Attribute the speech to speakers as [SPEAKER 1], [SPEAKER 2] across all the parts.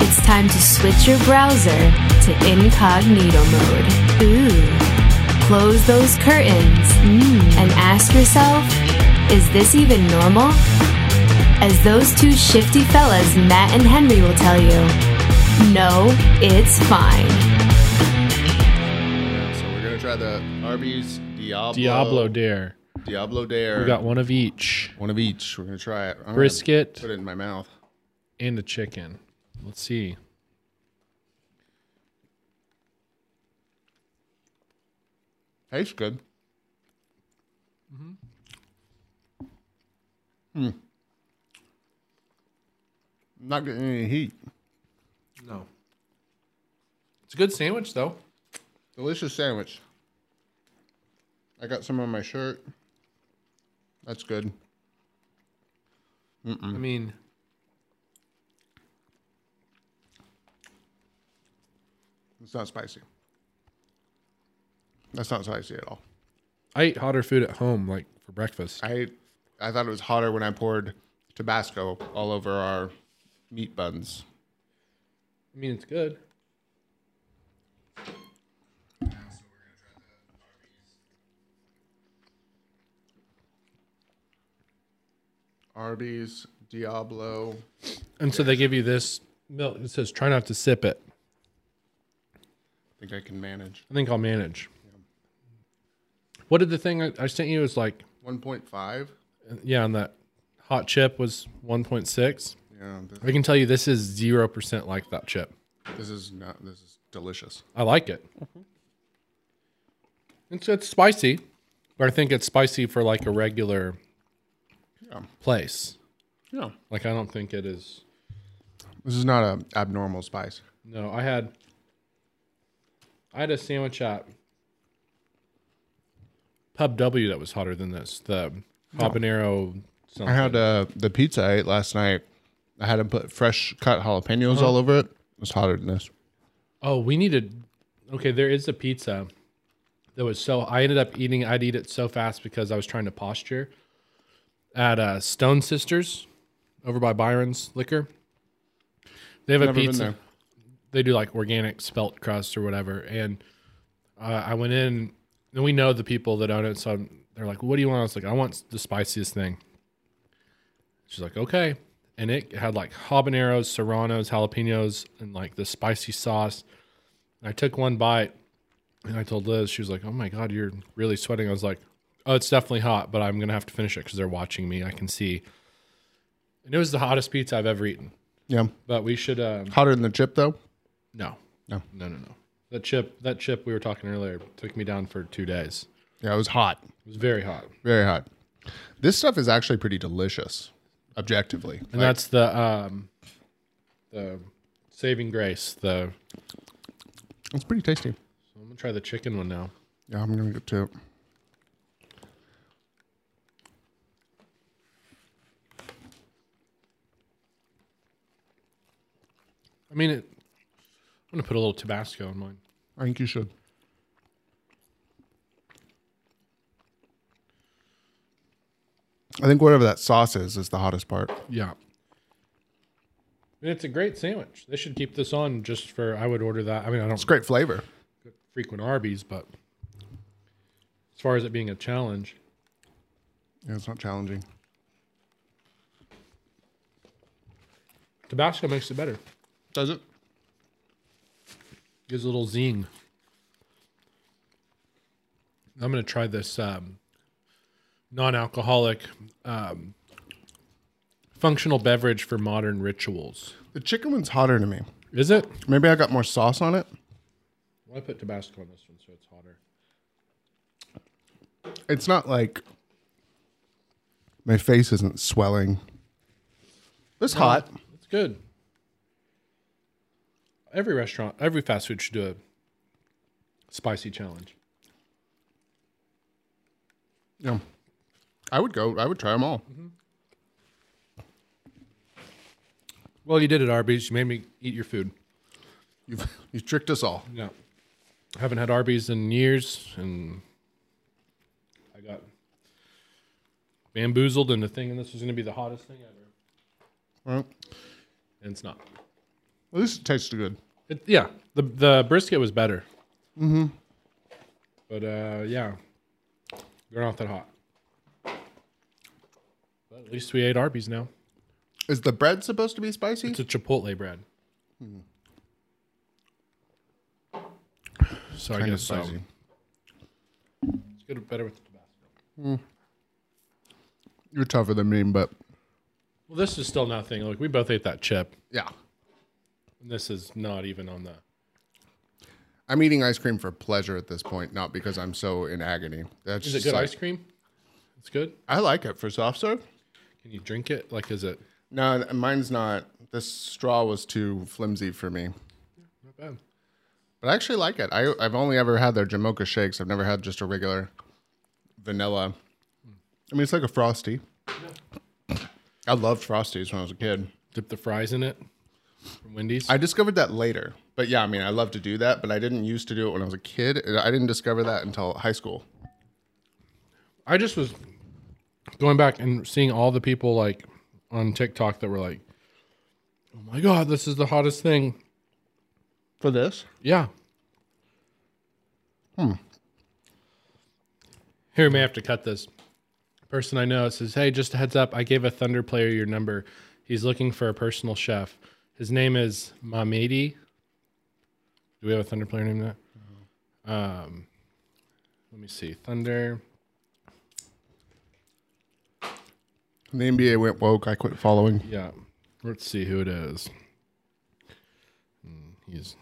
[SPEAKER 1] It's time to switch your browser to incognito mode. Ooh. Close those curtains and ask yourself, is this even normal? As those two shifty fellas, Matt and Henry, will tell you, no, it's fine.
[SPEAKER 2] So we're gonna try the Arby's Diablo
[SPEAKER 3] Diablo Dare.
[SPEAKER 2] Diablo Dare.
[SPEAKER 3] We got one of each
[SPEAKER 2] one of each. We're gonna try it. I'm gonna
[SPEAKER 3] Brisket.
[SPEAKER 2] Put it in my mouth.
[SPEAKER 3] and a chicken. Let's see.
[SPEAKER 2] Tastes good. Hmm.
[SPEAKER 3] Mm-hmm.
[SPEAKER 2] Hmm. Not getting any heat.
[SPEAKER 3] No. It's a good sandwich though.
[SPEAKER 2] Delicious sandwich. I got some on my shirt. That's good.
[SPEAKER 3] I mean,
[SPEAKER 2] It's not spicy. That's not spicy at all.
[SPEAKER 3] I eat hotter food at home, like for breakfast.
[SPEAKER 2] I I thought it was hotter when I poured Tabasco all over our meat buns.
[SPEAKER 3] I mean, it's good.
[SPEAKER 2] Arby's, Diablo.
[SPEAKER 3] And so they give you this milk. It says try not to sip it.
[SPEAKER 2] I think I can manage.
[SPEAKER 3] I think I'll manage. What did the thing I, I sent you was like?
[SPEAKER 2] 1.5.
[SPEAKER 3] Yeah, and that hot chip was 1.6.
[SPEAKER 2] Yeah, this,
[SPEAKER 3] I can tell you this is zero percent like that chip.
[SPEAKER 2] this is not. This is delicious.
[SPEAKER 3] I like it. Mm-hmm. It's it's spicy, but I think it's spicy for like a regular
[SPEAKER 2] Yeah.
[SPEAKER 3] place.
[SPEAKER 2] Yeah.
[SPEAKER 3] Like I don't think it is.
[SPEAKER 2] This is not a abnormal spice.
[SPEAKER 3] No, I had I had a sandwich at Pub W that was hotter than this. The habanero. Something.
[SPEAKER 2] I had uh, the pizza I ate last night. I had to put fresh cut jalapenos all over it. It was hotter than this.
[SPEAKER 3] Oh, we needed. Okay, there is a pizza that was so. I ended up eating. I'd eat it so fast because I was trying to posture at uh, Stone Sisters over by Byron's Liquor. They have a
[SPEAKER 2] Never been
[SPEAKER 3] pizza.
[SPEAKER 2] there.
[SPEAKER 3] They do like organic spelt crust or whatever. And uh, I went in, and we know the people that own it. So I'm, they're like, "What do you want?" I was like, "I want the spiciest thing." She's like, okay. And it had like habaneros, serranos, jalapenos, and like the spicy sauce. And I took one bite and I told Liz, she was like, oh my God, you're really sweating. I was like, oh, it's definitely hot, but I'm going to have to finish it because they're watching me. I can see. And it was the hottest pizza I've ever eaten.
[SPEAKER 2] Yeah,
[SPEAKER 3] But we should, um,
[SPEAKER 2] hotter than the chip though.
[SPEAKER 3] no.
[SPEAKER 2] No.
[SPEAKER 3] No, no, no. That chip, that chip we were talking earlier took me down for two days.
[SPEAKER 2] Yeah, it was hot,
[SPEAKER 3] It was very hot.
[SPEAKER 2] very hot. This stuff is actually pretty delicious, objectively.
[SPEAKER 3] And that's the, um, the saving grace, the
[SPEAKER 2] It's pretty tasty.
[SPEAKER 3] I'm gonna try the chicken one now.
[SPEAKER 2] Yeah, I'm gonna get to it.
[SPEAKER 3] I mean, it, I'm gonna put a little Tabasco in mine.
[SPEAKER 2] I think you should. I think whatever that sauce is is the hottest part.
[SPEAKER 3] Yeah. And it's a great sandwich. They should keep this on just for. I would order that. I mean, I don't
[SPEAKER 2] It's great flavor.
[SPEAKER 3] frequent Arby's, but as far as it being a challenge,
[SPEAKER 2] Yeah, it's not challenging.
[SPEAKER 3] Tabasco makes it better.
[SPEAKER 2] Does it?
[SPEAKER 3] Gives a little zing. I'm gonna try this um, non-alcoholic um, functional beverage for modern rituals.
[SPEAKER 2] The chicken one's hotter to me.
[SPEAKER 3] Is it?
[SPEAKER 2] Maybe I got more sauce on it.
[SPEAKER 3] Well, I put Tabasco on this one, so it's hotter.
[SPEAKER 2] It's not like my face isn't swelling. It's hot.
[SPEAKER 3] It's good. Every restaurant, every fast food should do a spicy challenge.
[SPEAKER 2] Yeah. I would go. I would try them all.
[SPEAKER 3] Well, you did it, Arby's. You made me eat your food.
[SPEAKER 2] You've you tricked us all.
[SPEAKER 3] Yeah. I haven't had Arby's in years, and I got bamboozled into thinking this was going to be the hottest thing ever.
[SPEAKER 2] Well,
[SPEAKER 3] And it's not.
[SPEAKER 2] At least it tasted good.
[SPEAKER 3] It, yeah, the the brisket was better. Mm-hmm. But uh, yeah, they're not that hot. But at least we ate Arby's now.
[SPEAKER 2] Is the bread supposed to be spicy?
[SPEAKER 3] It's a Chipotle bread.
[SPEAKER 2] Hmm.
[SPEAKER 3] So I
[SPEAKER 2] Kinda
[SPEAKER 3] guess so.
[SPEAKER 2] spicy.
[SPEAKER 3] It's good better with the Tabasco.
[SPEAKER 2] You're tougher than me, but
[SPEAKER 3] Well, this is still nothing. Like we both ate that chip,
[SPEAKER 2] yeah.
[SPEAKER 3] and this is not even on the.
[SPEAKER 2] I'm eating ice cream for pleasure at this point, not because I'm so in agony. That's
[SPEAKER 3] Is it
[SPEAKER 2] just
[SPEAKER 3] good
[SPEAKER 2] like-
[SPEAKER 3] ice cream? It's good.
[SPEAKER 2] I like it for soft serve.
[SPEAKER 3] Can you drink it? Like, is it
[SPEAKER 2] No, th- mine's not. This straw was too flimsy for me.
[SPEAKER 3] not bad?
[SPEAKER 2] But I actually like it. I, I've only ever had their Jamocha shakes. I've never had just a regular vanilla. I mean, it's like a frosty. I loved frosties when I was a kid.
[SPEAKER 3] Dip the fries in it from Wendy's.
[SPEAKER 2] I discovered that later. But yeah, I mean, I love to do that, but I didn't used to do it when I was a kid. And I didn't discover that until high school.
[SPEAKER 3] I just was going back and seeing all the people like on TikTok that were like, "Oh my god, this is the hottest thing."
[SPEAKER 2] For this?
[SPEAKER 3] Yeah. Hmm. Here we may have to cut this. Person I know says, "Hey, just a heads up. I gave a Thunder player your number. He's looking for a personal chef. His name is Mamedi. Do we have a Thunder player named that? Um, let me see. Thunder."
[SPEAKER 2] When the NBA went woke. I quit following.
[SPEAKER 3] Yeah. Let's see who it is. Mm, He's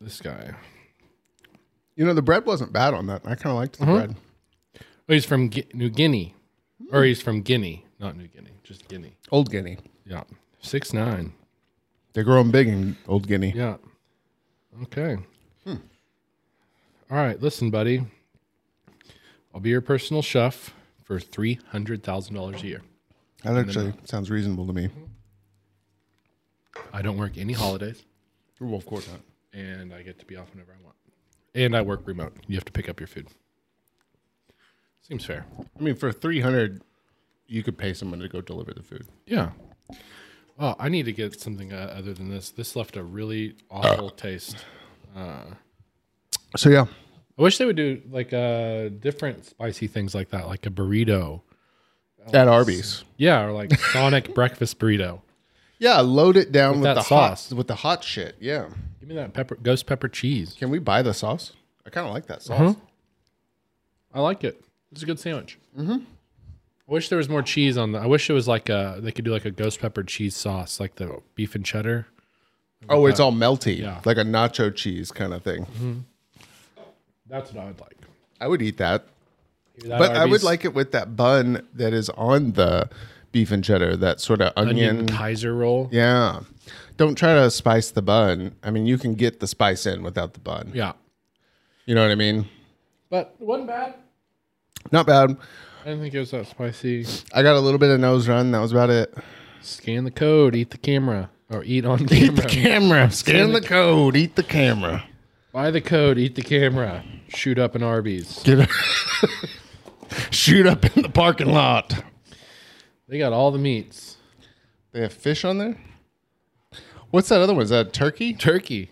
[SPEAKER 3] this guy.
[SPEAKER 2] You know, the bread wasn't bad on that. I kind of liked the bread.
[SPEAKER 3] Oh, he's from Gu- New Guinea, or he's from Guinea, not New Guinea, just Guinea.
[SPEAKER 2] Old Guinea.
[SPEAKER 3] Yeah, six nine.
[SPEAKER 2] They grow 'em big in Old Guinea.
[SPEAKER 3] Yeah. Okay. All right, listen, buddy. I'll be your personal chef for three hundred thousand dollars a year.
[SPEAKER 2] That actually sounds reasonable to me.
[SPEAKER 3] I don't work any holidays,
[SPEAKER 2] Well, of course not.
[SPEAKER 3] and I get to be off whenever I want. And I work remote. You have to pick up your food. Seems fair.
[SPEAKER 2] I mean, for 300 you could pay someone to go deliver the food.
[SPEAKER 3] Yeah. Oh, I need to get something uh, other than this. This left a really awful taste.
[SPEAKER 2] So, yeah.
[SPEAKER 3] I wish they would do like uh different spicy things like that, like a burrito.
[SPEAKER 2] At Arby's.
[SPEAKER 3] Yeah, or like Sonic breakfast burrito.
[SPEAKER 2] Yeah, load it down with,
[SPEAKER 3] that
[SPEAKER 2] the
[SPEAKER 3] sauce.
[SPEAKER 2] hot with the hot shit. Yeah.
[SPEAKER 3] Give me that pepper ghost pepper cheese.
[SPEAKER 2] Can we buy the sauce? I kind of like that sauce.
[SPEAKER 3] I like it. It's a good sandwich. Mm-hmm. I wish there was more cheese on the. I wish it was like a they could do like a ghost pepper cheese sauce, like the beef and cheddar.
[SPEAKER 2] Oh, it's all melty,
[SPEAKER 3] Yeah.
[SPEAKER 2] like a nacho cheese kind of thing.
[SPEAKER 3] That's what I would like.
[SPEAKER 2] I would eat that.
[SPEAKER 3] Give me that
[SPEAKER 2] But I would
[SPEAKER 3] Arby's
[SPEAKER 2] like it with that bun that is on the beef and cheddar, that sort of onion.
[SPEAKER 3] onion Kaiser roll.
[SPEAKER 2] Yeah. Don't try to spice the bun. I mean, you can get the spice in without the bun.
[SPEAKER 3] yeah.
[SPEAKER 2] You know what I mean?
[SPEAKER 3] But it wasn't bad.
[SPEAKER 2] Not bad.
[SPEAKER 3] I didn't think it was that spicy.
[SPEAKER 2] I got a little bit of nose run. That was about it.
[SPEAKER 3] Scan the code, eat the camera, or eat on camera.
[SPEAKER 2] camera. Scan the code. Eat the camera.
[SPEAKER 3] Buy the code, eat the camera, shoot up an Arby's.
[SPEAKER 2] Get shoot up in the parking lot.
[SPEAKER 3] They got all the meats.
[SPEAKER 2] They have fish on there. What's that other one? Is that turkey?
[SPEAKER 3] Turkey.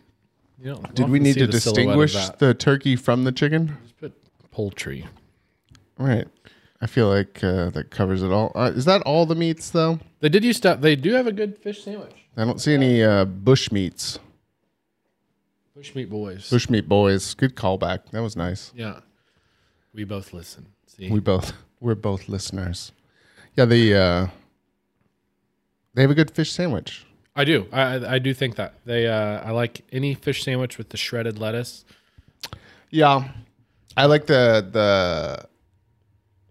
[SPEAKER 3] You don't
[SPEAKER 2] Did we
[SPEAKER 3] often
[SPEAKER 2] need
[SPEAKER 3] see
[SPEAKER 2] to
[SPEAKER 3] the silhouette of
[SPEAKER 2] distinguish
[SPEAKER 3] that.
[SPEAKER 2] the turkey from the chicken?
[SPEAKER 3] Just put poultry?
[SPEAKER 2] Right. I feel like uh, that covers it all. Uh, is that all the meats though?
[SPEAKER 3] They did use stuff. They do have a good fish sandwich.
[SPEAKER 2] I don't see any uh, bush meats.
[SPEAKER 3] Bush meat boys.
[SPEAKER 2] Bush meat boys. Good callback. That was nice.
[SPEAKER 3] Yeah. We both listen. See?
[SPEAKER 2] We both we're both listeners. Yeah, the uh, they have a good fish sandwich.
[SPEAKER 3] I do. I I- I do think that. They uh I like any fish sandwich with the shredded lettuce.
[SPEAKER 2] Yeah, I like the the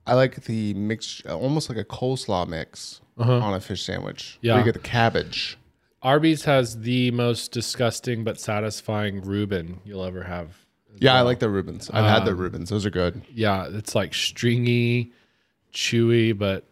[SPEAKER 2] I like the mix, almost like a coleslaw mix on a fish sandwich. where
[SPEAKER 3] Yeah.
[SPEAKER 2] you get the cabbage.
[SPEAKER 3] Arby's has the most disgusting but satisfying Reuben you'll ever have.
[SPEAKER 2] Yeah, I like the Rubens. I've had the Rubens. Those are good.
[SPEAKER 3] Yeah, it's like stringy, chewy, but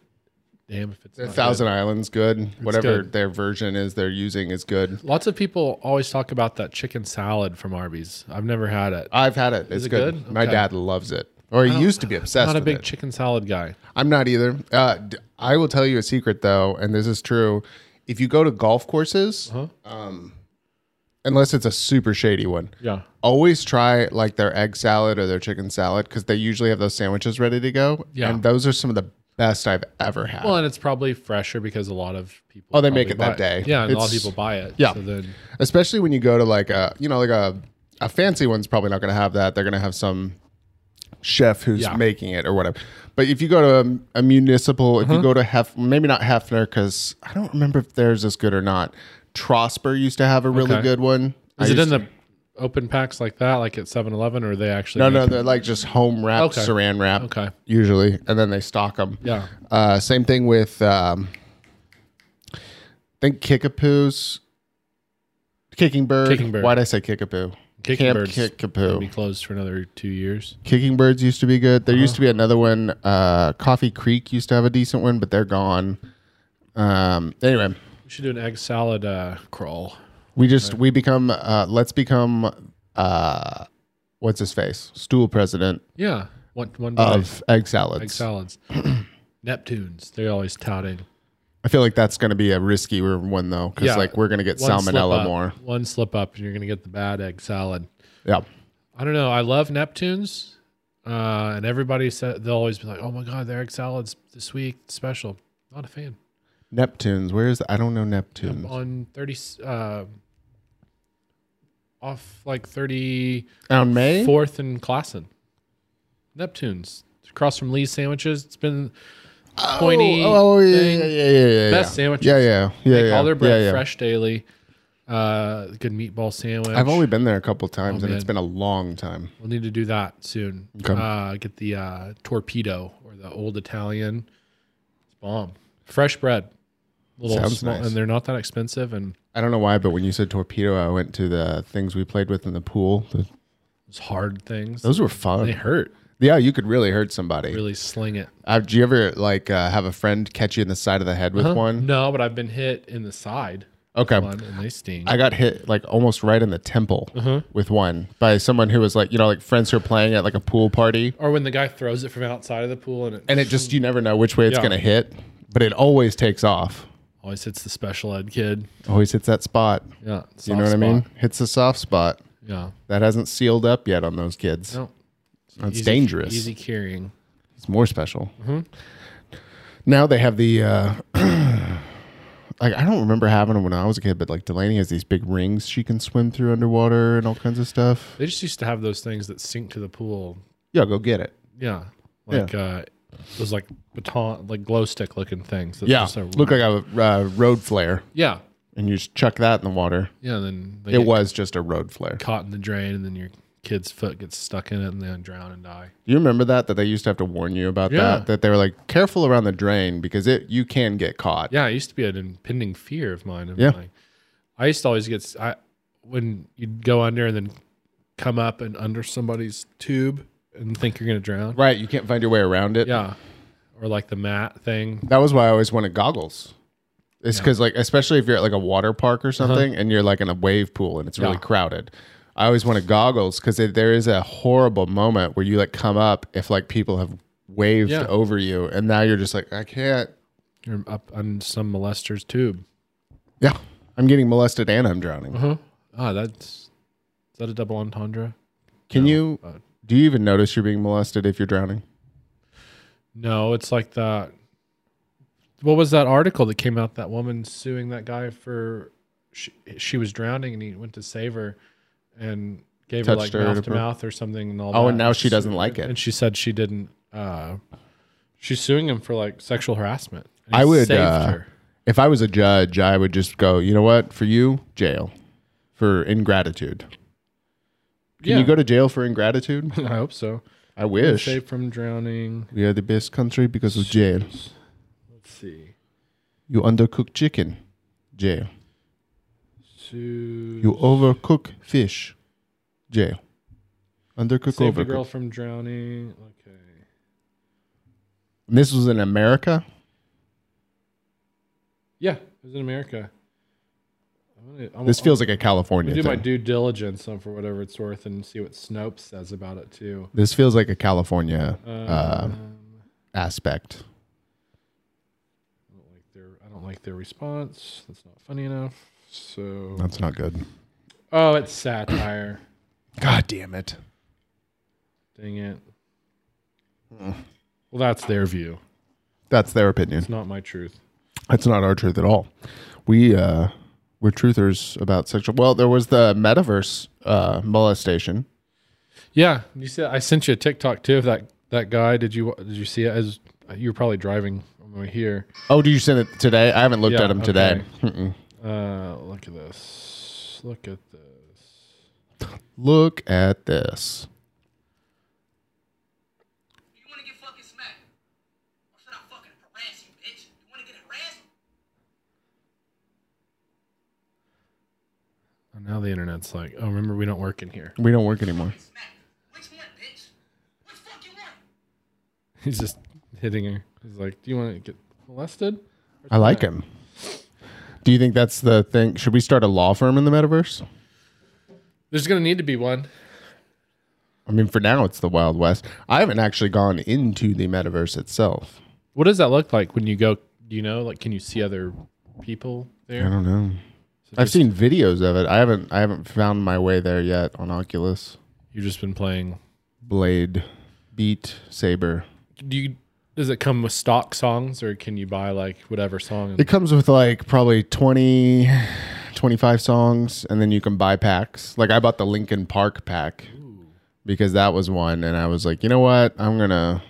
[SPEAKER 3] damn if it's
[SPEAKER 2] The
[SPEAKER 3] not good.
[SPEAKER 2] Thousand Islands, good. Whatever
[SPEAKER 3] good.
[SPEAKER 2] their version is, they're using is good.
[SPEAKER 3] Lots of people always talk about that chicken salad from Arby's. I've never had it.
[SPEAKER 2] I've had it. It's
[SPEAKER 3] it
[SPEAKER 2] good.
[SPEAKER 3] good?
[SPEAKER 2] My
[SPEAKER 3] Okay.
[SPEAKER 2] dad loves it, or he used to be obsessed.
[SPEAKER 3] not a
[SPEAKER 2] with
[SPEAKER 3] big
[SPEAKER 2] it.
[SPEAKER 3] chicken salad guy.
[SPEAKER 2] I'm not either. Uh, d- I will tell you a secret though, and this is true. if you go to golf courses,
[SPEAKER 3] Uh-huh.
[SPEAKER 2] um, unless it's a super shady one,
[SPEAKER 3] Yeah.
[SPEAKER 2] always try like their egg salad or their chicken salad because they usually have those sandwiches ready to go.
[SPEAKER 3] Yeah.
[SPEAKER 2] And those are some of the best I've ever had.
[SPEAKER 3] Well, and it's probably fresher because a lot of people.
[SPEAKER 2] Oh, they make it
[SPEAKER 3] probably
[SPEAKER 2] that
[SPEAKER 3] buy
[SPEAKER 2] day.
[SPEAKER 3] Yeah, and a lot of
[SPEAKER 2] It's-
[SPEAKER 3] people buy it.
[SPEAKER 2] Yeah.
[SPEAKER 3] So then,
[SPEAKER 2] Especially when you go to like a, you know, like a, a fancy one's probably not going to have that. They're going to have some chef who's
[SPEAKER 3] Yeah.
[SPEAKER 2] making it or whatever. But if you go to um, a, a municipal,
[SPEAKER 3] Uh-huh.
[SPEAKER 2] if you go to Hef, maybe not Hefner because I don't remember if theirs is good or not. Trosper used to have a really
[SPEAKER 3] Okay.
[SPEAKER 2] good one. I
[SPEAKER 3] is it
[SPEAKER 2] used
[SPEAKER 3] in
[SPEAKER 2] to-
[SPEAKER 3] the open packs like that, like at 7-Eleven, or they actually?
[SPEAKER 2] No,
[SPEAKER 3] make
[SPEAKER 2] no,
[SPEAKER 3] it?
[SPEAKER 2] they're like just home wrap,
[SPEAKER 3] Okay.
[SPEAKER 2] saran wrap,
[SPEAKER 3] Okay.
[SPEAKER 2] usually, and then they stock them.
[SPEAKER 3] Yeah.
[SPEAKER 2] Uh, same thing with, um, I think Kickapoo's, Kicking Bird.
[SPEAKER 3] Kicking Bird.
[SPEAKER 2] Why'd I say Kickapoo?
[SPEAKER 3] Kicking
[SPEAKER 2] Camp
[SPEAKER 3] Bird's
[SPEAKER 2] Kickapoo.
[SPEAKER 3] Be closed for another two years.
[SPEAKER 2] Kicking Birds used to be good. There used to be
[SPEAKER 3] Uh-huh.
[SPEAKER 2] another one. Uh, Coffee Creek used to have a decent one, but they're gone. Um, anyway,
[SPEAKER 3] We should do an egg salad uh, crawl.
[SPEAKER 2] we just we become uh, let's become uh, what's his face stool president
[SPEAKER 3] Yeah. One one day.
[SPEAKER 2] of egg salads.
[SPEAKER 3] egg salads. Neptunes. They're always touting.
[SPEAKER 2] I feel like that's going to be a riskier one though, because
[SPEAKER 3] Yeah.
[SPEAKER 2] like we're going to get
[SPEAKER 3] One slip
[SPEAKER 2] salmonella
[SPEAKER 3] up-
[SPEAKER 2] more.
[SPEAKER 3] One slip up, and you're going to get the bad egg salad.
[SPEAKER 2] Yeah,
[SPEAKER 3] I don't know. I love Neptunes, uh, and everybody said they'll always be like, "Oh my god, their egg salads this week special." Not a fan.
[SPEAKER 2] Neptune's. Where is I don't know Neptune's.
[SPEAKER 3] On thirty, uh, off like thirty
[SPEAKER 2] On May.
[SPEAKER 3] fourth and Classen. Neptunes It's across from Lee's sandwiches. It's been pointy.
[SPEAKER 2] Oh, oh yeah,
[SPEAKER 3] thing.
[SPEAKER 2] yeah, yeah, yeah, yeah.
[SPEAKER 3] Best
[SPEAKER 2] yeah.
[SPEAKER 3] sandwiches.
[SPEAKER 2] Yeah, yeah, yeah.
[SPEAKER 3] Make
[SPEAKER 2] yeah,
[SPEAKER 3] all their bread
[SPEAKER 2] yeah, yeah.
[SPEAKER 3] fresh daily. Uh, good meatball sandwich.
[SPEAKER 2] I've only been there a couple times,
[SPEAKER 3] Oh,
[SPEAKER 2] and it's
[SPEAKER 3] man.
[SPEAKER 2] been a long time.
[SPEAKER 3] We'll need to do that soon.
[SPEAKER 2] Okay.
[SPEAKER 3] Uh, get the uh, torpedo or the old Italian. It's bomb. Fresh bread. Little
[SPEAKER 2] Sounds
[SPEAKER 3] small,
[SPEAKER 2] nice.
[SPEAKER 3] And they're not that expensive. And
[SPEAKER 2] I don't know why, but when you said torpedo, I went to the things we played with in the pool. Th-
[SPEAKER 3] it's hard things.
[SPEAKER 2] Those were
[SPEAKER 3] they
[SPEAKER 2] fun.
[SPEAKER 3] hurt.
[SPEAKER 2] Yeah, you could really hurt somebody.
[SPEAKER 3] Really sling it.
[SPEAKER 2] Uh, do you ever like uh, have a friend catch you in the side of the head with one?
[SPEAKER 3] Uh-huh. No, but I've been hit in the side.
[SPEAKER 2] Okay.
[SPEAKER 3] One, and they sting.
[SPEAKER 2] I got hit like almost right in the temple with one by someone who was like, you know, like friends who are playing at like a pool party.
[SPEAKER 3] or when the guy throws it from outside of the pool and it
[SPEAKER 2] And it just, you never know which way it's
[SPEAKER 3] Yeah.
[SPEAKER 2] going to hit, but it always takes off.
[SPEAKER 3] always hits the special ed kid.
[SPEAKER 2] Always hits that spot.
[SPEAKER 3] Yeah.
[SPEAKER 2] you know what I mean? Hits the soft spot.
[SPEAKER 3] Yeah.
[SPEAKER 2] That hasn't sealed up yet on those kids.
[SPEAKER 3] No.
[SPEAKER 2] That's
[SPEAKER 3] Easy-
[SPEAKER 2] dangerous.
[SPEAKER 3] Easy carrying.
[SPEAKER 2] It's more special. Now they have the, uh, like, I don't remember having them when I was a kid, but like Delaney has these big rings she can swim through underwater and all kinds of stuff.
[SPEAKER 3] They just used to have those things that sink to the pool
[SPEAKER 2] Yeah, go get it.
[SPEAKER 3] Yeah. Like uh those like baton like glow stick looking things. that
[SPEAKER 2] Yeah.
[SPEAKER 3] just are-
[SPEAKER 2] Look like a uh, road flare.
[SPEAKER 3] Yeah.
[SPEAKER 2] and you just chuck that in the water.
[SPEAKER 3] Yeah, and then they
[SPEAKER 2] It
[SPEAKER 3] get
[SPEAKER 2] was just a road flare. Do
[SPEAKER 3] caught in the drain and then your kid's foot gets stuck in it and they drown and die.
[SPEAKER 2] you remember that? That they used to have to warn you about
[SPEAKER 3] Yeah.
[SPEAKER 2] that. That they were like, careful around the drain because it you can get caught.
[SPEAKER 3] Yeah, it used to be an impending fear of mine. Of
[SPEAKER 2] Yeah.
[SPEAKER 3] like, I used to always get s- I when you'd go under and then come up and under somebody's tube and think you're gonna drown.
[SPEAKER 2] Right. You can't find your way around it.
[SPEAKER 3] Yeah. Or like the mat thing.
[SPEAKER 2] That was why I always wanted goggles. It's because like especially if you're at like a water park or something and you're like in a wave pool and it's really
[SPEAKER 3] Uh-huh. Yeah.
[SPEAKER 2] crowded. I always wanted goggles because there is a horrible moment where you like come up if like people have waved
[SPEAKER 3] Yeah.
[SPEAKER 2] over you and now you're just like I can't.
[SPEAKER 3] You're up on some molester's tube.
[SPEAKER 2] Yeah, I'm getting molested and I'm drowning.
[SPEAKER 3] Ah, that's is that a double entendre?
[SPEAKER 2] Can you? Do you even notice you're being molested if you're drowning?
[SPEAKER 3] No, it's like that. What was that article that came out? That woman suing that guy for she, she was drowning and he went to save her and gave
[SPEAKER 2] Touched
[SPEAKER 3] her
[SPEAKER 2] her to
[SPEAKER 3] like mouth to
[SPEAKER 2] pro-
[SPEAKER 3] mouth or something and all.
[SPEAKER 2] Oh,
[SPEAKER 3] that.
[SPEAKER 2] and now she doesn't like it.
[SPEAKER 3] And she said she didn't. Uh, she's suing him for like sexual harassment. And
[SPEAKER 2] I
[SPEAKER 3] he
[SPEAKER 2] would.
[SPEAKER 3] saved
[SPEAKER 2] uh,
[SPEAKER 3] her.
[SPEAKER 2] If I was a judge, I would just go. You know what? For you, jail for ingratitude. Can
[SPEAKER 3] Yeah.
[SPEAKER 2] you go to jail for ingratitude?
[SPEAKER 3] I hope so.
[SPEAKER 2] I wish.
[SPEAKER 3] Saved from drowning.
[SPEAKER 2] We are the best country because of jail.
[SPEAKER 3] Let's see.
[SPEAKER 2] You undercook chicken, jail.
[SPEAKER 3] Sue.
[SPEAKER 2] You overcook fish, jail. Undercook,
[SPEAKER 3] saved a
[SPEAKER 2] overcook.
[SPEAKER 3] girl from drowning. Okay.
[SPEAKER 2] And this was in America.
[SPEAKER 3] Yeah, it was in America. I'm gonna, I'm,
[SPEAKER 2] This
[SPEAKER 3] I'm-
[SPEAKER 2] feels like a California
[SPEAKER 3] I'm gonna do my
[SPEAKER 2] thing.
[SPEAKER 3] due diligence on for whatever it's worth and see what Snopes says about it too.
[SPEAKER 2] This feels like a California uh,
[SPEAKER 3] Um,
[SPEAKER 2] aspect.
[SPEAKER 3] I don't like their I don't like their response. That's not funny enough. So
[SPEAKER 2] That's not good.
[SPEAKER 3] oh, it's satire.
[SPEAKER 2] God damn it.
[SPEAKER 3] Dang it. Well, that's their view.
[SPEAKER 2] That's their opinion.
[SPEAKER 3] It's not my truth.
[SPEAKER 2] That's not our truth at all. We uh we're truthers about sexual well, there was the metaverse uh molestation.
[SPEAKER 3] Yeah, you said I sent you a TikTok too of that that guy. Did you did you see it? As you were probably driving on the way here.
[SPEAKER 2] Oh, do you send it today? I haven't looked
[SPEAKER 3] Yeah,
[SPEAKER 2] at him today.
[SPEAKER 3] Uh, look at this. Look at this.
[SPEAKER 2] Look at this.
[SPEAKER 4] You wanna get fucking smacked? Or should I fucking harass you, bitch? You wanna get harassed?
[SPEAKER 3] And now the internet's like, oh, remember we don't work in here.
[SPEAKER 2] We don't work anymore.
[SPEAKER 4] Smack. Which one, bitch? Which fuck you want?
[SPEAKER 3] He's just hitting her. He's like, do you want to get molested?
[SPEAKER 2] I like him. Do you think that's the thing? Should we start a law firm in the metaverse?
[SPEAKER 3] There's gonna need to be one.
[SPEAKER 2] I mean, for now it's the Wild West. I haven't actually gone into the metaverse itself.
[SPEAKER 3] What does that look like when you go? Do you know? Like, can you see other people
[SPEAKER 2] I
[SPEAKER 3] there?
[SPEAKER 2] don't know. I've seen videos of it. I haven't I haven't found my way there yet on Oculus.
[SPEAKER 3] You've just been playing.
[SPEAKER 2] Blade, Beat, Saber.
[SPEAKER 3] Do you? Does it come with stock songs, or can you buy like whatever song? And,
[SPEAKER 2] It comes with like probably 20, 25 songs, and then you can buy packs. Like I bought the Linkin Park pack because that was one, and I was like, you know what? I'm gonna.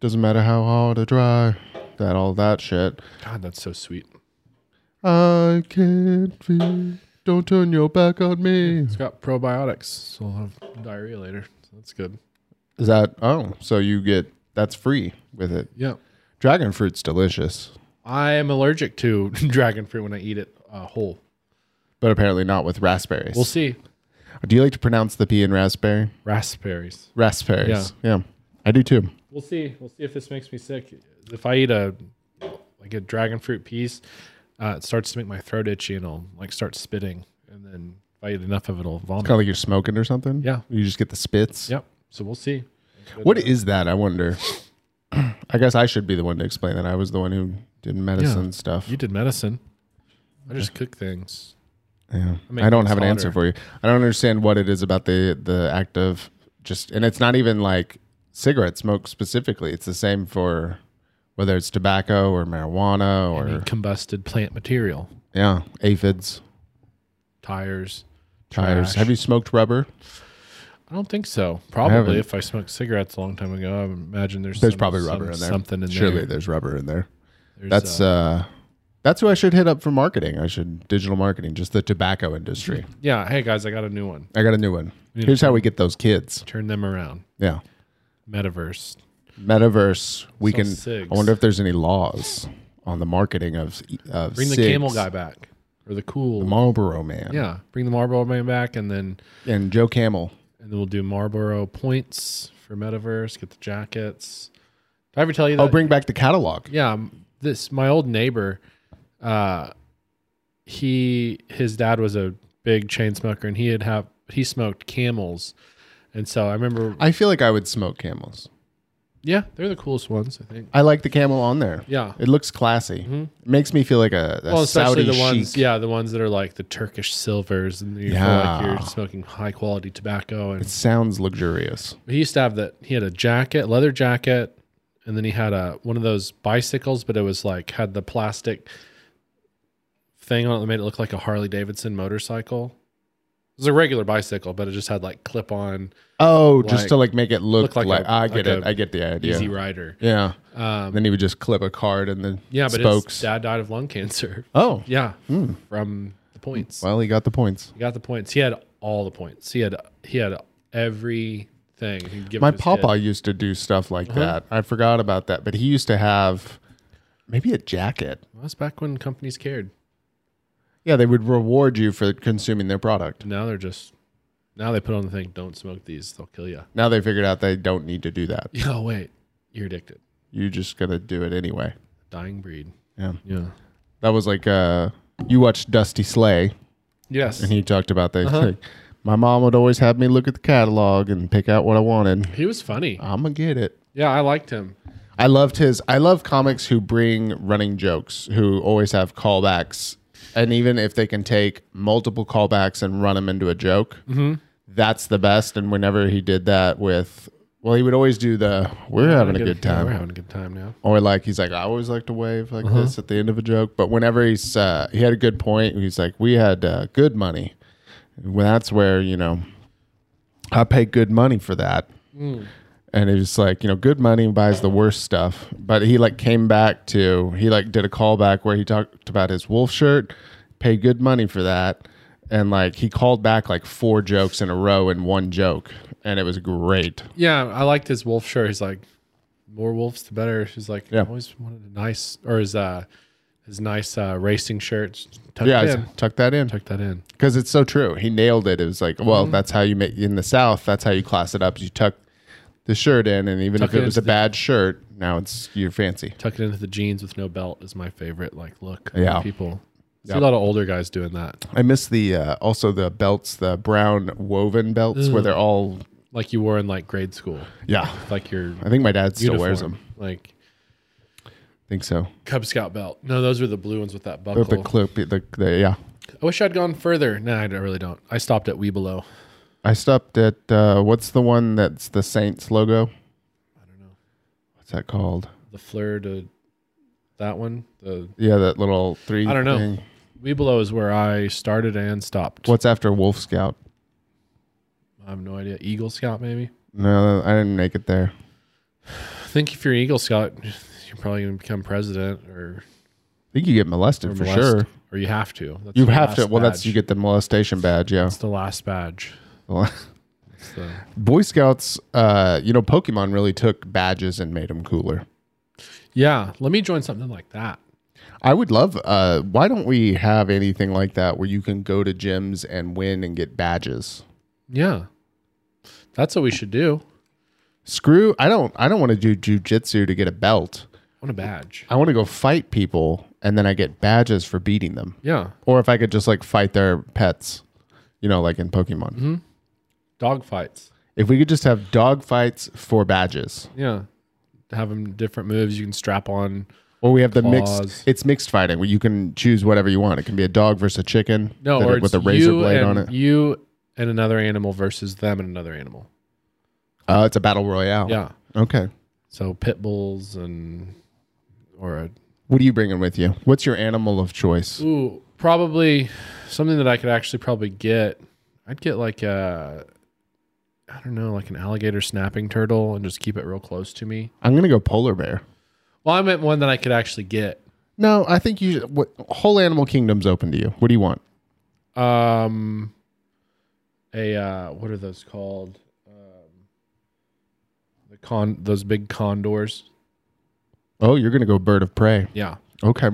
[SPEAKER 2] Doesn't matter how hard I try, that all that shit.
[SPEAKER 3] God, that's so sweet.
[SPEAKER 2] I can't feel. Don't turn your back on me.
[SPEAKER 3] It's got probiotics, so I'll have diarrhea later. So that's good.
[SPEAKER 2] Is that oh? So you get that's free with it.
[SPEAKER 3] Yeah,
[SPEAKER 2] Dragon fruit's delicious,
[SPEAKER 3] I am allergic to dragon fruit when I eat it uh, whole.
[SPEAKER 2] but apparently not with raspberries.
[SPEAKER 3] We'll see.
[SPEAKER 2] Do you like to pronounce the P in raspberry?
[SPEAKER 3] Raspberries.
[SPEAKER 2] Raspberries. Yeah. I do too.
[SPEAKER 3] We'll see. We'll see if this makes me sick. If I eat a like a dragon fruit piece, uh, it starts to make my throat itchy and I'll like start spitting. And then if I eat enough of it, I'll vomit.
[SPEAKER 2] Kind of like you're smoking or something.
[SPEAKER 3] Yeah.
[SPEAKER 2] You just get the spits.
[SPEAKER 3] Yep. So we'll see.
[SPEAKER 2] What is that? I wonder. I guess I should be the one to explain that. I was the one who did medicine
[SPEAKER 3] Yeah.
[SPEAKER 2] stuff.
[SPEAKER 3] You did medicine. I just cook things.
[SPEAKER 2] yeah.
[SPEAKER 3] make
[SPEAKER 2] I don't
[SPEAKER 3] things
[SPEAKER 2] have an answer
[SPEAKER 3] hotter.
[SPEAKER 2] for you. I don't understand what it is about the the act of just and it's not even like cigarette smoke specifically. It's the same for whether it's tobacco or marijuana or
[SPEAKER 3] Combusted plant material,
[SPEAKER 2] yeah, aphids,
[SPEAKER 3] tires.
[SPEAKER 2] tires.
[SPEAKER 3] Trash.
[SPEAKER 2] Have you smoked rubber?
[SPEAKER 3] I don't think so.
[SPEAKER 2] haven't.
[SPEAKER 3] Probably if I smoked cigarettes a long time ago, I would imagine there's
[SPEAKER 2] There's
[SPEAKER 3] some-
[SPEAKER 2] probably
[SPEAKER 3] some-
[SPEAKER 2] rubber in there.
[SPEAKER 3] Something in
[SPEAKER 2] Surely
[SPEAKER 3] there.
[SPEAKER 2] there's rubber in there.
[SPEAKER 3] There's,
[SPEAKER 2] That's
[SPEAKER 3] uh,
[SPEAKER 2] uh that's who I should hit up for marketing. I should digital marketing, just the tobacco industry.
[SPEAKER 3] yeah. Hey guys, I got a new one.
[SPEAKER 2] I got a new one. Here's how we get those kids.
[SPEAKER 3] Turn them around.
[SPEAKER 2] Yeah.
[SPEAKER 3] Metaverse.
[SPEAKER 2] Metaverse, we
[SPEAKER 3] Sell
[SPEAKER 2] can
[SPEAKER 3] cigs.
[SPEAKER 2] I wonder if there's any laws on the marketing of of
[SPEAKER 3] Bring the
[SPEAKER 2] cigs.
[SPEAKER 3] camel guy back or the cool
[SPEAKER 2] Marlboro man.
[SPEAKER 3] Yeah, bring the Marlboro Man back, and then
[SPEAKER 2] And Joe Camel.
[SPEAKER 3] and then we'll do Marlboro points for Metaverse. Get the jackets. Did I ever tell you that?
[SPEAKER 2] Oh, bring back the catalog.
[SPEAKER 3] yeah, m- this my old neighbor. Uh, he his dad was a big chain smoker, and he had have he smoked Camels, and so I remember.
[SPEAKER 2] I feel like I would smoke camels.
[SPEAKER 3] yeah, they're the coolest ones, I think.
[SPEAKER 2] I like the camel on there.
[SPEAKER 3] Yeah. Mm-hmm.
[SPEAKER 2] It looks classy. It makes me feel like a, a
[SPEAKER 3] Well, especially
[SPEAKER 2] Saudi
[SPEAKER 3] the ones,
[SPEAKER 2] chic.
[SPEAKER 3] yeah, the ones that are like the Turkish silvers, and you feel
[SPEAKER 2] Yeah.
[SPEAKER 3] like you're smoking high quality tobacco. And
[SPEAKER 2] It sounds luxurious.
[SPEAKER 3] he used to have that he had a jacket leather jacket and then he had a one of those bicycles but it was like had the plastic thing on it that made it look like a harley davidson motorcycle it was a regular bicycle but it just had like clip on
[SPEAKER 2] Oh, just
[SPEAKER 3] Like-
[SPEAKER 2] to like make it look,
[SPEAKER 3] look like
[SPEAKER 2] like,
[SPEAKER 3] a-
[SPEAKER 2] I
[SPEAKER 3] like
[SPEAKER 2] get it.
[SPEAKER 3] a
[SPEAKER 2] I get the idea.
[SPEAKER 3] easy rider
[SPEAKER 2] Yeah.
[SPEAKER 3] um
[SPEAKER 2] then he would just clip a card and then
[SPEAKER 3] yeah but his
[SPEAKER 2] spokes.
[SPEAKER 3] dad died of lung cancer
[SPEAKER 2] oh,
[SPEAKER 3] yeah from the points
[SPEAKER 2] well, he got the points.
[SPEAKER 3] he got the points he had all the points he had he had everything He'd give
[SPEAKER 2] My
[SPEAKER 3] it Uh-huh. to his kid.
[SPEAKER 2] papa used to do stuff like that. I forgot about that, but he used to have maybe a jacket.
[SPEAKER 3] Well, that's back when companies cared
[SPEAKER 2] Yeah, they would reward you for consuming their product.
[SPEAKER 3] now they're just now they put on the thing don't smoke these they'll kill you
[SPEAKER 2] Now they figured out they don't need to do that.
[SPEAKER 3] Oh wait, you're addicted.
[SPEAKER 2] You're just gonna do it anyway.
[SPEAKER 3] Dying breed.
[SPEAKER 2] Yeah,
[SPEAKER 3] Yeah.
[SPEAKER 2] that was like uh, you watched Dusty Slay,
[SPEAKER 3] Yes.
[SPEAKER 2] and
[SPEAKER 3] He,
[SPEAKER 2] he talked about that.
[SPEAKER 3] Uh-huh.
[SPEAKER 2] My mom would always have me look at the catalog and pick out what I wanted.
[SPEAKER 3] was funny.
[SPEAKER 2] I'm gonna get it.
[SPEAKER 3] Yeah, I liked him.
[SPEAKER 2] I loved his. I love comics who bring running jokes, who always have callbacks, and even if they can take multiple callbacks and run them into a joke, that's the best. And whenever he did that with, well, he would always do the "We're having a good
[SPEAKER 3] We're
[SPEAKER 2] time,"
[SPEAKER 3] having a good time now.
[SPEAKER 2] or like he's like, "I always like to wave like
[SPEAKER 3] Uh-huh.
[SPEAKER 2] this at the end of a joke." But whenever he's uh, he had a good point, he's like, "We had uh, good money." Well, that's where you know I pay good money for that.
[SPEAKER 3] Hmm.
[SPEAKER 2] And it was like, you know, good money buys the worst stuff. But he like came back to, he like did a callback where he talked about his wolf shirt, pay good money for that. And like he called back like four jokes in a row in one joke. And it was great.
[SPEAKER 3] Yeah, I liked his wolf shirt. He's like, more wolves the better. He's like,
[SPEAKER 2] Yeah.
[SPEAKER 3] I always wanted a nice or his uh his nice uh racing shirts. Tuck
[SPEAKER 2] Yeah,
[SPEAKER 3] it
[SPEAKER 2] I
[SPEAKER 3] in.
[SPEAKER 2] tuck that in
[SPEAKER 3] tuck that in.
[SPEAKER 2] because it's so true. He nailed it. It was like, well, that's how you make in the South. That's how you class it up. You tuck the shirt in, and even
[SPEAKER 3] Tuck
[SPEAKER 2] if it
[SPEAKER 3] it
[SPEAKER 2] was
[SPEAKER 3] into
[SPEAKER 2] a
[SPEAKER 3] the-
[SPEAKER 2] bad shirt, now it's you're fancy.
[SPEAKER 3] Tuck it into the jeans with no belt is my favorite. Like, look,
[SPEAKER 2] Yeah.
[SPEAKER 3] people. See
[SPEAKER 2] Yeah.
[SPEAKER 3] a lot of older guys doing that.
[SPEAKER 2] I miss the uh, also the belts, the brown woven belts where they're all
[SPEAKER 3] Like you wore in like grade school.
[SPEAKER 2] yeah.
[SPEAKER 3] Like your
[SPEAKER 2] I think my dad still
[SPEAKER 3] uniform.
[SPEAKER 2] wears them.
[SPEAKER 3] Like
[SPEAKER 2] think so.
[SPEAKER 3] Cub Scout belt. No, those were the blue ones with that
[SPEAKER 2] The,
[SPEAKER 3] buckle.
[SPEAKER 2] the clip, the, the yeah.
[SPEAKER 3] I wish I'd gone further. No, I don't- really don't. I stopped at Weebelo.
[SPEAKER 2] I stopped at uh, what's the one that's the Saints logo? I don't know. What's that called?
[SPEAKER 3] The fleur to that one. The
[SPEAKER 2] Yeah, that little three.
[SPEAKER 3] I don't know.
[SPEAKER 2] thing.
[SPEAKER 3] Weebelo is where I started and stopped.
[SPEAKER 2] What's after Wolf Scout?
[SPEAKER 3] I have no idea. Eagle Scout, maybe.
[SPEAKER 2] No, I didn't make it there.
[SPEAKER 3] I think if you're an Eagle Scout, you're probably going to become president or,
[SPEAKER 2] I think you get molested
[SPEAKER 3] or
[SPEAKER 2] for
[SPEAKER 3] molest-
[SPEAKER 2] sure.
[SPEAKER 3] or you have to. That's
[SPEAKER 2] You
[SPEAKER 3] the
[SPEAKER 2] have to.
[SPEAKER 3] last
[SPEAKER 2] Well, that's
[SPEAKER 3] badge.
[SPEAKER 2] you get the molestation badge. Yeah.
[SPEAKER 3] It's the last badge. It's the,
[SPEAKER 2] Boy Scouts. Uh, you know, Pokemon really took badges and made them cooler.
[SPEAKER 3] yeah, let me join something like that.
[SPEAKER 2] I would love. Uh, why don't we have anything like that where you can go to gyms and win and get badges?
[SPEAKER 3] Yeah, that's what we should do.
[SPEAKER 2] Screw. I don't. I don't want to do jujitsu to get a belt.
[SPEAKER 3] I want a badge.
[SPEAKER 2] I want to go fight people, and then I get badges for beating them.
[SPEAKER 3] Yeah,
[SPEAKER 2] Or if I could just like fight their pets, you know, like in Pokemon.
[SPEAKER 3] Mm-hmm. dog fights.
[SPEAKER 2] If we could just have dog fights for badges,
[SPEAKER 3] Yeah, have them different moves. You can strap on.
[SPEAKER 2] or we have the
[SPEAKER 3] Claws.
[SPEAKER 2] mixed. It's mixed fighting where you can choose whatever you want. It can be a dog versus a chicken.
[SPEAKER 3] No,
[SPEAKER 2] that-
[SPEAKER 3] or
[SPEAKER 2] with
[SPEAKER 3] it's
[SPEAKER 2] a razor
[SPEAKER 3] you
[SPEAKER 2] blade on
[SPEAKER 3] and-
[SPEAKER 2] it.
[SPEAKER 3] You and another animal versus them and another animal.
[SPEAKER 2] Oh, it's a battle royale.
[SPEAKER 3] Yeah.
[SPEAKER 2] Okay.
[SPEAKER 3] So pit bulls and or a
[SPEAKER 2] What are you bringing with you? What's your animal of choice?
[SPEAKER 3] Ooh, probably something that I could actually probably get. I'd get like a, I don't know, like an alligator snapping turtle and just keep it real close to me.
[SPEAKER 2] I'm gonna go polar bear.
[SPEAKER 3] Well, I meant one that I could actually get.
[SPEAKER 2] No, I think you. What whole animal kingdom's open to you? What do you want?
[SPEAKER 3] Um, a uh, what are those called? Um, the con those big condors.
[SPEAKER 2] Oh, you're gonna go bird of prey.
[SPEAKER 3] Yeah,
[SPEAKER 2] Okay.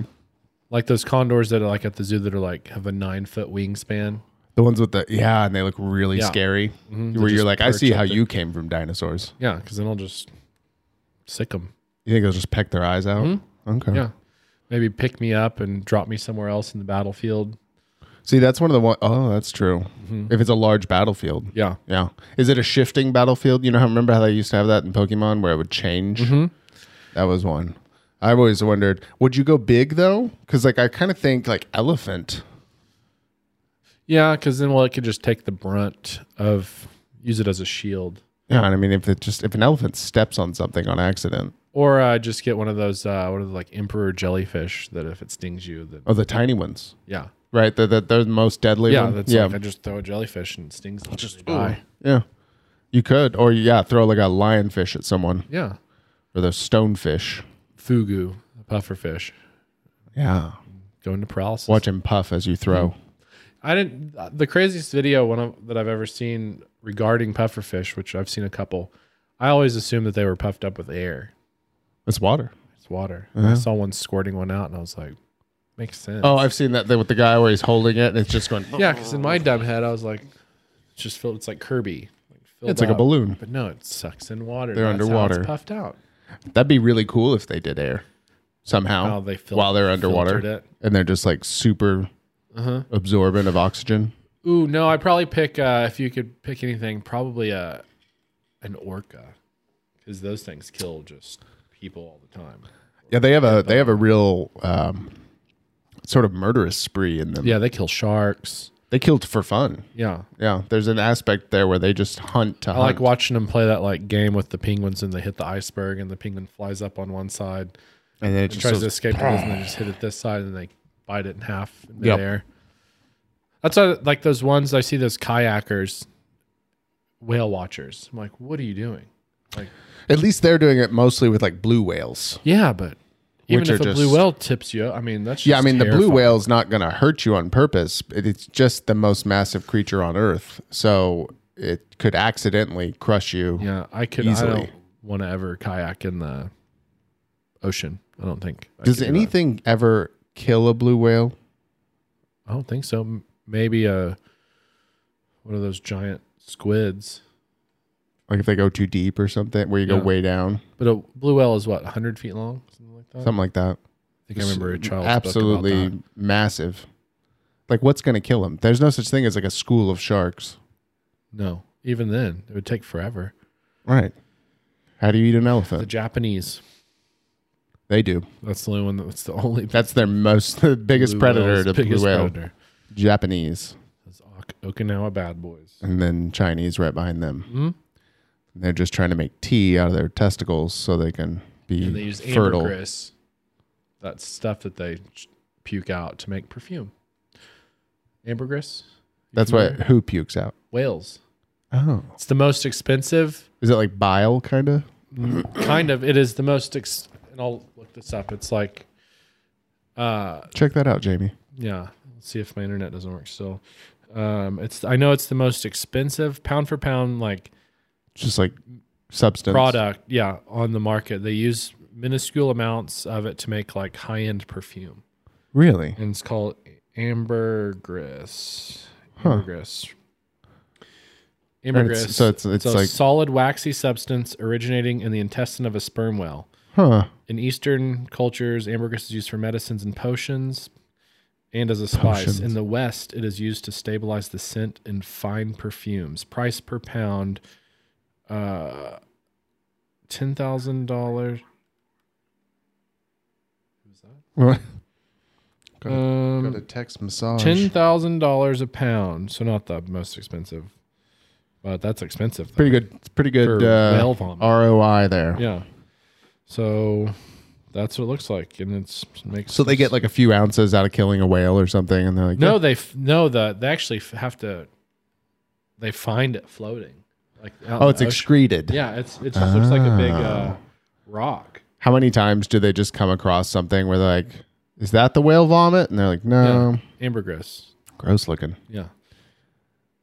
[SPEAKER 3] like those condors that are like at the zoo that are like have a nine foot wingspan.
[SPEAKER 2] The ones with the yeah, and they look really
[SPEAKER 3] Yeah.
[SPEAKER 2] scary.
[SPEAKER 3] They're
[SPEAKER 2] Where you're
[SPEAKER 3] just
[SPEAKER 2] like, I see
[SPEAKER 3] perched up
[SPEAKER 2] how
[SPEAKER 3] there.
[SPEAKER 2] you came from dinosaurs.
[SPEAKER 3] Yeah, because then I'll just sick them.
[SPEAKER 2] You think they'll just peck their eyes out? Okay.
[SPEAKER 3] Mm-hmm. Yeah. Maybe pick me up and drop me somewhere else in the battlefield.
[SPEAKER 2] See, that's one of the one oh, that's true.
[SPEAKER 3] Mm-hmm.
[SPEAKER 2] If it's a large battlefield.
[SPEAKER 3] Yeah.
[SPEAKER 2] Yeah. Is it a shifting battlefield? You know how remember how they used to have that in Pokemon where it would change?
[SPEAKER 3] Mm-hmm.
[SPEAKER 2] That was one. I've always wondered, would you go big though? Because like I kind of think like elephant.
[SPEAKER 3] Yeah, because then, well, it could just take the brunt of use it as a shield.
[SPEAKER 2] Yeah, and I mean if it just if an elephant steps on something on accident.
[SPEAKER 3] Or uh, just get one of those, uh, what are they, like emperor jellyfish that if it stings you, then,
[SPEAKER 2] Oh, the tiny ones.
[SPEAKER 3] yeah.
[SPEAKER 2] Right? They're, they're, they're the most deadly
[SPEAKER 3] Yeah,
[SPEAKER 2] one.
[SPEAKER 3] that's like I just throw a jellyfish and it stings them. Just die.
[SPEAKER 2] yeah. You could. Or yeah, throw like a lionfish at someone.
[SPEAKER 3] Yeah.
[SPEAKER 2] Or the stonefish.
[SPEAKER 3] Fugu, a pufferfish,
[SPEAKER 2] Yeah.
[SPEAKER 3] going to paralysis.
[SPEAKER 2] Watch him puff as you throw.
[SPEAKER 3] Mm-hmm. I didn't. The craziest video one of, that I've ever seen regarding pufferfish, which I've seen a couple. I always assumed that they were puffed up with air.
[SPEAKER 2] It's water.
[SPEAKER 3] It's water. I saw one squirting one out, and I was like, makes sense.
[SPEAKER 2] Uh-huh. Oh, I've seen that thing with the guy where he's holding it and it's just going.
[SPEAKER 3] yeah, because in my dumb head, I was like, it's just filled. It's like Kirby. Like filled
[SPEAKER 2] It's like a
[SPEAKER 3] up.
[SPEAKER 2] balloon.
[SPEAKER 3] But no, it sucks in water.
[SPEAKER 2] They're
[SPEAKER 3] That's how
[SPEAKER 2] underwater.
[SPEAKER 3] it's puffed out.
[SPEAKER 2] That'd be really cool if they did air somehow
[SPEAKER 3] How Oh, they fil-
[SPEAKER 2] while they're
[SPEAKER 3] filtered
[SPEAKER 2] underwater
[SPEAKER 3] it. Uh-huh.
[SPEAKER 2] and they're just like super absorbent of oxygen.
[SPEAKER 3] Ooh, no, I'd probably pick uh, if you could pick uh, anything, probably a an orca, because those things kill just people all the time.
[SPEAKER 2] Yeah, they have a they have a real um, sort of murderous spree in them.
[SPEAKER 3] Yeah, they kill sharks.
[SPEAKER 2] they killed for fun.
[SPEAKER 3] Yeah.
[SPEAKER 2] Yeah, there's an aspect there where they just hunt to
[SPEAKER 3] I like
[SPEAKER 2] hunt.
[SPEAKER 3] watching them play that like game with the penguins and they hit the iceberg and the penguin flies up on one side,
[SPEAKER 2] and then it just
[SPEAKER 3] tries
[SPEAKER 2] goes-
[SPEAKER 3] to escape it, and they just hit it this side and they bite it in half in
[SPEAKER 2] Yep.
[SPEAKER 3] midair. That's why, like those ones I see those kayakers, whale watchers. I'm like, what are you doing? Like,
[SPEAKER 2] At least they're doing it mostly with like blue whales.
[SPEAKER 3] yeah, but even
[SPEAKER 2] Which
[SPEAKER 3] if
[SPEAKER 2] are
[SPEAKER 3] a blue
[SPEAKER 2] just-
[SPEAKER 3] whale tips you, I mean that's just
[SPEAKER 2] Yeah, I mean the blue
[SPEAKER 3] terrifying.
[SPEAKER 2] whale's not going to hurt you on purpose. It- It's just the most massive creature on Earth, so it could accidentally crush you.
[SPEAKER 3] Yeah, I could.
[SPEAKER 2] Easily.
[SPEAKER 3] I don't want to ever kayak in the ocean. I don't think. I
[SPEAKER 2] Does
[SPEAKER 3] could do that.
[SPEAKER 2] anything ever kill a blue whale?
[SPEAKER 3] I don't think so. M- Maybe a one of those giant squids.
[SPEAKER 2] Like if they go too deep or something, where you
[SPEAKER 3] Yeah.
[SPEAKER 2] go way down,
[SPEAKER 3] But a blue whale is what, 100 feet long? Something like that?
[SPEAKER 2] something like that.
[SPEAKER 3] I think I remember a child's book about
[SPEAKER 2] Absolutely massive. Like what's going to kill them? There's no such thing as like a school of sharks,
[SPEAKER 3] that. No, even then, it would take forever.
[SPEAKER 2] right? How do you eat an
[SPEAKER 3] The
[SPEAKER 2] elephant?
[SPEAKER 3] Japanese,
[SPEAKER 2] They do.
[SPEAKER 3] that's the only one that's the only
[SPEAKER 2] That's their most the biggest
[SPEAKER 3] blue
[SPEAKER 2] predator
[SPEAKER 3] whale's
[SPEAKER 2] to
[SPEAKER 3] biggest
[SPEAKER 2] blue whale.
[SPEAKER 3] predator.
[SPEAKER 2] Japanese,
[SPEAKER 3] Those Ok- Okinawa bad boys.
[SPEAKER 2] and then Chinese right behind them.
[SPEAKER 3] Mm-hmm.
[SPEAKER 2] And They're just trying to make tea out of their testicles so they can be
[SPEAKER 3] And they use
[SPEAKER 2] fertile.
[SPEAKER 3] ambergris, that stuff that they ch- puke out to make perfume. Ambergris?
[SPEAKER 2] That's what
[SPEAKER 3] Mm-hmm.
[SPEAKER 2] who pukes out.
[SPEAKER 3] Whales.
[SPEAKER 2] Oh,
[SPEAKER 3] It's the most expensive
[SPEAKER 2] is it like bile kind of?
[SPEAKER 3] kind of it is the most ex- and i'll look this up it's like uh
[SPEAKER 2] Check that out, Jamie.
[SPEAKER 3] yeah let's see if my internet doesn't work still um it's i know it's the most expensive pound for pound like
[SPEAKER 2] It's just like substance.
[SPEAKER 3] product yeah on the market they use minuscule amounts of it to make like high-end perfume
[SPEAKER 2] Really?
[SPEAKER 3] and it's called ambergris
[SPEAKER 2] Huh.
[SPEAKER 3] ambergris
[SPEAKER 2] it's-
[SPEAKER 3] ambergris
[SPEAKER 2] so it's- it's
[SPEAKER 3] a
[SPEAKER 2] like-
[SPEAKER 3] solid waxy substance originating in the intestine of a sperm whale
[SPEAKER 2] Huh.
[SPEAKER 3] In Eastern cultures, ambergris is used for medicines and potions and as a spice.
[SPEAKER 2] Potions.
[SPEAKER 3] In the West, it is used to stabilize the scent in fine perfumes. Price per pound uh $10,000.
[SPEAKER 2] Got a
[SPEAKER 3] Um,
[SPEAKER 2] text massage.
[SPEAKER 3] $10,000 a pound. So not the most expensive. But that's expensive. though.
[SPEAKER 2] pretty good. It's pretty good
[SPEAKER 3] For
[SPEAKER 2] uh,
[SPEAKER 3] whale vomit.
[SPEAKER 2] ROI there.
[SPEAKER 3] Yeah. So that's what it looks like and it's makes
[SPEAKER 2] So they get like a few ounces out of killing a whale or something, and they're like,
[SPEAKER 3] No, they f- no the they actually f- have to. They find it floating, like out in
[SPEAKER 2] Oh, it's Ah.
[SPEAKER 3] the ocean.
[SPEAKER 2] excreted.
[SPEAKER 3] Yeah, it's it just looks like a big uh, rock.
[SPEAKER 2] How many times do they just come across something where they're like, is that the whale vomit? And they're like, no,
[SPEAKER 3] Yeah. Ambergris.
[SPEAKER 2] gross looking.
[SPEAKER 3] Yeah.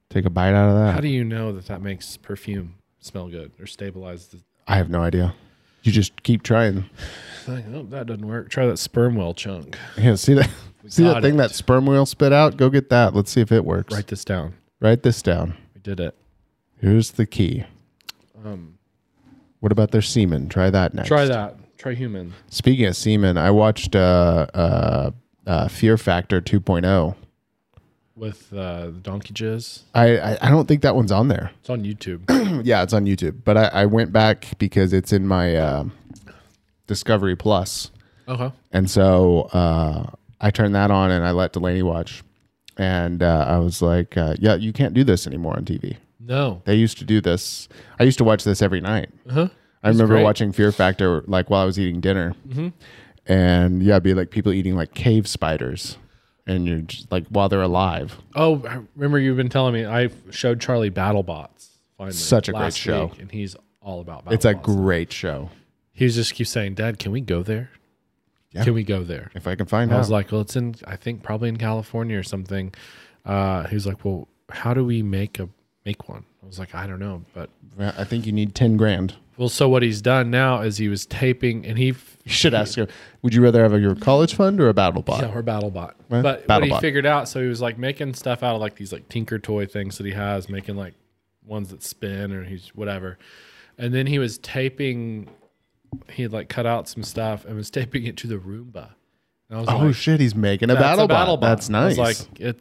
[SPEAKER 2] Take a bite out of
[SPEAKER 3] How
[SPEAKER 2] that.
[SPEAKER 3] do you know that that makes perfume smell good or stabilize the
[SPEAKER 2] I have no idea. You just keep trying.
[SPEAKER 3] thing? Oh, that doesn't work. Try that sperm whale chunk.
[SPEAKER 2] Yeah, see that. See
[SPEAKER 3] got
[SPEAKER 2] that thing
[SPEAKER 3] it.
[SPEAKER 2] that sperm whale spit out? Go get that. Let's see if it works.
[SPEAKER 3] Write this down.
[SPEAKER 2] Write this down.
[SPEAKER 3] We did it.
[SPEAKER 2] Here's the key. what about their semen? Try that next.
[SPEAKER 3] Um, Try that. Try human.
[SPEAKER 2] Speaking of semen, I watched uh, uh, uh, Fear Factor oh. 2.0.
[SPEAKER 3] With uh, the donkey jizz,
[SPEAKER 2] I, I, I don't think that one's on there.
[SPEAKER 3] it's on YouTube.
[SPEAKER 2] yeah, it's on YouTube. But I, I went back because it's in my uh, Discovery Plus,
[SPEAKER 3] okay,
[SPEAKER 2] and so uh, I turned that on and I let Delaney watch, and uh, I was like, uh, "Yeah, you can't do this anymore on TV.
[SPEAKER 3] no,
[SPEAKER 2] They used to do this. I used to watch this every night.
[SPEAKER 3] uh-huh.
[SPEAKER 2] I remember
[SPEAKER 3] great. Mm-hmm.
[SPEAKER 2] watching Fear Factor like while I was eating dinner, and yeah, it'd be like people eating like cave spiders, and you're just, like while they're alive.
[SPEAKER 3] Oh, I remember you've been telling me I showed Charlie BattleBots finally.
[SPEAKER 2] Such a great
[SPEAKER 3] last
[SPEAKER 2] show.
[SPEAKER 3] week, and he's all about BattleBots.
[SPEAKER 2] It's a great show.
[SPEAKER 3] He was just keep saying, "Dad, can we go there?
[SPEAKER 2] Yeah.
[SPEAKER 3] Can we go there?"
[SPEAKER 2] If I can find
[SPEAKER 3] I
[SPEAKER 2] out,
[SPEAKER 3] was like, "Well, it's in I think probably in California or something." Uh, he was like, "Well, how do we make a make one?" I was like, "I don't know," but
[SPEAKER 2] Yeah, I think you need ten grand.
[SPEAKER 3] well, so what he's done now is he was taping and he
[SPEAKER 2] You should ask her, would you rather have your college fund or a battle bot?
[SPEAKER 3] Yeah, or BattleBot.
[SPEAKER 2] Well,
[SPEAKER 3] but what he
[SPEAKER 2] BattleBot.
[SPEAKER 3] figured out, so he was like making stuff out of like these like Tinker Toy things that he has, making like ones that spin or he's whatever. And then he was taping. He had like cut out some stuff and was taping it to the Roomba. And I was
[SPEAKER 2] Oh
[SPEAKER 3] like,
[SPEAKER 2] shit, he's making a
[SPEAKER 3] "That's
[SPEAKER 2] battle,
[SPEAKER 3] a
[SPEAKER 2] bot. That's
[SPEAKER 3] I
[SPEAKER 2] nice.
[SPEAKER 3] was like, it,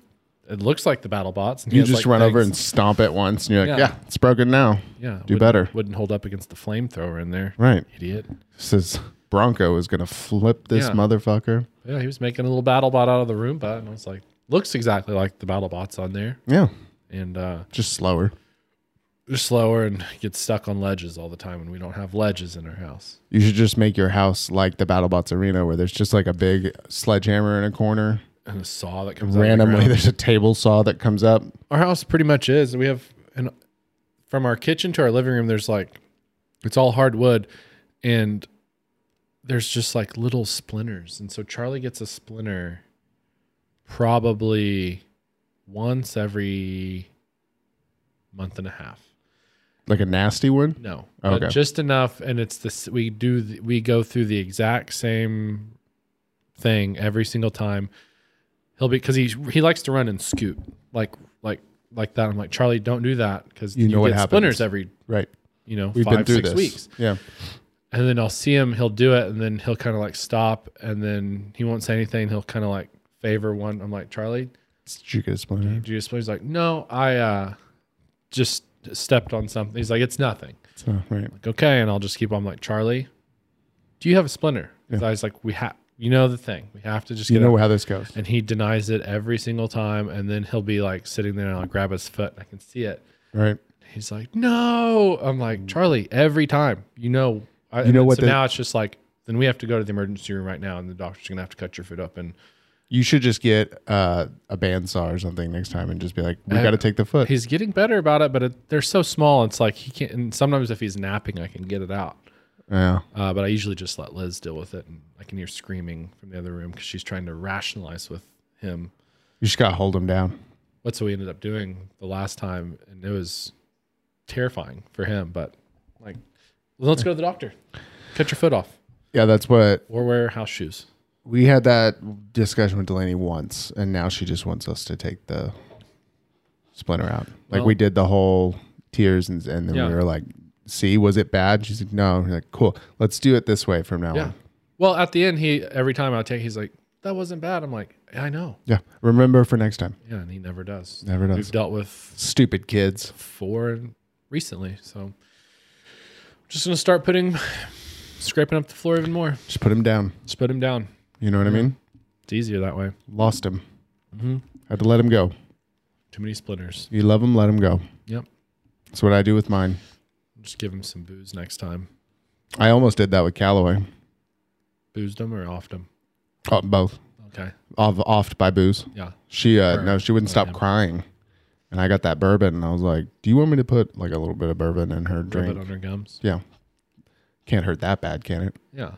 [SPEAKER 3] It looks like the battle bots. And he
[SPEAKER 2] You
[SPEAKER 3] has,
[SPEAKER 2] just
[SPEAKER 3] like,
[SPEAKER 2] run over and
[SPEAKER 3] things-
[SPEAKER 2] stomp it once, and you're like,
[SPEAKER 3] Yeah.
[SPEAKER 2] yeah, it's broken now. do
[SPEAKER 3] yeah, wouldn't-
[SPEAKER 2] better.
[SPEAKER 3] Wouldn't hold up against the flamethrower in there,
[SPEAKER 2] Right.
[SPEAKER 3] idiot.
[SPEAKER 2] Says Bronco is gonna flip this
[SPEAKER 3] Yeah.
[SPEAKER 2] motherfucker.
[SPEAKER 3] Yeah, he was making a little battle bot out of the Roomba, and I was like, looks exactly like the battle bots on there,
[SPEAKER 2] Yeah,
[SPEAKER 3] and uh,
[SPEAKER 2] just slower.
[SPEAKER 3] they're slower and gets stuck on ledges all the time, and we don't have ledges in our house.
[SPEAKER 2] You should just make your house like the BattleBots arena, where there's just like a big sledgehammer in a corner.
[SPEAKER 3] And a saw that comes out of the
[SPEAKER 2] Randomly,
[SPEAKER 3] ground.
[SPEAKER 2] there's a table saw that comes up.
[SPEAKER 3] our house pretty much is. We have an from our kitchen to our living room. There's like it's all hardwood, and there's just like little splinters. And so Charlie gets a splinter probably once every month and a half.
[SPEAKER 2] Like a nasty one?
[SPEAKER 3] No,
[SPEAKER 2] Okay.
[SPEAKER 3] but just enough. And it's this we do th- we go through the exact same thing every single time. He'll be because he he likes to run and scoot like like like that. I'm like Charlie, don't do that because
[SPEAKER 2] You
[SPEAKER 3] you,
[SPEAKER 2] know what
[SPEAKER 3] get
[SPEAKER 2] happens.
[SPEAKER 3] splinters every
[SPEAKER 2] Right.
[SPEAKER 3] you know
[SPEAKER 2] We've
[SPEAKER 3] five
[SPEAKER 2] been through
[SPEAKER 3] six
[SPEAKER 2] this.
[SPEAKER 3] weeks.
[SPEAKER 2] Yeah.
[SPEAKER 3] And then I'll see him. He'll do it, and then he'll kind of like stop, and then he won't say anything. He'll kind of like favor one. I'm like Charlie,
[SPEAKER 2] Did you get a splinter?
[SPEAKER 3] did you just? He's like, no, I uh just stepped on something. He's like, it's nothing.
[SPEAKER 2] So, right.
[SPEAKER 3] like, okay, and I'll just keep on like, Charlie, do you have a splinter? 'Cause I was like, we have, you know, the thing, we have to just
[SPEAKER 2] You
[SPEAKER 3] get
[SPEAKER 2] know
[SPEAKER 3] up.
[SPEAKER 2] how this goes.
[SPEAKER 3] And he denies it every single time, and then he'll be like sitting there, and I'll grab his foot, and I can see it.
[SPEAKER 2] Right.
[SPEAKER 3] He's like, no, I'm like, Charlie, every time, you know, I,
[SPEAKER 2] You know
[SPEAKER 3] and
[SPEAKER 2] what
[SPEAKER 3] So
[SPEAKER 2] the-
[SPEAKER 3] now it's just like, then we have to go to the emergency room right now, and the doctor's gonna have to cut your foot open.
[SPEAKER 2] You should just get uh, a bandsaw or something next time and just be like, we got to take the foot.
[SPEAKER 3] He's getting better about it, but it, they're so small, it's like he can't. And sometimes if he's napping, I can get it out.
[SPEAKER 2] Yeah.
[SPEAKER 3] Uh, but I usually just let Liz deal with it, and I can hear screaming from the other room because she's trying to rationalize with him.
[SPEAKER 2] You just got to hold him down.
[SPEAKER 3] That's what we ended up doing the last time, and it was terrifying for him. But like, well, let's go to the doctor. Cut your foot off,
[SPEAKER 2] Yeah, that's what
[SPEAKER 3] or wear house shoes.
[SPEAKER 2] we had that discussion with Delaney once, and now she just wants us to take the splinter out. Like
[SPEAKER 3] Well-
[SPEAKER 2] we did the whole tears, and, and then
[SPEAKER 3] Yeah.
[SPEAKER 2] we were like, "See, was it bad?" She's like, "No." We're like, "Cool, let's do it this way from now
[SPEAKER 3] Yeah.
[SPEAKER 2] on."
[SPEAKER 3] Well, at the end, he every time I take, he's like, "That wasn't bad." I'm like, "Yeah, "I know."
[SPEAKER 2] Yeah, remember for next time.
[SPEAKER 3] Yeah, and he never does.
[SPEAKER 2] Never does.
[SPEAKER 3] We've dealt with
[SPEAKER 2] Stupid kids.
[SPEAKER 3] four recently, so I'm just gonna start putting scraping up the floor even more.
[SPEAKER 2] Just put him down.
[SPEAKER 3] Just put him down.
[SPEAKER 2] You know what I mean?
[SPEAKER 3] It's easier that way.
[SPEAKER 2] Lost him.
[SPEAKER 3] Mm-hmm.
[SPEAKER 2] Had to let him go.
[SPEAKER 3] Too many splinters.
[SPEAKER 2] You love him, let him go.
[SPEAKER 3] Yep.
[SPEAKER 2] That's what I do with mine.
[SPEAKER 3] Just give him some booze next time.
[SPEAKER 2] I almost did that with Callaway.
[SPEAKER 3] Boozed him or offed him.
[SPEAKER 2] Oh, both.
[SPEAKER 3] Okay.
[SPEAKER 2] Off, offed by booze.
[SPEAKER 3] Yeah.
[SPEAKER 2] She uh no, she wouldn't stop crying. And I got that bourbon and I was like, Do you want me to put like a little bit of bourbon in her
[SPEAKER 3] Rub
[SPEAKER 2] drink?
[SPEAKER 3] it on her gums.
[SPEAKER 2] Yeah. Can't hurt that bad, can it?
[SPEAKER 3] Yeah.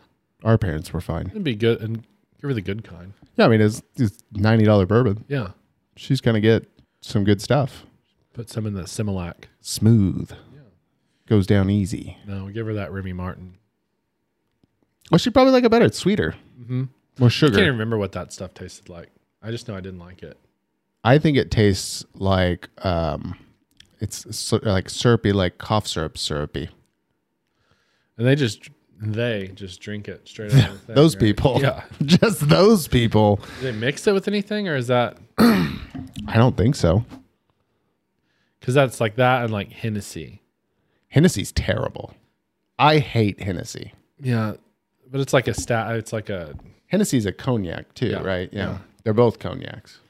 [SPEAKER 2] Our parents were fine.
[SPEAKER 3] It'd be good and give her the good kind.
[SPEAKER 2] Yeah, I mean it's, it's ninety dollar bourbon.
[SPEAKER 3] Yeah.
[SPEAKER 2] She's gonna get some good stuff.
[SPEAKER 3] Put some in that Similac.
[SPEAKER 2] Smooth. Goes down easy.
[SPEAKER 3] No, give her that Remy Martin.
[SPEAKER 2] Well, she'd probably like it better. It's sweeter. Mm-hmm. More
[SPEAKER 3] I can't even
[SPEAKER 2] sugar.
[SPEAKER 3] remember what that stuff tasted like. I just know I didn't like it.
[SPEAKER 2] I think it tastes like um it's so, like syrupy, like cough syrup syrupy.
[SPEAKER 3] And they just they just drink it straight out of the thing.
[SPEAKER 2] Those
[SPEAKER 3] right?
[SPEAKER 2] people.
[SPEAKER 3] Yeah.
[SPEAKER 2] Just those people.
[SPEAKER 3] Do they mix it with anything or is that
[SPEAKER 2] I don't think so.
[SPEAKER 3] because that's like that and like Hennessy.
[SPEAKER 2] Hennessy's terrible. I hate Hennessy.
[SPEAKER 3] Yeah. But it's like a stat it's like a
[SPEAKER 2] Hennessy's a cognac too,
[SPEAKER 3] Yeah,
[SPEAKER 2] right? Yeah.
[SPEAKER 3] yeah.
[SPEAKER 2] They're both cognacs.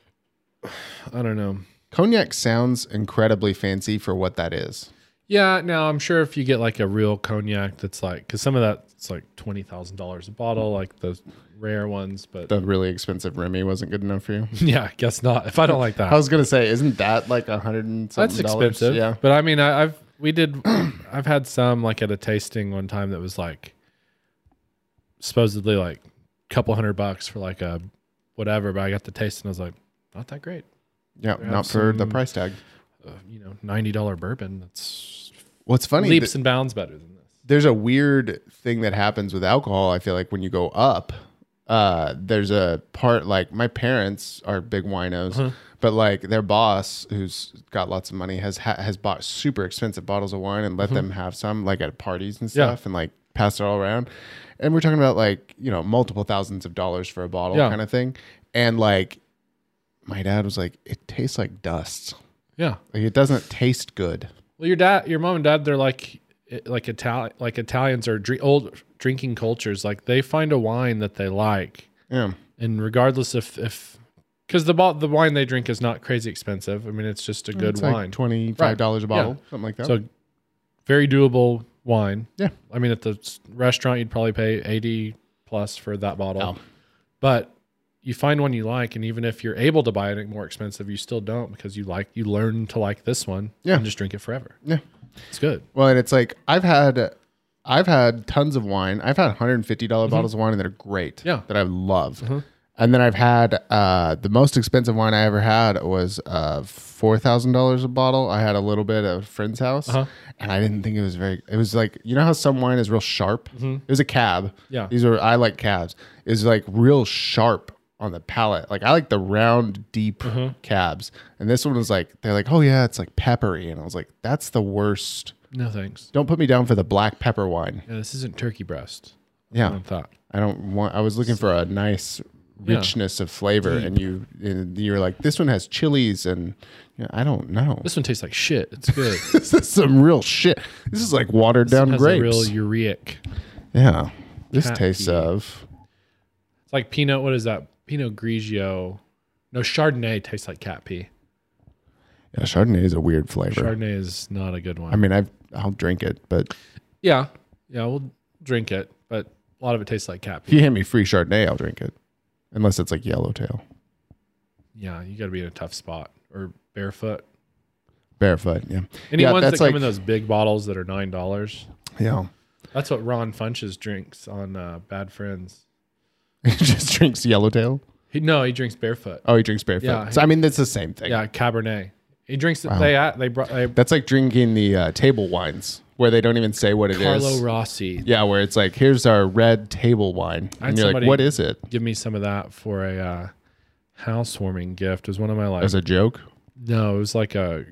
[SPEAKER 3] I don't know.
[SPEAKER 2] Cognac sounds incredibly fancy for what that is.
[SPEAKER 3] Yeah, now I'm sure if you get like a real cognac that's like, because some of that's like twenty thousand dollars a bottle, like the rare ones. But
[SPEAKER 2] The really expensive Remy wasn't good enough for you.
[SPEAKER 3] yeah, I guess not. If I don't like
[SPEAKER 2] I
[SPEAKER 3] that,
[SPEAKER 2] was gonna say, isn't that like a hundred and something?
[SPEAKER 3] that's
[SPEAKER 2] dollars?
[SPEAKER 3] expensive.
[SPEAKER 2] Yeah.
[SPEAKER 3] but I mean, I, I've we did, I've had some like at a tasting one time that was like supposedly like a couple hundred bucks for like a whatever. But I got the taste and I was like, not that great.
[SPEAKER 2] Yeah, not for the price tag.
[SPEAKER 3] Uh, you know, ninety dollar bourbon. That's
[SPEAKER 2] What's funny
[SPEAKER 3] leaps
[SPEAKER 2] th-
[SPEAKER 3] and bounds better than this.
[SPEAKER 2] there's a weird thing that happens with alcohol. I feel like when you go up, uh, there's a part like my parents are big winos,
[SPEAKER 3] Uh-huh.
[SPEAKER 2] but like their boss, who's got lots of money, has ha- has bought super expensive bottles of wine and let them have some like at parties and
[SPEAKER 3] Uh-huh. Yeah.
[SPEAKER 2] stuff, and like pass it all around. And we're talking about like you know multiple thousands of dollars for a bottle
[SPEAKER 3] Yeah.
[SPEAKER 2] kind of thing, and like my dad was like, "It tastes like dust.
[SPEAKER 3] Yeah.
[SPEAKER 2] Like it doesn't taste good."
[SPEAKER 3] Well, your dad, your mom and dad, they're like it- like Italian, like Italians are dr- old drinking cultures. Like they find a wine that they like,
[SPEAKER 2] Yeah,
[SPEAKER 3] and regardless if if because the bo- the wine they drink is not crazy expensive. I mean, it's just a good
[SPEAKER 2] it's
[SPEAKER 3] wine,
[SPEAKER 2] like twenty five dollars a
[SPEAKER 3] Right. Yeah.
[SPEAKER 2] bottle, something like that.
[SPEAKER 3] so very doable wine.
[SPEAKER 2] yeah,
[SPEAKER 3] I mean, at the s- restaurant, you'd probably pay 80 plus for that bottle. But you find one you like, and even if you're able to buy it at more expensive, you still don't because you like you learn to like this one.
[SPEAKER 2] Yeah.
[SPEAKER 3] and just drink it forever.
[SPEAKER 2] yeah.
[SPEAKER 3] It's good.
[SPEAKER 2] Well, and it's like I've had, I've had tons of wine. I've had one hundred and fifty dollars bottles of wine that are great.
[SPEAKER 3] Mm-hmm. Yeah. Mm-hmm.
[SPEAKER 2] that I love. And then I've had uh, the most expensive wine I ever had was uh, four thousand dollars a bottle. I had a little bit at a friend's house,
[SPEAKER 3] Uh-huh.
[SPEAKER 2] and I didn't think it was very. It was like you know how some wine is real sharp. It was a cab.
[SPEAKER 3] Mm-hmm. Yeah.
[SPEAKER 2] these are I like cabs. It was like real sharp on the palate. Like I like the round, deep
[SPEAKER 3] Mm-hmm.
[SPEAKER 2] cabs, and this one was like they're like, oh yeah, it's like peppery, and I was like, that's the worst.
[SPEAKER 3] No thanks.
[SPEAKER 2] Don't put me down for the black pepper wine.
[SPEAKER 3] Yeah, this isn't turkey breast.
[SPEAKER 2] Yeah.
[SPEAKER 3] I thought.
[SPEAKER 2] I don't want I was looking for a nice richness of flavor and you and you were like this one has chilies and you know, I don't know.
[SPEAKER 3] This one tastes like shit. It's good.
[SPEAKER 2] This is some real shit. This is like watered down
[SPEAKER 3] has
[SPEAKER 2] grapes.
[SPEAKER 3] a real ureic.
[SPEAKER 2] yeah. This
[SPEAKER 3] Cat
[SPEAKER 2] tastes
[SPEAKER 3] pee.
[SPEAKER 2] of
[SPEAKER 3] It's like Pinot. What is that? Pinot Grigio. No, Chardonnay tastes like cat pee.
[SPEAKER 2] yeah, Chardonnay is a weird flavor.
[SPEAKER 3] Chardonnay is not a good one.
[SPEAKER 2] I mean, I've I'll drink it, but
[SPEAKER 3] yeah, yeah, we'll drink it, but a lot of it tastes like cat pee.
[SPEAKER 2] if you hand me free Chardonnay, I'll drink it. Unless it's like yellowtail,
[SPEAKER 3] Yeah, you got to be in a tough spot or barefoot.
[SPEAKER 2] barefoot. Yeah,
[SPEAKER 3] Any
[SPEAKER 2] yeah,
[SPEAKER 3] ones that
[SPEAKER 2] that's
[SPEAKER 3] come
[SPEAKER 2] like
[SPEAKER 3] in those big bottles that are nine dollars.
[SPEAKER 2] yeah.
[SPEAKER 3] That's what Ron Funches drinks on uh, Bad Friends.
[SPEAKER 2] he just drinks yellowtail.
[SPEAKER 3] He, no, he drinks barefoot.
[SPEAKER 2] Oh, he drinks barefoot.
[SPEAKER 3] Yeah,
[SPEAKER 2] so I mean, that's the same thing.
[SPEAKER 3] Yeah, Cabernet. He drinks. They uh, they brought they,
[SPEAKER 2] That's like drinking the uh, table wines where they don't even say what it is.
[SPEAKER 3] Carlo Rossi.
[SPEAKER 2] Yeah, where it's like, here's our red table wine.
[SPEAKER 3] I had
[SPEAKER 2] And you're like,
[SPEAKER 3] somebody-
[SPEAKER 2] what is it?
[SPEAKER 3] Give me some of that for a uh, housewarming gift. It was one of my like
[SPEAKER 2] As a joke?
[SPEAKER 3] No, it was like a.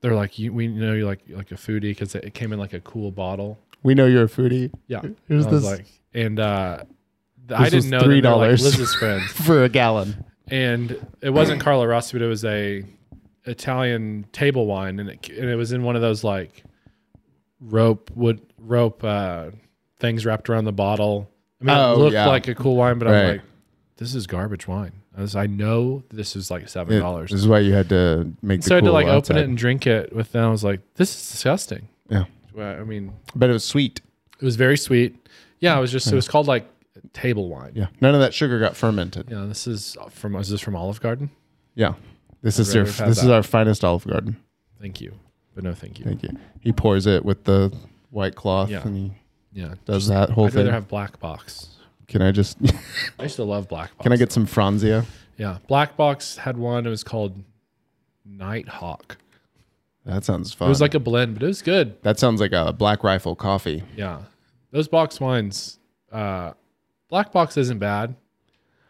[SPEAKER 3] They're like you. We know you like like a foodie because it came in like a cool bottle.
[SPEAKER 2] We know you're a foodie
[SPEAKER 3] Yeah,
[SPEAKER 2] Here's
[SPEAKER 3] I was
[SPEAKER 2] this-
[SPEAKER 3] Like, and uh, th- I
[SPEAKER 2] This was
[SPEAKER 3] didn't know that they were, like,
[SPEAKER 2] $3.
[SPEAKER 3] Liz's friends.
[SPEAKER 2] for a gallon.
[SPEAKER 3] and it wasn't Carlo Rossi, but it was a Italian table wine, and it and it was in one of those like rope wood rope uh, things wrapped around the bottle. I mean,
[SPEAKER 2] Oh,
[SPEAKER 3] it looked
[SPEAKER 2] yeah.
[SPEAKER 3] like a cool wine, but
[SPEAKER 2] Right.
[SPEAKER 3] I'm like, this is garbage wine. I, was, I know this is like seven
[SPEAKER 2] It-
[SPEAKER 3] dollars.
[SPEAKER 2] This is why you had to make the
[SPEAKER 3] So I had to
[SPEAKER 2] cool
[SPEAKER 3] like
[SPEAKER 2] outside.
[SPEAKER 3] open it and drink it with them. I was like, this is disgusting.
[SPEAKER 2] Yeah.
[SPEAKER 3] Well, I mean,
[SPEAKER 2] But it was sweet.
[SPEAKER 3] it was very sweet. Yeah, it was just it was called like table wine.
[SPEAKER 2] Yeah. None of that sugar got fermented. Yeah.
[SPEAKER 3] Yeah, this is from is this from Olive Garden?
[SPEAKER 2] This is your,
[SPEAKER 3] rather
[SPEAKER 2] this
[SPEAKER 3] have
[SPEAKER 2] is
[SPEAKER 3] that.
[SPEAKER 2] our finest Olive Garden.
[SPEAKER 3] Thank you, but no, thank you.
[SPEAKER 2] Thank you. He pours it with the white cloth
[SPEAKER 3] Yeah.
[SPEAKER 2] and he
[SPEAKER 3] Yeah,
[SPEAKER 2] does that whole
[SPEAKER 3] I'd
[SPEAKER 2] thing.
[SPEAKER 3] rather have black box.
[SPEAKER 2] Can I just
[SPEAKER 3] I used to love black box.
[SPEAKER 2] can I get some Franzia?
[SPEAKER 3] Yeah, black box had one. It was called Nighthawk.
[SPEAKER 2] That sounds fun.
[SPEAKER 3] It was like a blend, but it was good.
[SPEAKER 2] that sounds like a Black Rifle coffee.
[SPEAKER 3] Yeah, those box wines. Uh, black box isn't bad.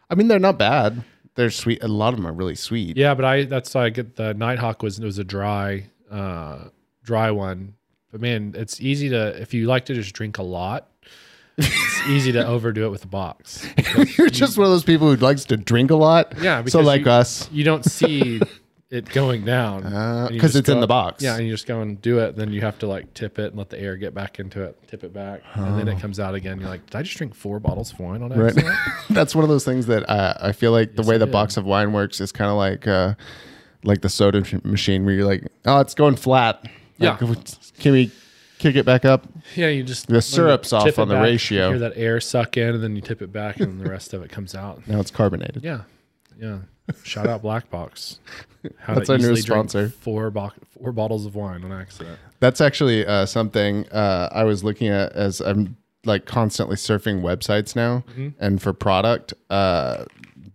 [SPEAKER 2] I mean, they're not bad. They're sweet. A lot of them are really sweet.
[SPEAKER 3] Yeah, but I that's how I get the Nighthawk was it was a dry, uh, dry one. But man, it's easy to if you like to just drink a lot. it's easy to overdo it with a box.
[SPEAKER 2] You're just one of those people who likes to drink a lot.
[SPEAKER 3] Yeah,
[SPEAKER 2] So like
[SPEAKER 3] you,
[SPEAKER 2] us.
[SPEAKER 3] you don't see it going down
[SPEAKER 2] Uh,
[SPEAKER 3] And you
[SPEAKER 2] 'cause
[SPEAKER 3] just
[SPEAKER 2] it's in
[SPEAKER 3] go-
[SPEAKER 2] the box.
[SPEAKER 3] Yeah, and you just go and do it. Then you have to like tip it and let the air get back into it, tip it back, and then it comes out again. You're like, did I just drink four bottles of wine on
[SPEAKER 2] Right.
[SPEAKER 3] accident?
[SPEAKER 2] That's one of those things that uh, I feel like the way the
[SPEAKER 3] it
[SPEAKER 2] box of wine works is kind of like uh, like the soda sh- machine where you're like, oh, it's going flat.
[SPEAKER 3] Yeah.
[SPEAKER 2] Like, can we kick it back up?
[SPEAKER 3] Yeah, you just
[SPEAKER 2] The
[SPEAKER 3] let it-
[SPEAKER 2] syrup's off
[SPEAKER 3] tip it
[SPEAKER 2] on the
[SPEAKER 3] back,
[SPEAKER 2] ratio.
[SPEAKER 3] Hear that air suck in, and then you tip it back, and then the rest of it comes out.
[SPEAKER 2] Now it's carbonated.
[SPEAKER 3] Yeah, yeah. Shout out Black Box. How
[SPEAKER 2] That's our new
[SPEAKER 3] easily drink
[SPEAKER 2] sponsor.
[SPEAKER 3] Four bo- four bottles of wine on accident.
[SPEAKER 2] That's actually uh, something uh, I was looking at as I'm like constantly surfing websites now,
[SPEAKER 3] Mm-hmm.
[SPEAKER 2] and for product, uh,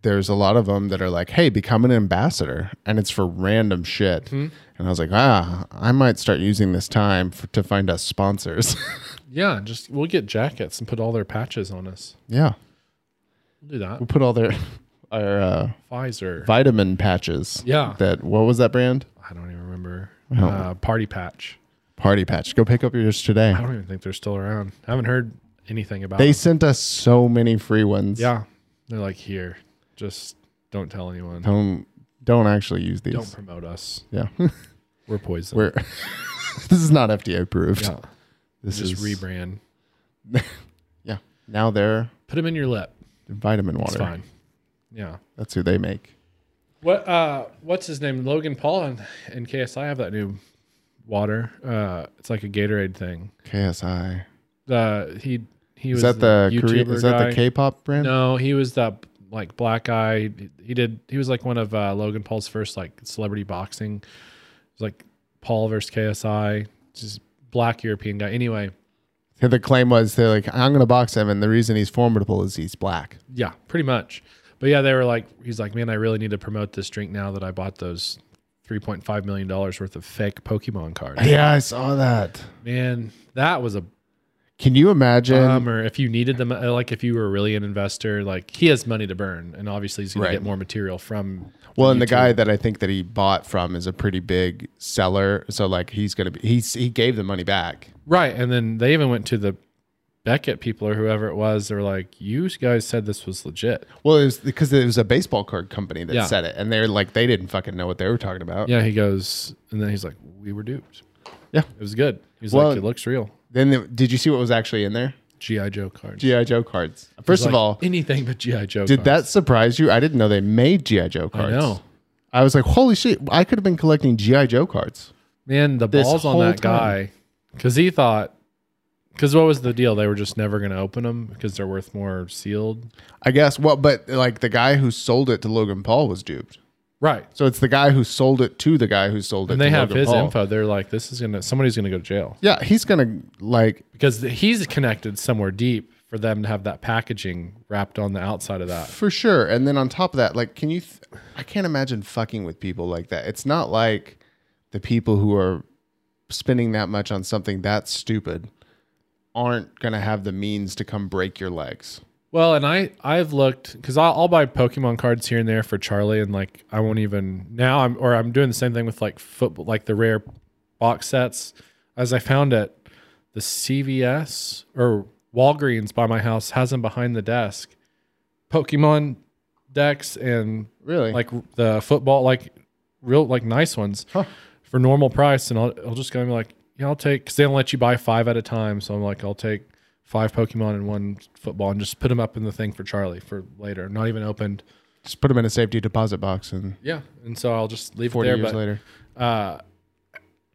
[SPEAKER 2] there's a lot of them that are like, "Hey, become an ambassador," and it's for random shit.
[SPEAKER 3] Mm-hmm.
[SPEAKER 2] And I was like, "Ah, I might start using this time for, to find us sponsors."
[SPEAKER 3] Yeah, just we'll get jackets and put all their patches on us.
[SPEAKER 2] yeah,
[SPEAKER 3] We'll do that.
[SPEAKER 2] we'll put all their our uh,
[SPEAKER 3] Pfizer.
[SPEAKER 2] vitamin patches.
[SPEAKER 3] Yeah.
[SPEAKER 2] that what was that brand?
[SPEAKER 3] I don't even remember. Uh, Party Patch.
[SPEAKER 2] Party Patch. Go pick up yours today.
[SPEAKER 3] I don't even think they're still around. I haven't heard anything about
[SPEAKER 2] They
[SPEAKER 3] them.
[SPEAKER 2] sent us so many free ones.
[SPEAKER 3] Yeah. They're like, here, just Don't tell anyone.
[SPEAKER 2] Don't don't actually use these.
[SPEAKER 3] Don't promote us.
[SPEAKER 2] Yeah,
[SPEAKER 3] We're poison.
[SPEAKER 2] we're this is not FDA approved.
[SPEAKER 3] yeah.
[SPEAKER 2] this
[SPEAKER 3] Just
[SPEAKER 2] is
[SPEAKER 3] rebrand.
[SPEAKER 2] yeah. Now they're
[SPEAKER 3] Put them in your lip.
[SPEAKER 2] vitamin water.
[SPEAKER 3] It's fine. Yeah.
[SPEAKER 2] That's who they make.
[SPEAKER 3] What uh what's his name? Logan Paul and, and KSI have that new water. Uh it's like a Gatorade thing.
[SPEAKER 2] KSI.
[SPEAKER 3] Uh he he
[SPEAKER 2] Is
[SPEAKER 3] was
[SPEAKER 2] that the Korea,
[SPEAKER 3] YouTuber
[SPEAKER 2] is that
[SPEAKER 3] guy.
[SPEAKER 2] the K-pop brand?
[SPEAKER 3] No, he was that like black guy. He did. He was like one of uh, Logan Paul's first like celebrity boxing. It was like Paul versus KSI, just black European guy. Anyway,
[SPEAKER 2] Yeah, The claim was they're like, I'm gonna box him, and the reason he's formidable is he's black.
[SPEAKER 3] yeah, pretty much. But yeah, they were like, he's like, man, I really need to promote this drink now that I bought those three point five million dollars worth of fake Pokemon cards.
[SPEAKER 2] Yeah, I saw that.
[SPEAKER 3] Man, that was a
[SPEAKER 2] Can you imagine?
[SPEAKER 3] bummer. If you needed them, uh, like if you were really an investor, like he has money to burn, and obviously he's gonna
[SPEAKER 2] Right.
[SPEAKER 3] get more material from.
[SPEAKER 2] well, and the
[SPEAKER 3] YouTube.
[SPEAKER 2] guy that I think that he bought from is a pretty big seller, so like he's gonna be he's he gave the money back.
[SPEAKER 3] Right. And then they even went to the Beckett people or whoever it was. They were like, you guys said this was legit.
[SPEAKER 2] Well, it was because it was a baseball card company that
[SPEAKER 3] Yeah.
[SPEAKER 2] said it, and they're like they didn't fucking know what they were talking about.
[SPEAKER 3] Yeah. He goes, and then he's like, we were duped.
[SPEAKER 2] Yeah.
[SPEAKER 3] It was good. He's
[SPEAKER 2] Well-
[SPEAKER 3] like, it looks real.
[SPEAKER 2] Then the, did you see what was actually in there?
[SPEAKER 3] G.I. Joe cards.
[SPEAKER 2] GI Joe cards. First of
[SPEAKER 3] Like,
[SPEAKER 2] all,
[SPEAKER 3] anything but G.I. Joe
[SPEAKER 2] did that surprise you? I didn't know they made GI Joe
[SPEAKER 3] I
[SPEAKER 2] cards.
[SPEAKER 3] know.
[SPEAKER 2] I was like, holy shit! I could have been collecting GI Joe cards.
[SPEAKER 3] Man, the
[SPEAKER 2] This
[SPEAKER 3] balls on
[SPEAKER 2] whole
[SPEAKER 3] that
[SPEAKER 2] time.
[SPEAKER 3] guy. Because he thought, because what was the deal? They were just never going to open them because they're worth more sealed.
[SPEAKER 2] I guess. Well, but like the guy who sold it to Logan Paul was duped.
[SPEAKER 3] Right.
[SPEAKER 2] So it's the guy who sold it to the guy who sold it.
[SPEAKER 3] And they
[SPEAKER 2] to
[SPEAKER 3] have
[SPEAKER 2] Logan
[SPEAKER 3] his
[SPEAKER 2] Paul.
[SPEAKER 3] info. They're like, this is going to, somebody's going to go to jail.
[SPEAKER 2] Yeah, he's gonna like.
[SPEAKER 3] because he's connected somewhere deep for them to have that packaging wrapped on the outside of that.
[SPEAKER 2] for sure and then on top of that like can you th- i can't imagine fucking with people like that it's not like the people who are spending that much on something that stupid aren't going to have the means to come break your legs
[SPEAKER 3] Well, and I I've looked because I'll, I'll buy Pokemon cards here and there for Charlie, and like I won't even now. I'm or I'm doing the same thing with like football, like the rare box sets. As I found at the CVS or Walgreens by my house has them behind the desk. Pokemon decks and
[SPEAKER 2] really
[SPEAKER 3] like the football, like real, like nice ones for normal price. And I'll, I'll just go and be like, yeah, I'll take, cause they don't let you buy five at a time. So I'm like, I'll take five Pokemon and one football and just put them up in the thing for Charlie for later, not even opened.
[SPEAKER 2] just put them in a safety deposit box and
[SPEAKER 3] Yeah. And so I'll just leave
[SPEAKER 2] 40
[SPEAKER 3] it there.
[SPEAKER 2] years
[SPEAKER 3] but
[SPEAKER 2] later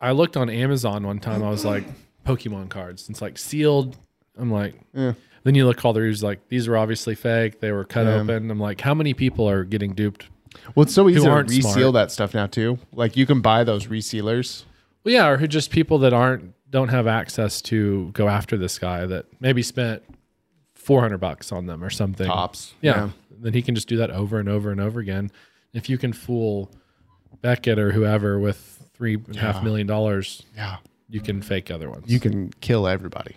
[SPEAKER 3] I looked on Amazon one time. I was like, Pokemon cards. It's like sealed. I'm like, then you look all the reviews like these were obviously fake. They were cut open. I'm like, how many people are getting duped
[SPEAKER 2] well it's so easy to
[SPEAKER 3] aren't
[SPEAKER 2] reseal
[SPEAKER 3] smart.
[SPEAKER 2] that stuff now too like you can buy those resealers
[SPEAKER 3] Well, yeah, or who just people that aren't don't have access to go after this guy that maybe spent four hundred bucks on them or something.
[SPEAKER 2] Tops.
[SPEAKER 3] Yeah.
[SPEAKER 2] Yeah.
[SPEAKER 3] Then he can just do that over and over and over again. If you can fool Beckett or whoever with three and a half million dollars,
[SPEAKER 2] yeah
[SPEAKER 3] you can fake other ones.
[SPEAKER 2] you can kill everybody.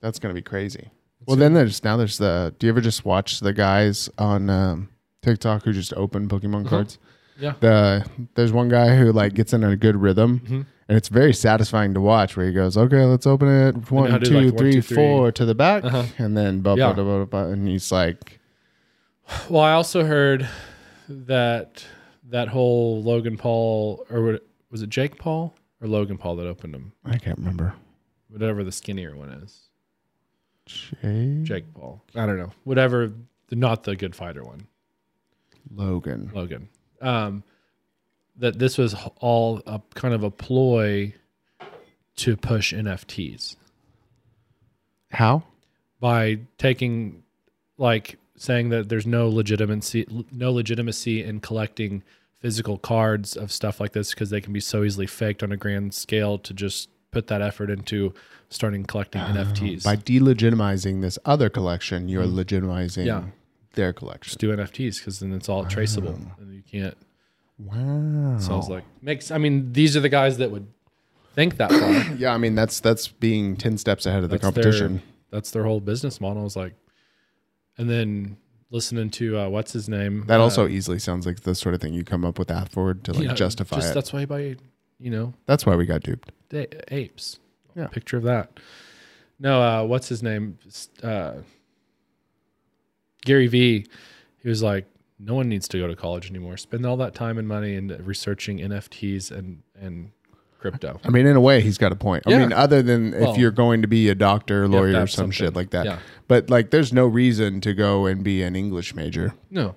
[SPEAKER 2] That's gonna be crazy. well, then there's now there's the. Do you ever just watch the guys on um, TikTok who just open Pokemon cards?
[SPEAKER 3] Uh-huh. Yeah.
[SPEAKER 2] The there's one guy who like gets in a good rhythm,
[SPEAKER 3] Mm-hmm.
[SPEAKER 2] and it's very satisfying to watch. Where he goes, okay, let's open it.
[SPEAKER 3] how
[SPEAKER 2] One,
[SPEAKER 3] to
[SPEAKER 2] two,
[SPEAKER 3] do,
[SPEAKER 2] three, four
[SPEAKER 3] like, one, two, three. Uh-huh.
[SPEAKER 2] to the back, and then blah,
[SPEAKER 3] Yeah.
[SPEAKER 2] blah, blah, blah, blah, and he's like,
[SPEAKER 3] Well, I also heard that that whole Logan Paul or what- was it Jake Paul or Logan Paul that opened him?
[SPEAKER 2] I can't remember.
[SPEAKER 3] Whatever the skinnier one is.
[SPEAKER 2] Jay
[SPEAKER 3] Jake Paul. I don't know. Whatever, the, not the good fighter one,
[SPEAKER 2] Logan.
[SPEAKER 3] Logan. Um, that this was all a kind of a ploy to push NFTs
[SPEAKER 2] How?
[SPEAKER 3] by taking, like, saying that there's no legitimacy, no legitimacy in collecting physical cards of stuff like this because they can be so easily faked on a grand scale to just put that effort into starting collecting NFTs.
[SPEAKER 2] By delegitimizing this other collection, you're legitimizing
[SPEAKER 3] Mm-hmm. Yeah.
[SPEAKER 2] their collection.
[SPEAKER 3] Just do NFTs because then it's all traceable and you can't
[SPEAKER 2] Wow.
[SPEAKER 3] So I was like, makes. I mean, these are the guys that would think that far.
[SPEAKER 2] Yeah, I mean that's that's being ten steps ahead of the
[SPEAKER 3] That's
[SPEAKER 2] competition.
[SPEAKER 3] Their, that's their whole business model. Is like, and then listening to uh, what's his name.
[SPEAKER 2] that
[SPEAKER 3] uh,
[SPEAKER 2] also easily sounds like the sort of thing you come up with afterward to like
[SPEAKER 3] you know,
[SPEAKER 2] justify
[SPEAKER 3] just-
[SPEAKER 2] it. That's,
[SPEAKER 3] That's why you buy, you know,
[SPEAKER 2] why we got duped.
[SPEAKER 3] da- apes.
[SPEAKER 2] Yeah.
[SPEAKER 3] Picture of that. No, uh, what's his name? S- Uh, Gary V. He was like, no one needs to go to college anymore. Spend all that time and money into researching NFTs and and crypto.
[SPEAKER 2] I mean, in a way, he's got a point. I
[SPEAKER 3] Yeah.
[SPEAKER 2] mean, other than
[SPEAKER 3] Well,
[SPEAKER 2] if you're going to be a doctor,
[SPEAKER 3] to
[SPEAKER 2] lawyer, or
[SPEAKER 3] have
[SPEAKER 2] some shit
[SPEAKER 3] something.
[SPEAKER 2] like that.
[SPEAKER 3] Yeah.
[SPEAKER 2] But like, there's no reason to go and be an English major.
[SPEAKER 3] No,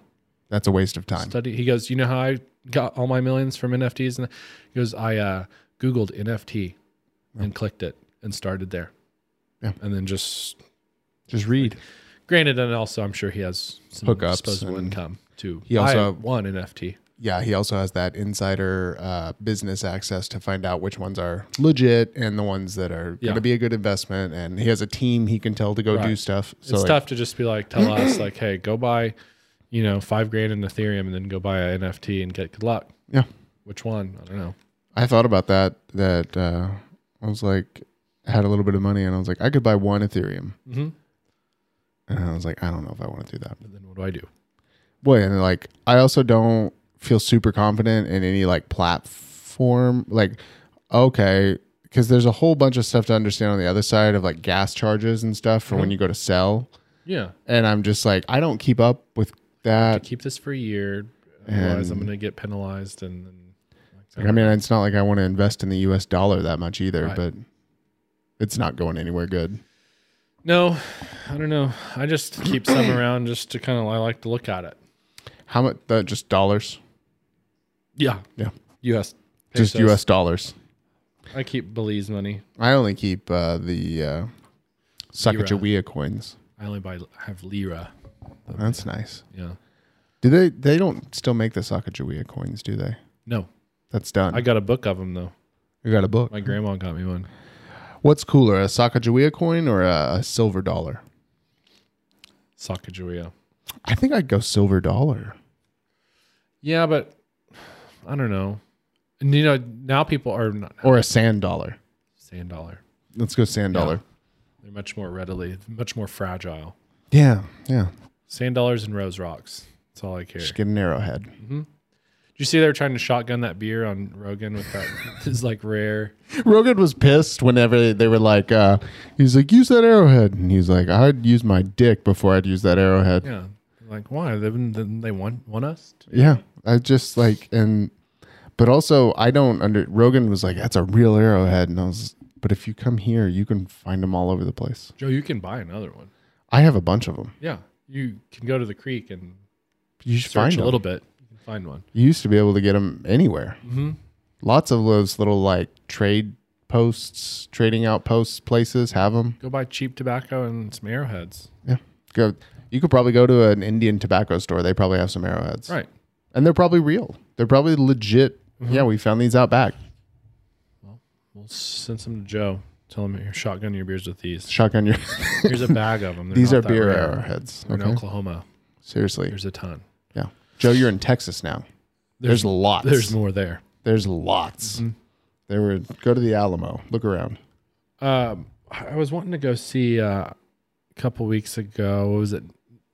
[SPEAKER 2] That's a waste of time.
[SPEAKER 3] study. He goes, you know how I got all my millions from NFTs? And he goes, I uh, Googled NFT and clicked it and started there.
[SPEAKER 2] Yeah.
[SPEAKER 3] And then just
[SPEAKER 2] Just read.
[SPEAKER 3] granted, and also I'm sure he has some
[SPEAKER 2] Hookups
[SPEAKER 3] disposable
[SPEAKER 2] and-
[SPEAKER 3] income to
[SPEAKER 2] He also-
[SPEAKER 3] buy one NFT.
[SPEAKER 2] Yeah, he also has that insider uh, business access to find out which ones are legit and the ones that are going
[SPEAKER 3] Yeah.
[SPEAKER 2] to be a good investment. And he has a team he can tell to go do
[SPEAKER 3] Right.
[SPEAKER 2] stuff.
[SPEAKER 3] It's
[SPEAKER 2] So like,
[SPEAKER 3] tough to just be like, tell us like, hey, go buy, you know, five grand in Ethereum and then go buy an NFT and get good luck.
[SPEAKER 2] Yeah,
[SPEAKER 3] Which one? I don't know.
[SPEAKER 2] I thought about that. That uh, I was like, I had a little bit of money, and I was like, I could buy one Ethereum.
[SPEAKER 3] Mhm.
[SPEAKER 2] And I was like, I don't know if I want to do that.
[SPEAKER 3] But then what do I do?
[SPEAKER 2] Boy, and like, I also don't feel super confident in any like platform. Like, okay, because there's a whole bunch of stuff to understand on the other side of like gas charges and stuff for when you go to sell.
[SPEAKER 3] Yeah.
[SPEAKER 2] And I'm just like, I don't keep up with
[SPEAKER 3] I
[SPEAKER 2] that.
[SPEAKER 3] keep this for a year. Otherwise, I'm going to get penalized and then.
[SPEAKER 2] Like, I mean, it's not like I want to invest in the U.S. dollar that much either,
[SPEAKER 3] Right.
[SPEAKER 2] but it's not going anywhere good.
[SPEAKER 3] No, I don't know. I just keep some around just to kind of I like to look at it.
[SPEAKER 2] How much? Uh, just dollars.
[SPEAKER 3] Yeah,
[SPEAKER 2] Yeah.
[SPEAKER 3] U.S.
[SPEAKER 2] Just
[SPEAKER 3] pesos.
[SPEAKER 2] U.S. dollars.
[SPEAKER 3] I keep Belize money.
[SPEAKER 2] I only keep uh, the uh, Sacagawea coins.
[SPEAKER 3] I only buy have lira.
[SPEAKER 2] That's nice.
[SPEAKER 3] Yeah.
[SPEAKER 2] Do they? They don't still make the Sacagawea coins, do they?
[SPEAKER 3] No,
[SPEAKER 2] That's done.
[SPEAKER 3] I got a book of them though.
[SPEAKER 2] you got a book.
[SPEAKER 3] My grandma got me one.
[SPEAKER 2] What's cooler, a Sacagawea coin or a, a silver dollar?
[SPEAKER 3] Sacagawea.
[SPEAKER 2] I think I'd go silver dollar.
[SPEAKER 3] Yeah, but I don't know. And, you know, now people are not
[SPEAKER 2] Or a sand dollar.
[SPEAKER 3] sand dollar.
[SPEAKER 2] Let's go sand dollar.
[SPEAKER 3] They're much more readily, much more fragile.
[SPEAKER 2] Yeah, yeah.
[SPEAKER 3] Sand dollars and rose rocks. That's all I care.
[SPEAKER 2] Just get an arrowhead.
[SPEAKER 3] Did you see they were trying to shotgun that beer on Rogan with that? this like rare.
[SPEAKER 2] Rogan was pissed whenever they were like, uh, he's like, use that arrowhead. And he's like, I'd use my dick before I'd use that arrowhead.
[SPEAKER 3] Yeah. Like why? They wouldn't- didn't they want want us? To?
[SPEAKER 2] Yeah, I just like and, but also I don't under Rogan was like that's a real arrowhead, and I was but if you come here, you can find them all over the place.
[SPEAKER 3] Joe, you can buy another one.
[SPEAKER 2] I have a bunch of them.
[SPEAKER 3] Yeah. You can go to the creek and
[SPEAKER 2] You should
[SPEAKER 3] search
[SPEAKER 2] find
[SPEAKER 3] a
[SPEAKER 2] them.
[SPEAKER 3] little bit. You can find one.
[SPEAKER 2] You used to be able to get them anywhere.
[SPEAKER 3] Mm-hmm.
[SPEAKER 2] Lots of those little like trade posts, trading outposts places have them.
[SPEAKER 3] Go buy cheap tobacco and some arrowheads.
[SPEAKER 2] Yeah, go. You could probably go to an Indian tobacco store. They probably have some arrowheads,
[SPEAKER 3] Right. Mm-hmm.
[SPEAKER 2] And they're probably real. They're probably legit. Yeah, we found these out back.
[SPEAKER 3] We'll send some to Joe. Tell him here, shotgun your beers with these.
[SPEAKER 2] Shotgun your.
[SPEAKER 3] Here's a bag of them. They're
[SPEAKER 2] these
[SPEAKER 3] not
[SPEAKER 2] are
[SPEAKER 3] that
[SPEAKER 2] beer
[SPEAKER 3] rare.
[SPEAKER 2] arrowheads.
[SPEAKER 3] We're In Oklahoma,
[SPEAKER 2] Seriously.
[SPEAKER 3] there's a ton.
[SPEAKER 2] yeah. Joe, you're in Texas now. There's, lots.
[SPEAKER 3] There's
[SPEAKER 2] There's,
[SPEAKER 3] more there.
[SPEAKER 2] lots. There were go to the Alamo. Look around.
[SPEAKER 3] Um, I I was wanting to go see uh, a couple weeks ago. What was it?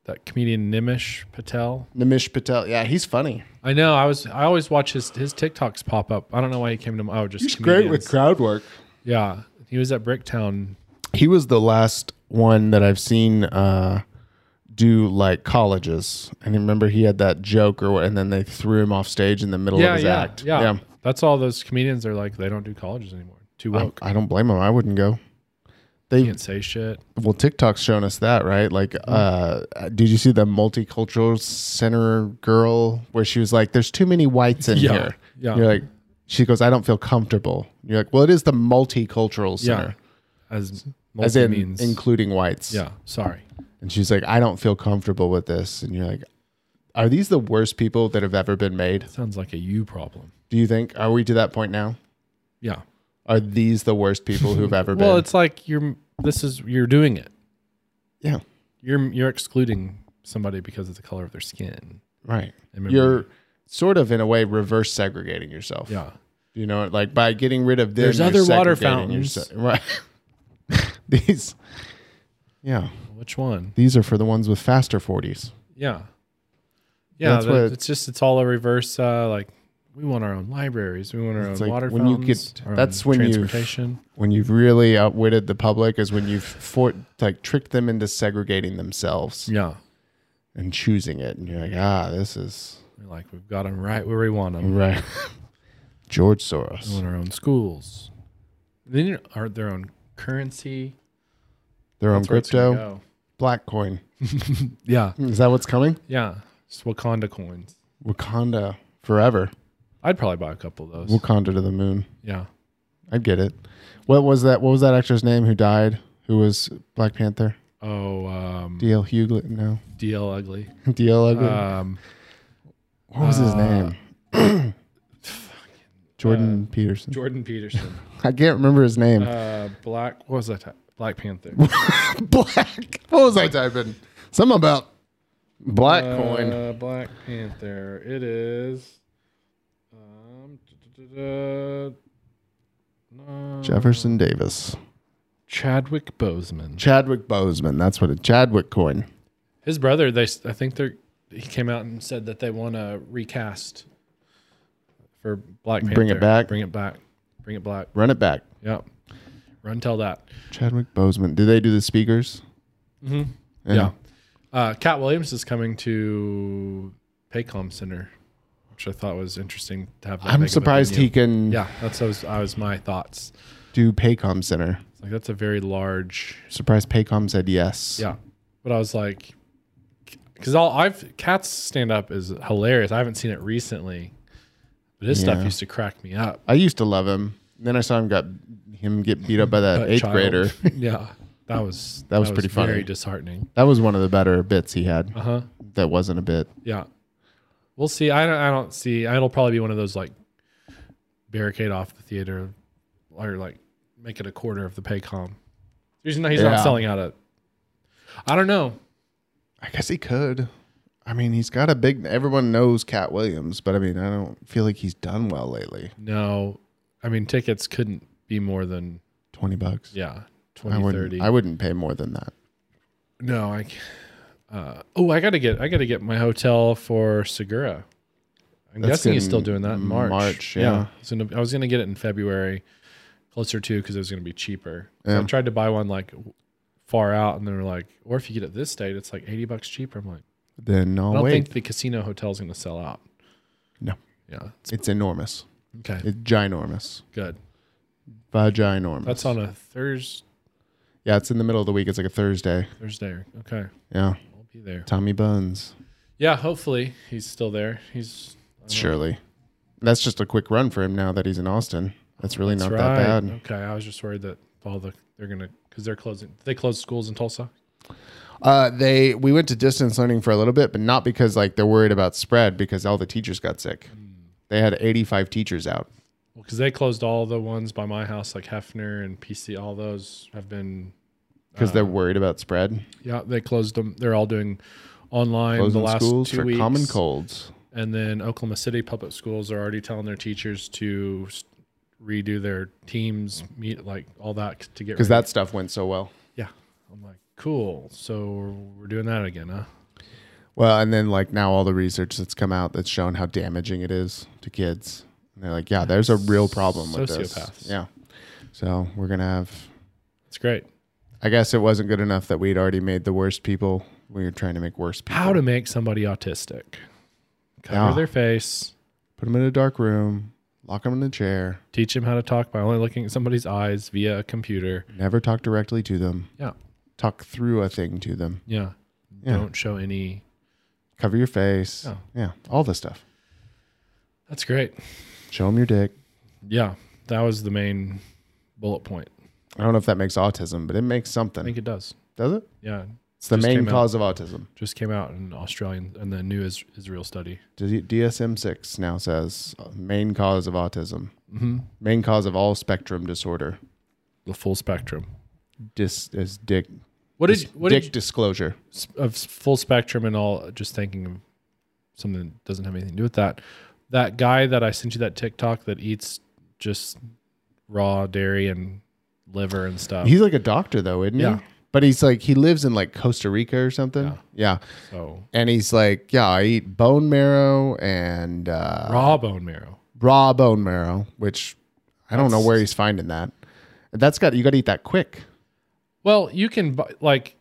[SPEAKER 3] That comedian Nimish Patel.
[SPEAKER 2] Nimish Patel. Yeah, he's funny.
[SPEAKER 3] I know. I was. I always watch his his TikToks pop up. I don't know why he came to. my Oh, just comedians.
[SPEAKER 2] crowd work.
[SPEAKER 3] Yeah, he was at Bricktown.
[SPEAKER 2] He was the last one that I've seen uh, do like colleges. And remember he had that joke or what, and then they threw him off stage in the middle of his
[SPEAKER 3] yeah,
[SPEAKER 2] act.
[SPEAKER 3] yeah, That's all those comedians are like. They don't do colleges anymore. Too
[SPEAKER 2] I,
[SPEAKER 3] woke.
[SPEAKER 2] I don't blame him. I wouldn't go. They
[SPEAKER 3] can't say shit.
[SPEAKER 2] well tiktok's shown us that right like
[SPEAKER 3] Mm-hmm.
[SPEAKER 2] uh did you see the multicultural center girl where she was like there's too many whites in
[SPEAKER 3] Yeah,
[SPEAKER 2] here
[SPEAKER 3] yeah.
[SPEAKER 2] you're like she goes i don't feel comfortable you're like well it is the multicultural
[SPEAKER 3] Yeah,
[SPEAKER 2] center
[SPEAKER 3] as
[SPEAKER 2] as in
[SPEAKER 3] means.
[SPEAKER 2] including whites
[SPEAKER 3] yeah, sorry.
[SPEAKER 2] and she's like i don't feel comfortable with this and you're like are these the worst people that have ever been made
[SPEAKER 3] Sounds like a you problem.
[SPEAKER 2] do you think are we to that point now
[SPEAKER 3] Yeah.
[SPEAKER 2] are these the worst people who've ever been
[SPEAKER 3] Well, it's like you're. This is you're doing it.
[SPEAKER 2] yeah
[SPEAKER 3] You're you're excluding somebody because of the color of their skin.
[SPEAKER 2] right
[SPEAKER 3] remember-
[SPEAKER 2] you're sort of in a way reverse segregating yourself
[SPEAKER 3] Yeah.
[SPEAKER 2] You know, like by getting rid of them,
[SPEAKER 3] There's
[SPEAKER 2] you're
[SPEAKER 3] other water
[SPEAKER 2] segregating yourse-
[SPEAKER 3] fountains.
[SPEAKER 2] right? these, yeah,
[SPEAKER 3] Which one?
[SPEAKER 2] these are for the ones with faster forties.
[SPEAKER 3] Yeah. Yeah.
[SPEAKER 2] That's
[SPEAKER 3] that-
[SPEAKER 2] what-
[SPEAKER 3] it's just it's all a reverse. Uh, like we want our own libraries. We want our own
[SPEAKER 2] like
[SPEAKER 3] water
[SPEAKER 2] when you
[SPEAKER 3] fountains.
[SPEAKER 2] get-
[SPEAKER 3] our own
[SPEAKER 2] that's when you've-
[SPEAKER 3] transportation.
[SPEAKER 2] When you've really outwitted the public is when you've for, like tricked them into segregating themselves.
[SPEAKER 3] Yeah.
[SPEAKER 2] and choosing it, and you're like, ah, this is
[SPEAKER 3] We're like we've got them right where we want them.
[SPEAKER 2] right. George
[SPEAKER 3] They
[SPEAKER 2] Soros,
[SPEAKER 3] want our own schools. They need our, their own currency.
[SPEAKER 2] their own
[SPEAKER 3] That's where it's gonna
[SPEAKER 2] crypto,
[SPEAKER 3] go.
[SPEAKER 2] black coin.
[SPEAKER 3] Yeah,
[SPEAKER 2] Is that what's coming?
[SPEAKER 3] yeah. It's Wakanda coins.
[SPEAKER 2] Wakanda forever.
[SPEAKER 3] I'd probably buy a couple of those.
[SPEAKER 2] Wakanda to the moon.
[SPEAKER 3] Yeah,
[SPEAKER 2] I get it. What was that? What was that actor's name who died? Who was Black Panther?
[SPEAKER 3] Oh, um,
[SPEAKER 2] D.L. Hughley? No,
[SPEAKER 3] DL Ugly.
[SPEAKER 2] D.L. Ugly.
[SPEAKER 3] Um,
[SPEAKER 2] what was his
[SPEAKER 3] uh,
[SPEAKER 2] name? Jordan Peterson.
[SPEAKER 3] Jordan Peterson.
[SPEAKER 2] I can't remember his name.
[SPEAKER 3] Uh, Black. What was that? Black Panther.
[SPEAKER 2] black. What was I typing? Something about black coin.
[SPEAKER 3] Uh, Black Panther. It is. Um, da-da-da-da. No.
[SPEAKER 2] Jefferson Davis.
[SPEAKER 3] Chadwick Boseman.
[SPEAKER 2] Chadwick Boseman. That's what a Chadwick coin.
[SPEAKER 3] His brother. They. s- I think they're. He came out and said that they want to recast. For Black Panther.
[SPEAKER 2] Bring it back?
[SPEAKER 3] Bring it back. Bring it black.
[SPEAKER 2] Run it back.
[SPEAKER 3] Yep. Run tell that.
[SPEAKER 2] Chadwick Boseman. Did they do the speakers? Mm-hmm.
[SPEAKER 3] Yeah. Uh, Cat Williams is coming to Paycom Center, which I thought was interesting to have. That
[SPEAKER 2] I'm
[SPEAKER 3] big of a
[SPEAKER 2] surprised he
[SPEAKER 3] venue.
[SPEAKER 2] can
[SPEAKER 3] Yeah, that's that was, I was my thoughts.
[SPEAKER 2] do Paycom Center.
[SPEAKER 3] It's Like that's a very large.
[SPEAKER 2] Surprised Paycom said yes.
[SPEAKER 3] Yeah, but I was like, because all I've Cat's stand up is hilarious. I haven't seen it recently, but his
[SPEAKER 2] Yeah.
[SPEAKER 3] stuff used to crack me up.
[SPEAKER 2] I used to love him. Then I saw him got him get beat up by that
[SPEAKER 3] But
[SPEAKER 2] eighth
[SPEAKER 3] child-
[SPEAKER 2] grader.
[SPEAKER 3] Yeah, that was
[SPEAKER 2] That was pretty funny.
[SPEAKER 3] Very disheartening.
[SPEAKER 2] That was one of the better bits he had.
[SPEAKER 3] Uh huh.
[SPEAKER 2] That wasn't a bit.
[SPEAKER 3] Yeah. We'll see. I don't, I don't see. It'll probably be one of those like barricade off the theater or like make it a quarter of the Paycom. He's not, he's
[SPEAKER 2] Yeah.
[SPEAKER 3] not selling out at. I don't know.
[SPEAKER 2] I guess he could. I mean, he's got a big. Everyone knows Cat Williams, but I mean, I don't feel like he's done well lately.
[SPEAKER 3] No. I mean, tickets couldn't be more than,
[SPEAKER 2] Twenty bucks.
[SPEAKER 3] yeah,
[SPEAKER 2] I
[SPEAKER 3] 20,
[SPEAKER 2] wouldn't.
[SPEAKER 3] 30.
[SPEAKER 2] I wouldn't pay more than that.
[SPEAKER 3] no, I. c- Uh, oh, I gotta get I gotta get my hotel for Segura. I'm
[SPEAKER 2] That's
[SPEAKER 3] guessing he's
[SPEAKER 2] in
[SPEAKER 3] still doing that in March.
[SPEAKER 2] March, yeah.
[SPEAKER 3] I was, gonna, I was gonna get it in February, closer to because it was gonna be cheaper. So
[SPEAKER 2] Yeah.
[SPEAKER 3] I tried to buy one like far out, and they were like, or if you get it this date, it's like eighty bucks cheaper. I'm like,
[SPEAKER 2] Then
[SPEAKER 3] I
[SPEAKER 2] I'll
[SPEAKER 3] don't
[SPEAKER 2] Oh, wait.
[SPEAKER 3] think the casino hotel's gonna sell out.
[SPEAKER 2] no,
[SPEAKER 3] Yeah, it's,
[SPEAKER 2] it's enormous.
[SPEAKER 3] okay,
[SPEAKER 2] It's ginormous.
[SPEAKER 3] good.
[SPEAKER 2] Vaginormous.
[SPEAKER 3] That's on a Thursday.
[SPEAKER 2] Yeah, it's in the middle of the week. It's like a Thursday.
[SPEAKER 3] Thursday. Okay,
[SPEAKER 2] Yeah,
[SPEAKER 3] I'll be there.
[SPEAKER 2] Tommy Buns.
[SPEAKER 3] Yeah, hopefully he's still there. He's
[SPEAKER 2] Surely, that's just a quick run for him now that he's in Austin. That's really
[SPEAKER 3] that's
[SPEAKER 2] not
[SPEAKER 3] right.
[SPEAKER 2] that bad.
[SPEAKER 3] Okay, I was just worried that all the they're gonna because they're closing. They closed schools in Tulsa.
[SPEAKER 2] Uh, they we went to distance learning for a little bit, but not because like they're worried about spread because all the teachers got sick. They had 85 teachers out.
[SPEAKER 3] because they closed all the ones by my house, like Hefner and PC. All those have been.
[SPEAKER 2] because they're worried about spread.
[SPEAKER 3] Yeah, they closed them. They're all doing online
[SPEAKER 2] Closing
[SPEAKER 3] the last
[SPEAKER 2] schools
[SPEAKER 3] two
[SPEAKER 2] for
[SPEAKER 3] weeks.
[SPEAKER 2] common colds.
[SPEAKER 3] And then Oklahoma City public schools are already telling their teachers to s- redo their teams, meet like all that to get
[SPEAKER 2] Because
[SPEAKER 3] ready.
[SPEAKER 2] that stuff went so well.
[SPEAKER 3] yeah. I'm like, cool. So we're- we're doing that again, huh?
[SPEAKER 2] Well, and then like now all the research that's come out that's shown how damaging it is to kids. And they're like, yeah, there's a real problem with
[SPEAKER 3] Sociopaths.
[SPEAKER 2] this. Yeah. So we're gonna have.
[SPEAKER 3] It's great.
[SPEAKER 2] I guess it wasn't good enough that we'd already made the worst people. We were trying to make worse people.
[SPEAKER 3] How to make somebody autistic? Cover
[SPEAKER 2] Yeah.
[SPEAKER 3] their face.
[SPEAKER 2] Put them in a dark room, lock them in a chair,
[SPEAKER 3] Teach them how to talk by only looking at somebody's eyes via a computer.
[SPEAKER 2] never talk directly to them,
[SPEAKER 3] Yeah.
[SPEAKER 2] talk through a thing to them,
[SPEAKER 3] Yeah.
[SPEAKER 2] Yeah.
[SPEAKER 3] Don't show any.
[SPEAKER 2] cover your face.
[SPEAKER 3] Oh.
[SPEAKER 2] Yeah, all this stuff.
[SPEAKER 3] That's great.
[SPEAKER 2] Show them your dick.
[SPEAKER 3] Yeah. That was the main bullet point.
[SPEAKER 2] I don't know if that makes autism, but it makes something.
[SPEAKER 3] I think it does.
[SPEAKER 2] Does it?
[SPEAKER 3] Yeah.
[SPEAKER 2] It's the
[SPEAKER 3] Just
[SPEAKER 2] main
[SPEAKER 3] came out-
[SPEAKER 2] cause of autism.
[SPEAKER 3] Just came out in Australian and the new is- Israel study.
[SPEAKER 2] D- DSM-6 now says uh, main cause of autism.
[SPEAKER 3] Mm-hmm.
[SPEAKER 2] Main cause of all spectrum disorder
[SPEAKER 3] The full spectrum.
[SPEAKER 2] dis- is dick
[SPEAKER 3] What did what
[SPEAKER 2] dick
[SPEAKER 3] did
[SPEAKER 2] disclosure.
[SPEAKER 3] you, of full spectrum and all? Just thinking of something that doesn't have anything to do with that. That guy that I sent you that TikTok that eats just raw dairy and liver and stuff.
[SPEAKER 2] He's like a doctor though, isn't
[SPEAKER 3] Oh. Yeah.
[SPEAKER 2] he? But he's like he lives in like Costa Rica or something. Yeah.
[SPEAKER 3] so
[SPEAKER 2] And he's like, yeah, I eat bone marrow and uh, raw.
[SPEAKER 3] raw bone marrow.
[SPEAKER 2] bone marrow, which I don't know where he's finding that. That's got you got to eat that quick.
[SPEAKER 3] Well, you can bu- like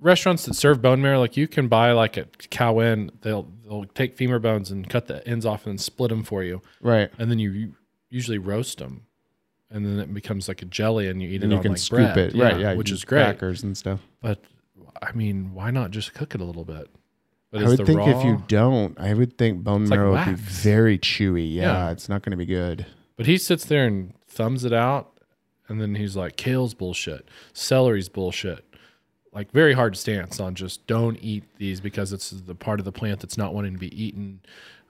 [SPEAKER 3] restaurants that serve bone marrow, like you can buy like at cow end, they'll they'll take femur bones and cut the ends off and split them for you,
[SPEAKER 2] Right.
[SPEAKER 3] and then you usually roast them, and then it becomes like a jelly, and you eat it.
[SPEAKER 2] And you
[SPEAKER 3] on,
[SPEAKER 2] can
[SPEAKER 3] like,
[SPEAKER 2] scoop
[SPEAKER 3] bread.
[SPEAKER 2] it. Right. Yeah. you
[SPEAKER 3] which
[SPEAKER 2] can
[SPEAKER 3] is great.
[SPEAKER 2] Crackers and stuff.
[SPEAKER 3] But I mean, why not just cook it a little bit? But
[SPEAKER 2] I would think if
[SPEAKER 3] raw-
[SPEAKER 2] you don't, I would think bone
[SPEAKER 3] like
[SPEAKER 2] marrow would be
[SPEAKER 3] wax.
[SPEAKER 2] very chewy. Yeah,
[SPEAKER 3] Yeah.
[SPEAKER 2] It's not going to be good.
[SPEAKER 3] But he sits there and thumbs it out, and then he's like, "Kale's bullshit, celery's bullshit." Like very hard stance on just don't eat these because it's the part of the plant that's not wanting to be eaten.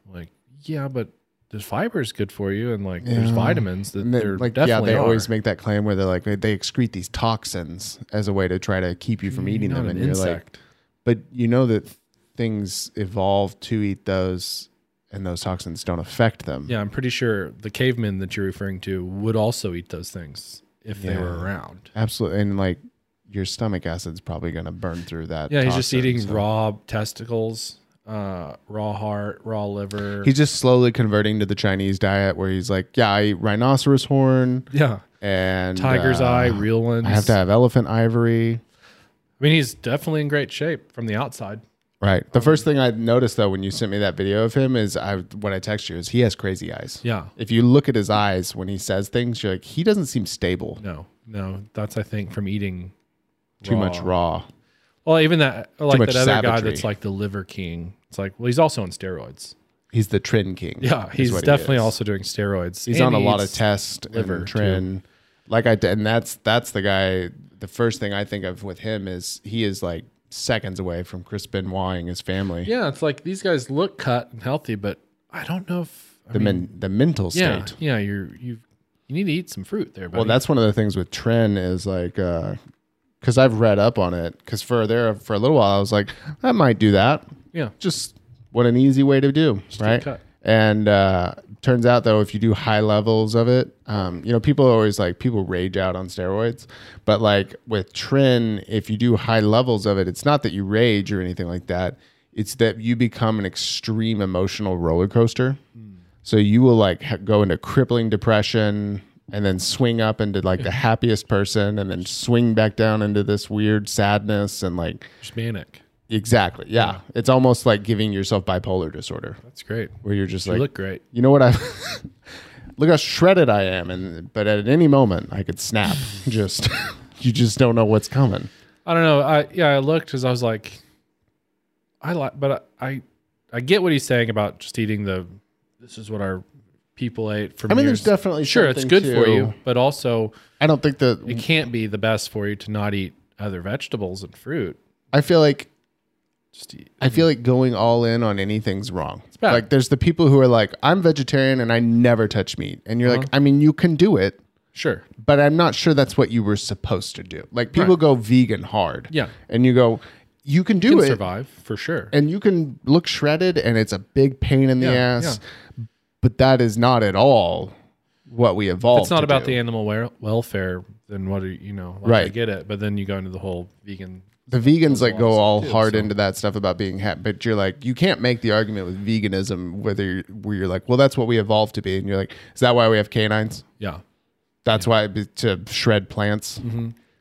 [SPEAKER 3] I'm like, yeah, but the fiber is good for you, and like there's
[SPEAKER 2] Yeah.
[SPEAKER 3] vitamins that
[SPEAKER 2] And they,
[SPEAKER 3] there
[SPEAKER 2] like, yeah,
[SPEAKER 3] definitely
[SPEAKER 2] they
[SPEAKER 3] are.
[SPEAKER 2] always make that claim where they're like, they, they excrete these toxins as a way to try to keep you from eating
[SPEAKER 3] Mm, Not
[SPEAKER 2] them.
[SPEAKER 3] an
[SPEAKER 2] and you're like,
[SPEAKER 3] insect.
[SPEAKER 2] but you know that things evolve to eat those and those toxins don't affect them.
[SPEAKER 3] yeah, I'm pretty sure the cavemen that you're referring to would also eat those things if they were
[SPEAKER 2] Yeah.
[SPEAKER 3] around.
[SPEAKER 2] Absolutely. And like your stomach acid's probably going to burn through that.
[SPEAKER 3] Yeah, he's just
[SPEAKER 2] toxin,
[SPEAKER 3] eating
[SPEAKER 2] so-
[SPEAKER 3] raw testicles, uh, raw heart, raw liver.
[SPEAKER 2] He's just slowly converting to the Chinese diet where he's like, yeah, I eat rhinoceros horn
[SPEAKER 3] yeah,
[SPEAKER 2] and
[SPEAKER 3] tiger's
[SPEAKER 2] uh,
[SPEAKER 3] eye, real ones.
[SPEAKER 2] I have to have elephant ivory.
[SPEAKER 3] I mean, he's definitely in great shape from the outside.
[SPEAKER 2] Right.
[SPEAKER 3] Um,
[SPEAKER 2] The first thing I noticed though when you sent me that video of him is I what I text you is he has crazy eyes.
[SPEAKER 3] Yeah.
[SPEAKER 2] If you look at his eyes when he says things, you're like, he doesn't seem stable.
[SPEAKER 3] No, no, that's I think from eating
[SPEAKER 2] Too much raw.
[SPEAKER 3] Well, even that like
[SPEAKER 2] much
[SPEAKER 3] that other guy
[SPEAKER 2] savagery.
[SPEAKER 3] that's like the liver king. It's like, well, he's also on steroids.
[SPEAKER 2] He's the trend king.
[SPEAKER 3] Yeah,
[SPEAKER 2] is
[SPEAKER 3] he's
[SPEAKER 2] what he
[SPEAKER 3] definitely
[SPEAKER 2] is.
[SPEAKER 3] also doing steroids.
[SPEAKER 2] He's
[SPEAKER 3] And
[SPEAKER 2] on a
[SPEAKER 3] he
[SPEAKER 2] lot of
[SPEAKER 3] eats-
[SPEAKER 2] test
[SPEAKER 3] liver,
[SPEAKER 2] and trend. Like I did, and that's that's the guy. The first thing I think of with him is he is like seconds away from Chris Benoit and his family.
[SPEAKER 3] Yeah, it's like these guys look cut and healthy, but I don't know if I
[SPEAKER 2] The
[SPEAKER 3] mean,
[SPEAKER 2] men, the mental state.
[SPEAKER 3] yeah, yeah, you're you you need to eat some fruit there. Buddy.
[SPEAKER 2] Well, that's one of the things with Tren is like, because I've read up on it. Because for there for a little while, I was like, I might do that.
[SPEAKER 3] yeah,
[SPEAKER 2] Just what an easy way to do, right?
[SPEAKER 3] cut.
[SPEAKER 2] And uh, turns out though, if you do high levels of it, um, you know, people are always like people rage out on steroids, but like with Tren, if you do high levels of it, it's not that you rage or anything like that. It's that you become an extreme emotional roller coaster. So you will like ha- go into crippling depression and then swing up into like the happiest person and then swing back down into this weird sadness and like
[SPEAKER 3] just manic.
[SPEAKER 2] exactly. Yeah. It's almost like giving yourself bipolar disorder
[SPEAKER 3] That's great.
[SPEAKER 2] where you're just
[SPEAKER 3] you
[SPEAKER 2] like
[SPEAKER 3] look great.
[SPEAKER 2] you know what I look how shredded I am and but at any moment I could snap. just you just don't know what's coming.
[SPEAKER 3] I don't know. I yeah, I looked because I was like, I like, but I, I, I get what he's saying about just eating the. This is what our people ate for.
[SPEAKER 2] I mean, there's definitely
[SPEAKER 3] sure it's
[SPEAKER 2] something
[SPEAKER 3] good for
[SPEAKER 2] to-
[SPEAKER 3] you, but also
[SPEAKER 2] I don't think that
[SPEAKER 3] it can't be the best for you to not eat other vegetables and fruit.
[SPEAKER 2] I feel like
[SPEAKER 3] Just eat.
[SPEAKER 2] I feel like going all in on anything's wrong.
[SPEAKER 3] bad.
[SPEAKER 2] Like there's the people who are like, I'm vegetarian and I never touch meat. And you're
[SPEAKER 3] Uh-huh.
[SPEAKER 2] like, I mean, you can do it,
[SPEAKER 3] Sure,
[SPEAKER 2] but I'm not sure that's what you were supposed to do. Like people
[SPEAKER 3] Right.
[SPEAKER 2] go vegan hard.
[SPEAKER 3] Yeah.
[SPEAKER 2] And you go, you can do
[SPEAKER 3] you
[SPEAKER 2] it.
[SPEAKER 3] can survive for sure.
[SPEAKER 2] and you can look shredded and it's a big pain in the
[SPEAKER 3] Yeah,
[SPEAKER 2] ass but that is not at all what we evolved
[SPEAKER 3] it's not
[SPEAKER 2] to
[SPEAKER 3] about
[SPEAKER 2] do.
[SPEAKER 3] the animal wel- welfare. Then what are you know? Like, I
[SPEAKER 2] Right.
[SPEAKER 3] get it, but then you go into the whole vegan.
[SPEAKER 2] the vegans like go
[SPEAKER 3] laws
[SPEAKER 2] all
[SPEAKER 3] too,
[SPEAKER 2] hard
[SPEAKER 3] so.
[SPEAKER 2] into that stuff about being happy but you're like you can't make the argument with veganism whether you're, where you're like well that's what we evolved to be and you're like is that why we have canines
[SPEAKER 3] Yeah, Mm-hmm.
[SPEAKER 2] that's why it'd be to shred plants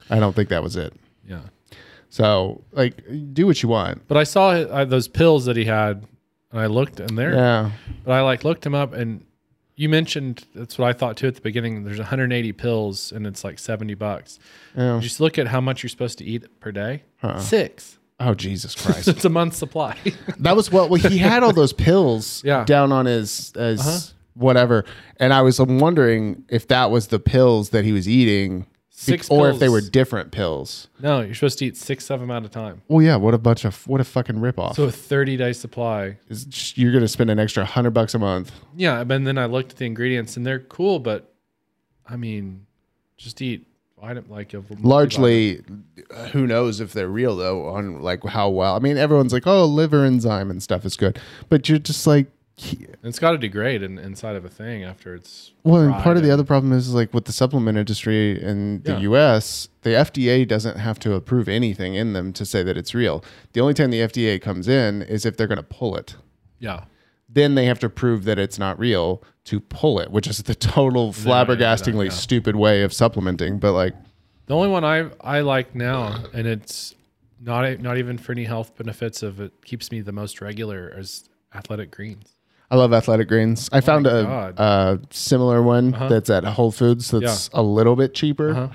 [SPEAKER 2] i don't think that was it
[SPEAKER 3] yeah.
[SPEAKER 2] so like do what you want
[SPEAKER 3] But I saw uh, those pills that he had, and I looked, and there.
[SPEAKER 2] yeah
[SPEAKER 3] But I like looked him up and you mentioned that's what I thought too at the beginning. There's 180 pills and it's like 70 bucks.
[SPEAKER 2] Yeah. Uh-uh.
[SPEAKER 3] Just look at how much you're supposed to eat per day. Six.
[SPEAKER 2] oh jesus christ
[SPEAKER 3] it's a month's supply.
[SPEAKER 2] That was what well, he had all those pills
[SPEAKER 3] Yeah. Uh-huh.
[SPEAKER 2] down on his, his whatever, and I was wondering if that was the pills that he was eating,
[SPEAKER 3] Six
[SPEAKER 2] or if they were
[SPEAKER 3] pills.
[SPEAKER 2] different pills.
[SPEAKER 3] no, you're supposed to eat six of them at a time.
[SPEAKER 2] Well, yeah, what a bunch of what a fucking ripoff!
[SPEAKER 3] So
[SPEAKER 2] So
[SPEAKER 3] a 30 day supply.
[SPEAKER 2] you're gonna spend an extra hundred bucks a month.
[SPEAKER 3] Yeah. And then I looked at the ingredients and they're cool, but I mean, just eat item like a
[SPEAKER 2] Largely, who knows if they're real though? On like how well? I mean, everyone's like, oh, liver enzyme and stuff is good, but you're just like. he-
[SPEAKER 3] And It's got to degrade in, inside of a thing after it's.
[SPEAKER 2] Well, and
[SPEAKER 3] fried
[SPEAKER 2] part of the
[SPEAKER 3] and-
[SPEAKER 2] other problem is like with the supplement industry in the
[SPEAKER 3] Yeah.
[SPEAKER 2] U.S., the FDA doesn't have to approve anything in them to say that it's real. The only time the FDA comes in is if they're going to pull it.
[SPEAKER 3] Yeah.
[SPEAKER 2] Then they have to prove that it's not real to pull it, which is the total
[SPEAKER 3] not gonna do that,
[SPEAKER 2] flabbergastingly
[SPEAKER 3] yeah.
[SPEAKER 2] stupid way of supplementing. But like,
[SPEAKER 3] The only one I I like now, and it's Not e- not even for any health benefits of it keeps me the most regular as athletic greens.
[SPEAKER 2] I love athletic greens. I found a,
[SPEAKER 3] Oh God. Uh-huh.
[SPEAKER 2] a similar one that's at Whole Foods that's a little bit cheaper.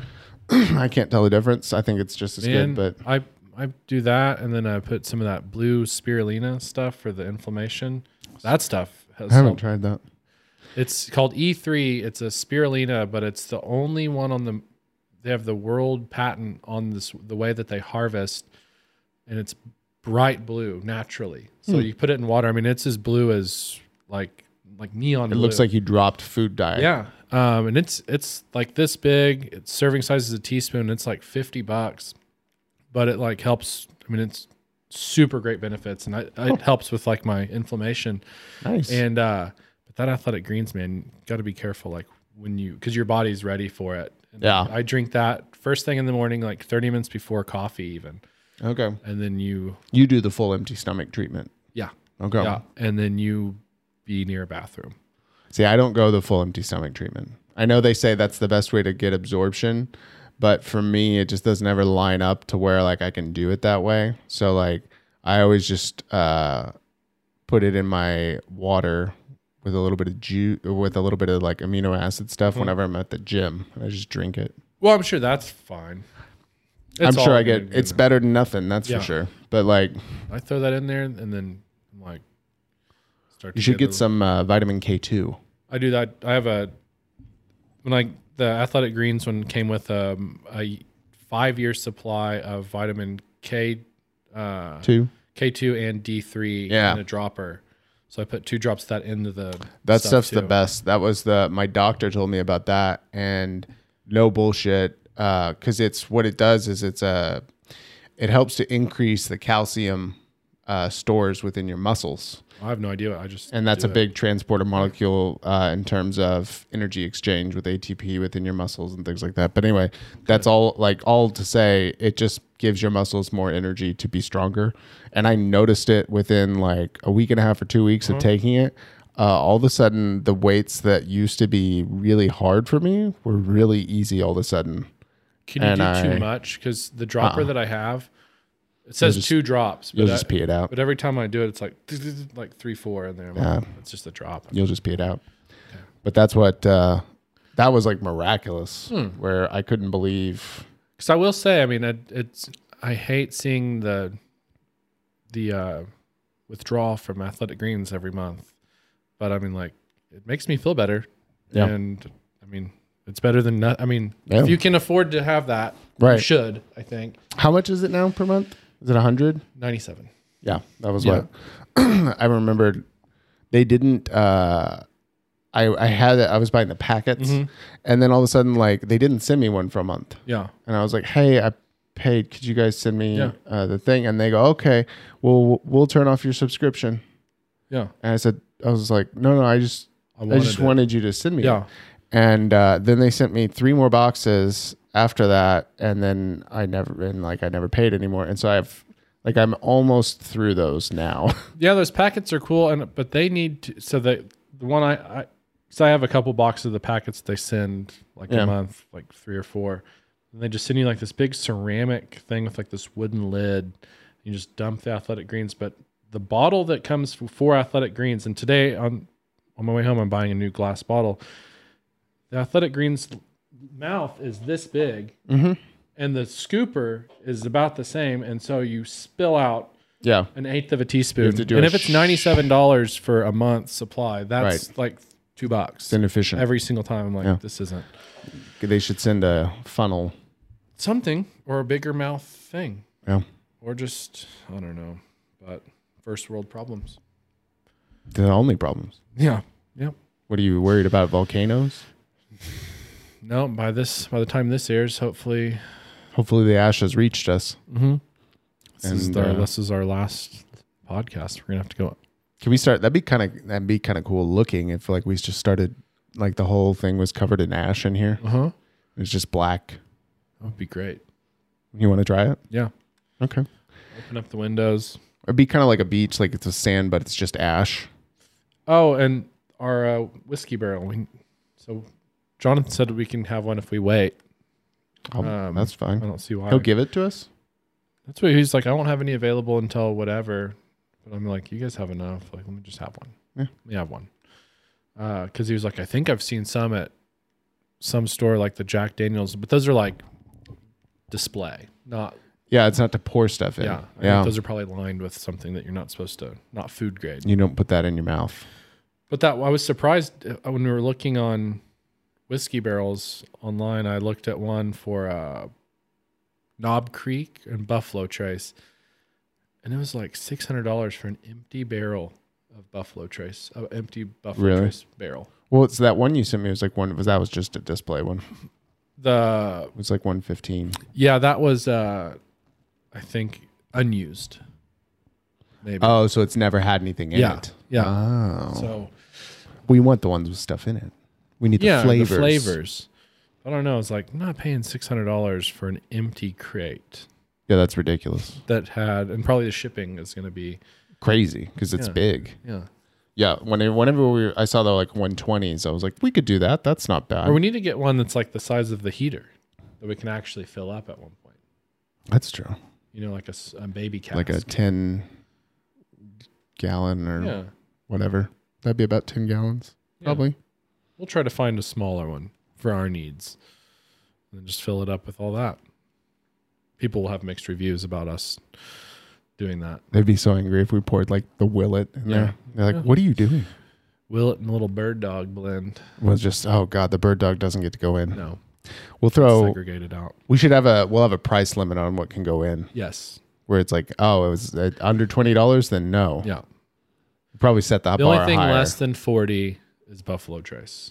[SPEAKER 3] Uh-huh.
[SPEAKER 2] I can't tell the difference. I think it's just as
[SPEAKER 3] And
[SPEAKER 2] good, but
[SPEAKER 3] I I do that and then I put some of that blue spirulina stuff for the inflammation. That stuff has
[SPEAKER 2] I haven't
[SPEAKER 3] helped.
[SPEAKER 2] tried that.
[SPEAKER 3] It's called E3. It's a spirulina, but it's the only one on the. They have the world patent on this the way that they harvest, and it's bright blue naturally. So
[SPEAKER 2] Hmm.
[SPEAKER 3] you put it in water. I mean, it's as blue as like like neon.
[SPEAKER 2] It looks like you dropped food dye.
[SPEAKER 3] yeah, um, and it's it's like this big. Its serving size is a teaspoon. It's like fifty bucks, but it like helps. I mean, it's super great benefits, and I,
[SPEAKER 2] Oh.
[SPEAKER 3] it helps with like my inflammation.
[SPEAKER 2] nice.
[SPEAKER 3] And uh but that athletic greens, man, got to be careful like when you cuz your body's ready for it. And
[SPEAKER 2] Yeah.
[SPEAKER 3] I drink that first thing in the morning like 30 minutes before coffee even.
[SPEAKER 2] okay,
[SPEAKER 3] And then you
[SPEAKER 2] you do the full empty stomach treatment.
[SPEAKER 3] yeah.
[SPEAKER 2] Okay.
[SPEAKER 3] Yeah, and then you be near a bathroom.
[SPEAKER 2] See, I don't go the full empty stomach treatment. I know they say that's the best way to get absorption, but for me, it just doesn't ever line up to where like I can do it that way. So like I always just uh, put it in my water with a little bit of juice, with a little bit of like amino acid stuff
[SPEAKER 3] Mm-hmm.
[SPEAKER 2] whenever I'm at the gym. I just drink it.
[SPEAKER 3] Well, I'm sure that's fine. It's
[SPEAKER 2] I'm
[SPEAKER 3] all
[SPEAKER 2] sure I
[SPEAKER 3] good,
[SPEAKER 2] get
[SPEAKER 3] you
[SPEAKER 2] it's
[SPEAKER 3] know.
[SPEAKER 2] better than nothing, that's
[SPEAKER 3] Yeah.
[SPEAKER 2] for sure. But like
[SPEAKER 3] I throw that in there and then I'm like start
[SPEAKER 2] you should get
[SPEAKER 3] the-
[SPEAKER 2] some uh, vitamin K2.
[SPEAKER 3] I do that. I have a when I the athletic greens one came with um, a five year supply of vitamin K uh,
[SPEAKER 2] Two.
[SPEAKER 3] K two and D three
[SPEAKER 2] Yeah.
[SPEAKER 3] in a dropper. So I put two drops of that into the
[SPEAKER 2] That stuff's the
[SPEAKER 3] too.
[SPEAKER 2] best. That was the my doctor told me about that, and no bullshit. Because it's what it does is it's a it helps to increase the calcium uh, stores within your muscles,
[SPEAKER 3] I have no idea. I just
[SPEAKER 2] and that's
[SPEAKER 3] do
[SPEAKER 2] a
[SPEAKER 3] it.
[SPEAKER 2] big transporter molecule uh, in terms of energy exchange with ATP within your muscles and things like that. But anyway, that's all like all to say. It just gives your muscles more energy to be stronger, and I noticed it within like a week and a half or two weeks
[SPEAKER 3] Uh-huh.
[SPEAKER 2] of taking it. Uh, all of a sudden, the weights that used to be really hard for me were really easy. All of a sudden,
[SPEAKER 3] Can you
[SPEAKER 2] and
[SPEAKER 3] do
[SPEAKER 2] I- Uh-uh.
[SPEAKER 3] too much? Because the dropper that I have, it says
[SPEAKER 2] just-
[SPEAKER 3] two drops. but
[SPEAKER 2] you'll just
[SPEAKER 3] I-
[SPEAKER 2] pee it out.
[SPEAKER 3] But every time I do it, it's like like three four in there. I'm like, it's just a drop.
[SPEAKER 2] you'll just pee it out. But that's what uh, that was like miraculous,
[SPEAKER 3] Hmm.
[SPEAKER 2] where I couldn't believe.
[SPEAKER 3] Because I will say, I mean, it, it's I hate seeing the the uh, withdrawal from Athletic Greens every month, but I mean, like, it makes me feel better.
[SPEAKER 2] Yeah.
[SPEAKER 3] And I mean, it's better than not. I mean,
[SPEAKER 2] Yeah.
[SPEAKER 3] if you can afford to have that,
[SPEAKER 2] Right.
[SPEAKER 3] you should. I think
[SPEAKER 2] How much is it now per month? Is it a hundred?
[SPEAKER 3] ninety seven.
[SPEAKER 2] Yeah, that was
[SPEAKER 3] Yeah.
[SPEAKER 2] what I remembered. They didn't. Uh, I I had it. I was buying the packets, and then all of a sudden, like they didn't send me one for a month,
[SPEAKER 3] Yeah.
[SPEAKER 2] and I was like, "Hey, I paid. Could you guys send me
[SPEAKER 3] Yeah.
[SPEAKER 2] uh, the thing?" And they go, "Okay, well, we'll turn off your subscription."
[SPEAKER 3] Yeah.
[SPEAKER 2] And I said, "I was like, no, no, I just, I,
[SPEAKER 3] wanted
[SPEAKER 2] just
[SPEAKER 3] it."
[SPEAKER 2] wanted you to send me." it."
[SPEAKER 3] Yeah.
[SPEAKER 2] And uh, then they sent me three more boxes after that, and then I never, and like I never paid anymore. And so I've, like, I'm almost through those now.
[SPEAKER 3] Yeah, those packets are cool, and but they need to, so the the one I I so I have a couple boxes of the packets they send like
[SPEAKER 2] Yeah.
[SPEAKER 3] a month, like three or four, and they just send you like this big ceramic thing with like this wooden lid. You just dump the athletic greens, but the bottle that comes f- for athletic greens, and today on on my way home I'm buying a new glass bottle. The athletic greens mouth is this big, and the scooper is about the same, and so you spill out
[SPEAKER 2] yeah,
[SPEAKER 3] an eighth of a teaspoon.
[SPEAKER 2] to do
[SPEAKER 3] and
[SPEAKER 2] a
[SPEAKER 3] if it's
[SPEAKER 2] sh-
[SPEAKER 3] ninety-seven dollars for a month supply, that's like two bucks.
[SPEAKER 2] inefficient.
[SPEAKER 3] Every single time, I'm like,
[SPEAKER 2] Yeah.
[SPEAKER 3] this isn't
[SPEAKER 2] they should send a funnel.
[SPEAKER 3] something or a bigger mouth thing,
[SPEAKER 2] Yeah,
[SPEAKER 3] or just I don't know, but first world problems.
[SPEAKER 2] They're the only problems.
[SPEAKER 3] Yeah, yeah.
[SPEAKER 2] What are you worried about? Volcanoes?
[SPEAKER 3] No, by this by the time this airs, hopefully
[SPEAKER 2] Hopefully, the ash has reached us.
[SPEAKER 3] this is
[SPEAKER 2] And,
[SPEAKER 3] our
[SPEAKER 2] uh,
[SPEAKER 3] this is our last podcast. We're gonna have to go.
[SPEAKER 2] Can we start? That'd be kind of that'd be kind of cool looking if like we just started like the whole thing was covered in ash in here.
[SPEAKER 3] Uh huh.
[SPEAKER 2] It's just black.
[SPEAKER 3] That would be great.
[SPEAKER 2] You want to try it?
[SPEAKER 3] Yeah.
[SPEAKER 2] Okay.
[SPEAKER 3] Open up the windows.
[SPEAKER 2] It'd be kind of like a beach, like it's a sand, but it's just ash.
[SPEAKER 3] Oh, and our uh, whiskey barrel. We, so Jonathan said we can have one if we wait.
[SPEAKER 2] I'll-
[SPEAKER 3] Um,
[SPEAKER 2] that's
[SPEAKER 3] I
[SPEAKER 2] fine.
[SPEAKER 3] don't see why.
[SPEAKER 2] He'll give it to us.
[SPEAKER 3] That's what he's like. I won't have any available until whatever. But I'm like, you guys have enough. Like, let me just have one. Let me have one. Because he was like, I think I've seen some at some store like the Jack Daniels, but those are like display, not
[SPEAKER 2] Yeah, it's not to pour stuff in.
[SPEAKER 3] yeah. I think
[SPEAKER 2] yeah.
[SPEAKER 3] those are probably lined with something that you're not supposed to, not food grade.
[SPEAKER 2] you don't put that in your mouth.
[SPEAKER 3] But that I was surprised uh, when we were looking on whiskey barrels online. I looked at one for uh, Knob Creek and Buffalo Trace, and it was like six hundred dollars for an empty barrel of Buffalo Trace, an empty Buffalo
[SPEAKER 2] Really?
[SPEAKER 3] Trace barrel.
[SPEAKER 2] Well, it's that one you sent me. It was like one. Was that was just a display one? It
[SPEAKER 3] The
[SPEAKER 2] was like one fifteen.
[SPEAKER 3] yeah, that was uh, I think unused. Maybe
[SPEAKER 2] Oh, so it's never had anything in
[SPEAKER 3] yeah
[SPEAKER 2] it.
[SPEAKER 3] yeah.
[SPEAKER 2] Oh,
[SPEAKER 3] So
[SPEAKER 2] we want the ones with stuff in it. We need the
[SPEAKER 3] yeah,
[SPEAKER 2] flavors.
[SPEAKER 3] the flavors. I don't know. It's like I'm not paying six hundred dollars for an empty crate.
[SPEAKER 2] Yeah, that's ridiculous.
[SPEAKER 3] that had, and probably the shipping is going to be,
[SPEAKER 2] Crazy because it's
[SPEAKER 3] Yeah.
[SPEAKER 2] big.
[SPEAKER 3] yeah.
[SPEAKER 2] Yeah, whenever, whenever we, I saw the like one twenties, I was like, we could do that. That's not bad.
[SPEAKER 3] Or we need to get one that's like the size of the heater that we can actually fill up at one point.
[SPEAKER 2] that's true.
[SPEAKER 3] You know, like a, s- a baby cask.
[SPEAKER 2] Like a ten gallon or
[SPEAKER 3] yeah.
[SPEAKER 2] whatever. That'd be about ten gallons, probably.
[SPEAKER 3] We'll try to find a smaller one for our needs, and then just fill it up with all that. People will have mixed reviews about us doing that.
[SPEAKER 2] They'd be so angry if we poured like the Willet in there. They're like, "What are you doing?"
[SPEAKER 3] Willet and Little Bird Dog blend.
[SPEAKER 2] Well, it's just oh god, the bird dog doesn't get to go in.
[SPEAKER 3] No,
[SPEAKER 2] We'll throw.
[SPEAKER 3] segregated out.
[SPEAKER 2] We should have a. We'll have a price limit on what can go in.
[SPEAKER 3] Yes.
[SPEAKER 2] Where it's like, oh, it was uh, under twenty dollars. Then no,
[SPEAKER 3] Yeah.
[SPEAKER 2] probably set the,
[SPEAKER 3] The
[SPEAKER 2] bar
[SPEAKER 3] only thing
[SPEAKER 2] higher
[SPEAKER 3] less than 40 is Buffalo Trace.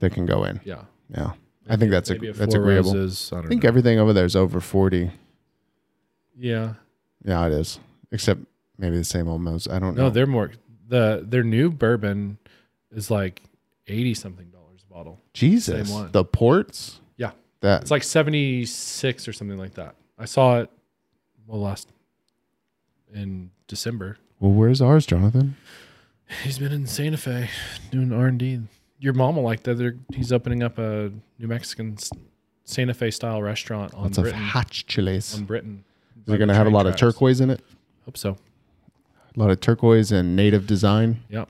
[SPEAKER 2] that can go in.
[SPEAKER 3] Yeah.
[SPEAKER 2] Yeah, I think that's
[SPEAKER 3] Maybe
[SPEAKER 2] ag-
[SPEAKER 3] a
[SPEAKER 2] that's
[SPEAKER 3] Four
[SPEAKER 2] agreeable.
[SPEAKER 3] Roses, I don't
[SPEAKER 2] I think
[SPEAKER 3] know.
[SPEAKER 2] everything over there is over forty.
[SPEAKER 3] yeah.
[SPEAKER 2] Yeah, it is. Except maybe the same old Mose. I don't know.
[SPEAKER 3] No, they're more the their new bourbon is like eighty something dollars a bottle.
[SPEAKER 2] Jesus,
[SPEAKER 3] same one.
[SPEAKER 2] the ports.
[SPEAKER 3] Yeah,
[SPEAKER 2] That
[SPEAKER 3] it's like seventy six or something like that. I saw it well last in December.
[SPEAKER 2] well, where's ours, Jonathan?
[SPEAKER 3] He's been in Santa Fe doing R and D. Your mom will like that. They're, he's opening up a New Mexican s- Santa Fe style restaurant on
[SPEAKER 2] Lots of
[SPEAKER 3] Britain.
[SPEAKER 2] hot chiles.
[SPEAKER 3] on Britain.
[SPEAKER 2] They're gonna have a lot of turquoise in it.
[SPEAKER 3] Hope so.
[SPEAKER 2] A lot of turquoise and native design.
[SPEAKER 3] Yeah.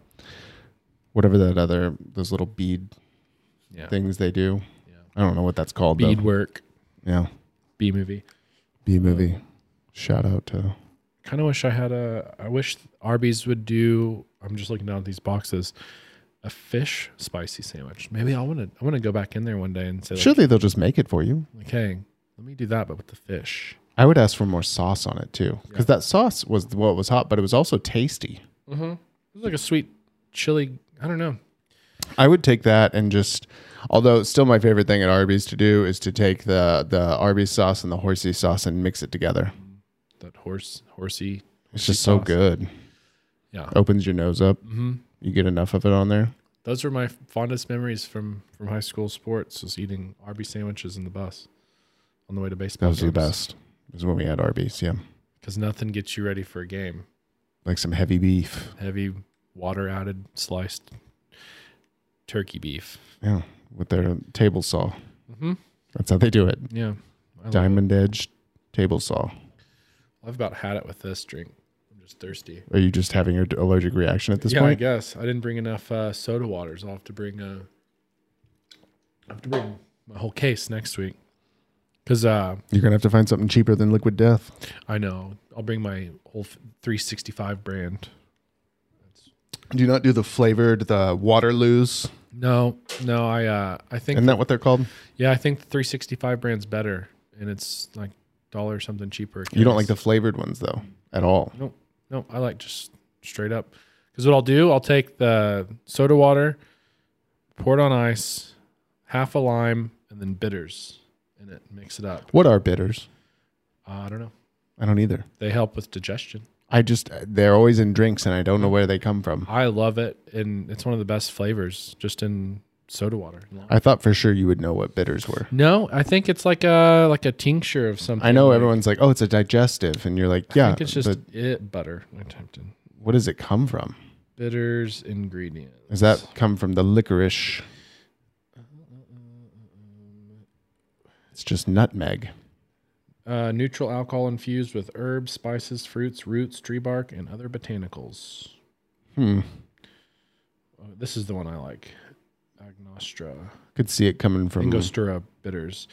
[SPEAKER 2] Whatever that other those little bead
[SPEAKER 3] Yeah.
[SPEAKER 2] things they do. I don't know what that's called. though.
[SPEAKER 3] Beadwork.
[SPEAKER 2] Yeah.
[SPEAKER 3] B movie.
[SPEAKER 2] B movie. Shout out to
[SPEAKER 3] kind of wish I had a. I wish Arby's would do. I'm just looking down at these boxes. A fish spicy sandwich. Maybe I want to. I want to go back in there one day and say, like,
[SPEAKER 2] Surely they'll just make it for you.
[SPEAKER 3] like, hey, let me do that, but with the fish.
[SPEAKER 2] I would ask for more sauce on it too. Because that sauce was what was hot, but it was also tasty.
[SPEAKER 3] It's like a sweet chili. I don't know.
[SPEAKER 2] I would take that and just although it's still my favorite thing at Arby's to do is to take the the Arby's sauce and the horsey sauce and mix it together.
[SPEAKER 3] That horse, horsey.
[SPEAKER 2] It's just so
[SPEAKER 3] sauce.
[SPEAKER 2] good.
[SPEAKER 3] Yeah,
[SPEAKER 2] Opens your nose up. Mm-hmm. You get enough of it on there.
[SPEAKER 3] those are my fondest memories from from high school sports. Was eating Arby's sandwiches in the bus on the way to baseball.
[SPEAKER 2] Those are the best. Is when we had Arby's, yeah.
[SPEAKER 3] because nothing gets you ready for a game.
[SPEAKER 2] Like some heavy beef.
[SPEAKER 3] Heavy water added sliced turkey beef.
[SPEAKER 2] Yeah. With their table saw.
[SPEAKER 3] Mm-hmm.
[SPEAKER 2] That's how they do it.
[SPEAKER 3] Yeah. I love
[SPEAKER 2] Diamond edged table saw.
[SPEAKER 3] I've about had it with this drink. I'm just thirsty.
[SPEAKER 2] Are you just having your allergic reaction at this
[SPEAKER 3] yeah, I
[SPEAKER 2] point?
[SPEAKER 3] guess I didn't bring enough uh, soda waters. I'll have to bring. Uh, I have to bring my whole case next week. Cause uh,
[SPEAKER 2] You're gonna have to find something cheaper than liquid death.
[SPEAKER 3] I know I'll bring my whole f- 365 brand.
[SPEAKER 2] Do you not do the flavored, the Waterloo's?
[SPEAKER 3] No, no, I uh, I think
[SPEAKER 2] Isn't that what they're called?
[SPEAKER 3] yeah, I think the 365 brand's better, and it's like dollar something cheaper.
[SPEAKER 2] You don't like the flavored ones though at all.
[SPEAKER 3] No, no, I like just straight up. Because what I'll do, I'll take the soda water, pour it on ice, half a lime, and then bitters in it. Mix it up.
[SPEAKER 2] What are bitters?
[SPEAKER 3] Uh, I don't know.
[SPEAKER 2] I don't either.
[SPEAKER 3] They help with digestion.
[SPEAKER 2] I just they're always in drinks and I don't know where they come from.
[SPEAKER 3] I love it, and it's one of the best flavors just in soda water. Lime.
[SPEAKER 2] I thought for sure you would know what bitters were.
[SPEAKER 3] No, I think it's like a like a tincture of something.
[SPEAKER 2] I know
[SPEAKER 3] like-
[SPEAKER 2] everyone's like, "Oh, it's a digestive," and you're like,
[SPEAKER 3] I
[SPEAKER 2] "Yeah."
[SPEAKER 3] think it's just
[SPEAKER 2] but
[SPEAKER 3] it butter. I typed in
[SPEAKER 2] what does it come from?
[SPEAKER 3] bitters ingredient.
[SPEAKER 2] Does that come from the licorice? It's just nutmeg.
[SPEAKER 3] Uh, neutral alcohol infused with herbs, spices, fruits, roots, tree bark, and other botanicals. Hmm. this is the one I like. Agnostra.
[SPEAKER 2] Could see it coming from.
[SPEAKER 3] Angostura bitters.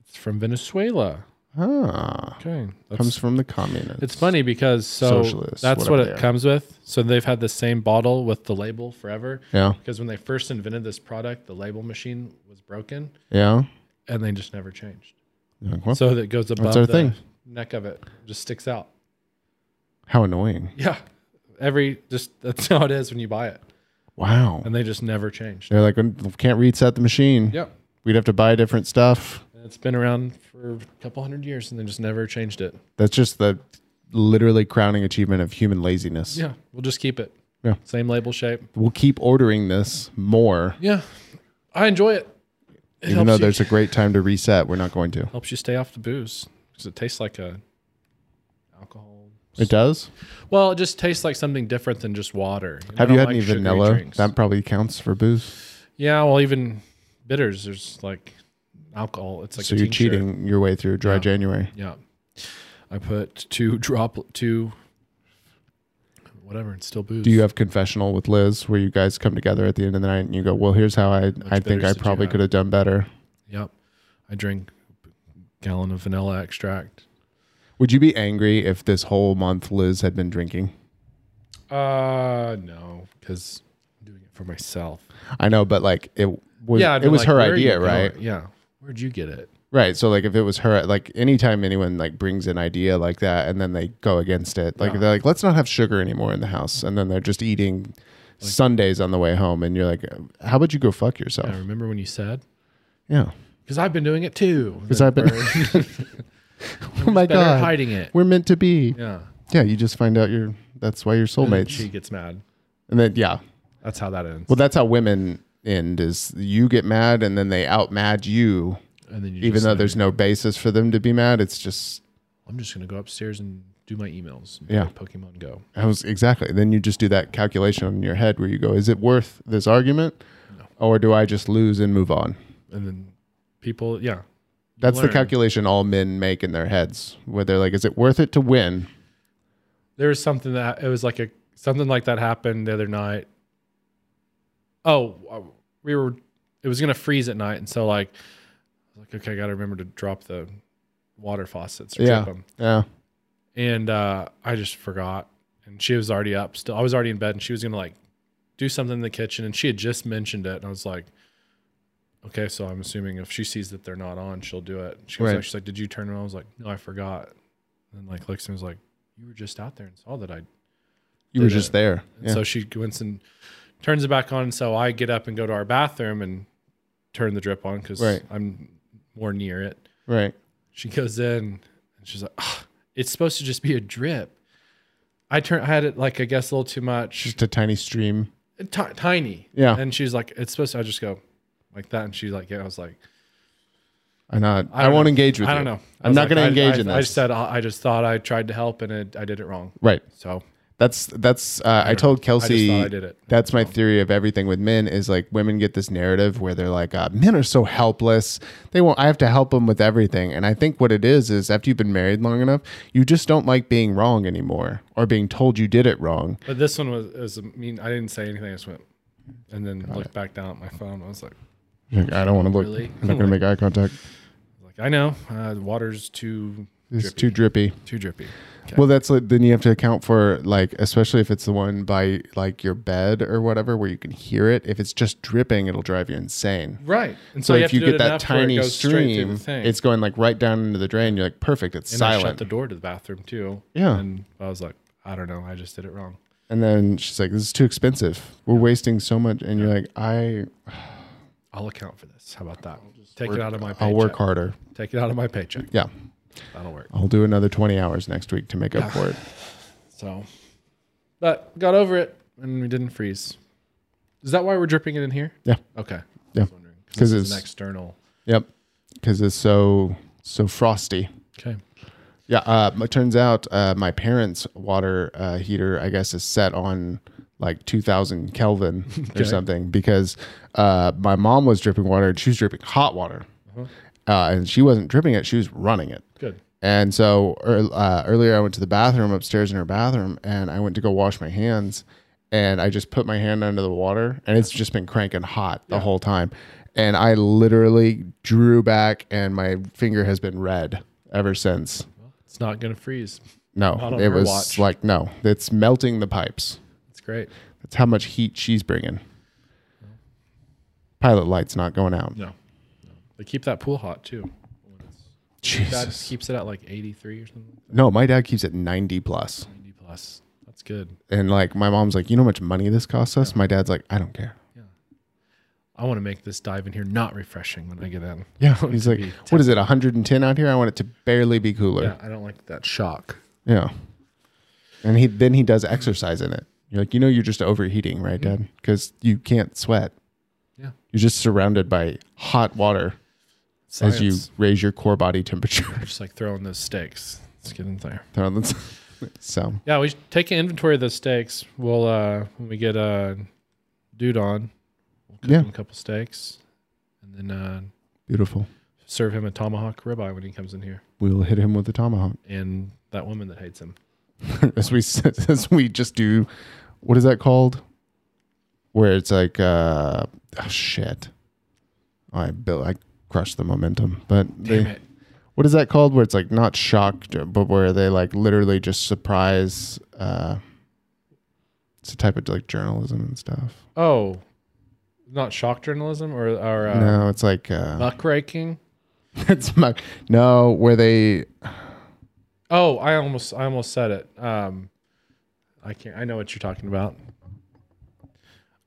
[SPEAKER 3] It's from Venezuela.
[SPEAKER 2] Ah,
[SPEAKER 3] Okay. That's,
[SPEAKER 2] comes from the communists.
[SPEAKER 3] it's funny because so
[SPEAKER 2] Socialists,
[SPEAKER 3] that's
[SPEAKER 2] whatever
[SPEAKER 3] what
[SPEAKER 2] they
[SPEAKER 3] it
[SPEAKER 2] are.
[SPEAKER 3] comes with. So they've had the same bottle with the label forever.
[SPEAKER 2] Yeah.
[SPEAKER 3] Because when they first invented this product, the label machine was broken
[SPEAKER 2] Yeah.
[SPEAKER 3] and they just never changed.
[SPEAKER 2] Like, well,
[SPEAKER 3] So that goes above
[SPEAKER 2] our
[SPEAKER 3] the
[SPEAKER 2] thing.
[SPEAKER 3] neck of it, just sticks out.
[SPEAKER 2] how annoying!
[SPEAKER 3] Yeah. Every just that's how it is when you buy it.
[SPEAKER 2] Wow.
[SPEAKER 3] And they just never changed.
[SPEAKER 2] They're like, "We can't reset the machine.
[SPEAKER 3] Yep.
[SPEAKER 2] We'd have to buy different stuff.
[SPEAKER 3] And it's been around for a couple hundred years and they just never changed it.
[SPEAKER 2] That's just the literally crowning achievement of human laziness.
[SPEAKER 3] Yeah. We'll just keep it.
[SPEAKER 2] Yeah.
[SPEAKER 3] Same label shape.
[SPEAKER 2] We'll keep ordering this more,
[SPEAKER 3] Yeah. I enjoy it. It
[SPEAKER 2] even though
[SPEAKER 3] helps you-
[SPEAKER 2] there's a great time to reset. We're not going to.
[SPEAKER 3] helps you stay off the booze because it tastes like a alcohol.
[SPEAKER 2] It does.
[SPEAKER 3] Well, it just tastes like something different than just water. And I
[SPEAKER 2] Have you
[SPEAKER 3] don't
[SPEAKER 2] had
[SPEAKER 3] like
[SPEAKER 2] any
[SPEAKER 3] sugary
[SPEAKER 2] vanilla?
[SPEAKER 3] drinks.
[SPEAKER 2] That probably counts for booze.
[SPEAKER 3] yeah, well, even bitters. There's like alcohol. It's like
[SPEAKER 2] so
[SPEAKER 3] a
[SPEAKER 2] you're
[SPEAKER 3] tincture.
[SPEAKER 2] cheating your way through dry January.
[SPEAKER 3] Yeah, I put two drop two. Whatever, it's still booze.
[SPEAKER 2] Do you have confessional with Liz where you guys come together at the end of the night and you go, "Well, here's how I I think
[SPEAKER 3] bitters
[SPEAKER 2] I
[SPEAKER 3] did you
[SPEAKER 2] probably
[SPEAKER 3] have?
[SPEAKER 2] could have done better."
[SPEAKER 3] Yep, I drink a gallon of vanilla extract.
[SPEAKER 2] Would you be angry if this whole month Liz had been drinking?
[SPEAKER 3] Uh, no, because I'm doing it for myself.
[SPEAKER 2] I know, but like it was
[SPEAKER 3] yeah,
[SPEAKER 2] it
[SPEAKER 3] I'd be
[SPEAKER 2] was
[SPEAKER 3] like,
[SPEAKER 2] her
[SPEAKER 3] "Where are
[SPEAKER 2] idea,
[SPEAKER 3] you
[SPEAKER 2] right?
[SPEAKER 3] going? Yeah, where'd you get it?
[SPEAKER 2] Right. So like if it was her like anytime anyone like brings an idea like that and then they go against it, like they're like, let's not have sugar anymore in the house and then they're just eating Sundays on the way home and you're like, How about you go fuck yourself?
[SPEAKER 3] I remember when you said.
[SPEAKER 2] Yeah.
[SPEAKER 3] Because I've been doing it too.
[SPEAKER 2] Because I've been Oh my
[SPEAKER 3] better
[SPEAKER 2] god.
[SPEAKER 3] at hiding it.
[SPEAKER 2] We're meant to be. Yeah.
[SPEAKER 3] yeah.
[SPEAKER 2] you just find out you're that's why you're
[SPEAKER 3] She
[SPEAKER 2] soulmates.
[SPEAKER 3] gets mad.
[SPEAKER 2] And then yeah.
[SPEAKER 3] That's how that ends.
[SPEAKER 2] Well that's how women end is you get mad and then they out mad you.
[SPEAKER 3] and then you
[SPEAKER 2] Even
[SPEAKER 3] just
[SPEAKER 2] though
[SPEAKER 3] say,
[SPEAKER 2] there's no basis for them to be mad, it's just
[SPEAKER 3] I'm just gonna go upstairs and do my emails. And
[SPEAKER 2] Yeah.
[SPEAKER 3] play Pokemon Go.
[SPEAKER 2] I was exactly. Then you just do that calculation in your head where you go, is it worth this argument, or do I just lose and move on?
[SPEAKER 3] And then people, yeah,
[SPEAKER 2] That's the
[SPEAKER 3] learn.
[SPEAKER 2] calculation all men make in their heads, where they're like, is it worth it to win?
[SPEAKER 3] there was something that it was like a something like that happened the other night. Oh, uh, we were. It was gonna freeze at night, and so like, I was like, okay, I gotta remember to drop the water faucets. Or
[SPEAKER 2] yeah,
[SPEAKER 3] Trip 'em.
[SPEAKER 2] yeah.
[SPEAKER 3] and uh, I just forgot. And she was already up. Still, I was already in bed, and she was gonna like do something in the kitchen, and she had just mentioned it, and I was like, okay, so I'm assuming if she sees that they're not on, she'll do it. She was
[SPEAKER 2] Right.
[SPEAKER 3] like, she's like, did you turn around? I was like, no, I forgot. And like looks and was like, you were just out there and saw that I.
[SPEAKER 2] You were
[SPEAKER 3] Did
[SPEAKER 2] just
[SPEAKER 3] it.
[SPEAKER 2] there.
[SPEAKER 3] And
[SPEAKER 2] Yeah.
[SPEAKER 3] So she goes and turns it back on. So I get up and go to our bathroom and turn the drip on because
[SPEAKER 2] Right.
[SPEAKER 3] I'm more near it.
[SPEAKER 2] right.
[SPEAKER 3] She goes in and she's like, "Ugh, "It's supposed to just be a drip." I turn, I had it like I guess a little too much,
[SPEAKER 2] Just a tiny stream.
[SPEAKER 3] Ti- tiny.
[SPEAKER 2] Yeah.
[SPEAKER 3] And she's like, "It's supposed." to, I just go like that, and she's like, "Yeah." I was like,
[SPEAKER 2] I'm not. I,
[SPEAKER 3] don't
[SPEAKER 2] won't
[SPEAKER 3] know.
[SPEAKER 2] engage with.
[SPEAKER 3] I
[SPEAKER 2] you.
[SPEAKER 3] don't know. I
[SPEAKER 2] I'm
[SPEAKER 3] was
[SPEAKER 2] not
[SPEAKER 3] like,
[SPEAKER 2] going
[SPEAKER 3] I-
[SPEAKER 2] to engage
[SPEAKER 3] I-
[SPEAKER 2] in this.
[SPEAKER 3] I just said I I just thought I tried to help and it, I did it wrong.
[SPEAKER 2] right.
[SPEAKER 3] So
[SPEAKER 2] That's that's. Uh, I told Kelsey.
[SPEAKER 3] thought I did it. Oh.
[SPEAKER 2] That's my theory of everything with men is like women get this narrative where they're like, uh, men are so helpless. They won't. I have to help them with everything. And I think what it is is after you've been married long enough, you just don't like being wrong anymore or being told you did it wrong.
[SPEAKER 3] But this one was, was I mean, I didn't say anything. I just went and then looked back down at my phone. I was like,
[SPEAKER 2] Like, I don't want to look.
[SPEAKER 3] Really?
[SPEAKER 2] I'm not going to make eye contact.
[SPEAKER 3] like I know uh, the water's too
[SPEAKER 2] It's
[SPEAKER 3] drippy,
[SPEAKER 2] too drippy.
[SPEAKER 3] too drippy. Okay.
[SPEAKER 2] Well, that's like then you have to account for like, especially if it's the one by like your bed or whatever where you can hear it. If it's just dripping, it'll drive you insane.
[SPEAKER 3] right. And
[SPEAKER 2] So,
[SPEAKER 3] so,
[SPEAKER 2] if you get that tiny
[SPEAKER 3] stream,
[SPEAKER 2] stream, it's going like right down into the drain. You're like, perfect. It's
[SPEAKER 3] and I shut
[SPEAKER 2] silent.
[SPEAKER 3] the door to the bathroom too.
[SPEAKER 2] Yeah.
[SPEAKER 3] And I was like, I don't know. I just did it wrong.
[SPEAKER 2] and then she's like, "This is too expensive. We're wasting so much." And you're like, "I,
[SPEAKER 3] I'll account for this. How about that? Take it out of my paycheck.
[SPEAKER 2] I'll work Oh. harder.
[SPEAKER 3] Take it out of my paycheck.
[SPEAKER 2] Yeah,
[SPEAKER 3] That'll work.
[SPEAKER 2] I'll do another 20 hours next week to make up for it."
[SPEAKER 3] So, but got over it and we didn't freeze. Is that why we're dripping it in here?
[SPEAKER 2] Yeah,
[SPEAKER 3] Okay.
[SPEAKER 2] yeah,
[SPEAKER 3] Because
[SPEAKER 2] because
[SPEAKER 3] it's an
[SPEAKER 2] it's
[SPEAKER 3] external.
[SPEAKER 2] yep, because it's so so frosty.
[SPEAKER 3] Okay.
[SPEAKER 2] Yeah, uh, it turns out uh, my parents' water uh, heater, I guess, is set on like 2000 Kelvin or something because uh, my mom was dripping water and she was dripping hot water. uh and she wasn't dripping it, she was running it.
[SPEAKER 3] Good.
[SPEAKER 2] And so ear- uh, earlier, I went to the bathroom upstairs in her bathroom, and I went to go wash my hands, and I just put my hand under the water, and it's just been cranking hot the whole time, and I literally drew back, and my finger has been red ever since.
[SPEAKER 3] It's not gonna freeze. Not
[SPEAKER 2] No,
[SPEAKER 3] on
[SPEAKER 2] it
[SPEAKER 3] her
[SPEAKER 2] was
[SPEAKER 3] watch.
[SPEAKER 2] like no, it's melting the pipes.
[SPEAKER 3] It's great.
[SPEAKER 2] That's how much heat she's bringing. Pilot light's not going out.
[SPEAKER 3] No, no. they keep that pool hot too. Dad
[SPEAKER 2] Jesus.
[SPEAKER 3] keeps it at like 83 or something.
[SPEAKER 2] No, my dad keeps it 90 plus.
[SPEAKER 3] 90 plus. That's good.
[SPEAKER 2] And like my mom's like, you know how much money this costs us? My dad's like, I don't care.
[SPEAKER 3] I want to make this dive in here not refreshing when I get in.
[SPEAKER 2] Yeah. He's like,
[SPEAKER 3] be
[SPEAKER 2] what is it, 110 out here? I want it to barely be cooler.
[SPEAKER 3] Yeah, I don't like that shock.
[SPEAKER 2] Yeah. And he then he does exercise in it. You're like, you know, you're just overheating, right, Dad? Because you can't sweat.
[SPEAKER 3] Yeah.
[SPEAKER 2] You're just surrounded by hot water as you
[SPEAKER 3] Science.
[SPEAKER 2] raise your core body temperature.
[SPEAKER 3] just like throwing those steaks. Let's get in there.
[SPEAKER 2] so
[SPEAKER 3] Yeah, we should take an inventory of the steaks. We'll uh when we get uh dude on, we'll cook
[SPEAKER 2] Yeah.
[SPEAKER 3] him a couple steaks, and then uh
[SPEAKER 2] beautiful.
[SPEAKER 3] serve him a tomahawk ribeye when he comes in here,
[SPEAKER 2] We'll hit him with a tomahawk.
[SPEAKER 3] and that woman that hates him.
[SPEAKER 2] as we as we just do what is that called where it's like uh oh, shit i built i crushed the momentum but
[SPEAKER 3] Damn
[SPEAKER 2] they,
[SPEAKER 3] it.
[SPEAKER 2] what is that called where it's like not shocked but where they like literally just surprise uh it's a type of like journalism and stuff
[SPEAKER 3] Oh, not shock journalism or or uh,
[SPEAKER 2] no it's like uh
[SPEAKER 3] muckraking.
[SPEAKER 2] it's muck no where they
[SPEAKER 3] Oh, I almost I almost said it. Um, I can't. I know what you're talking about.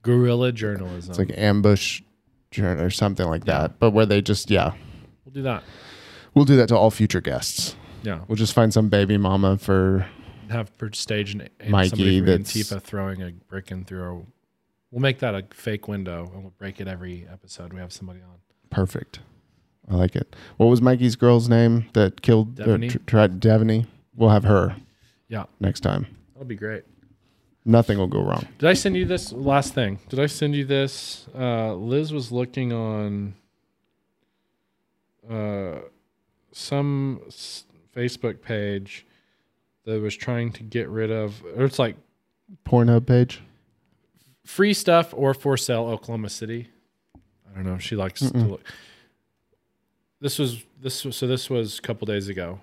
[SPEAKER 3] Guerrilla journalism.
[SPEAKER 2] it's like ambush jour- or something like that but where they just yeah
[SPEAKER 3] we'll do that.
[SPEAKER 2] we'll do that to all future guests
[SPEAKER 3] Yeah,
[SPEAKER 2] We'll just find some baby mama for
[SPEAKER 3] we'll have per stage and, and
[SPEAKER 2] Mikey
[SPEAKER 3] somebody from
[SPEAKER 2] that's-
[SPEAKER 3] Antifa throwing a brick in through. Our, we'll make that a fake window, and we'll break it every episode. We have somebody on.
[SPEAKER 2] perfect. I like it. What was Mikey's girl's name that killed uh,
[SPEAKER 3] Devaney?
[SPEAKER 2] tr- tried Devaney? We'll have her
[SPEAKER 3] Yeah,
[SPEAKER 2] next time.
[SPEAKER 3] that'll be great.
[SPEAKER 2] Nothing will go wrong.
[SPEAKER 3] Did I send you this last thing? Did I send you this? Uh, Liz was looking on uh, some s- Facebook page that was trying to get rid of, or it's like
[SPEAKER 2] Pornhub page.
[SPEAKER 3] free stuff or for sale Oklahoma City. I don't know. She likes to look. This was this was, so this was a couple days ago.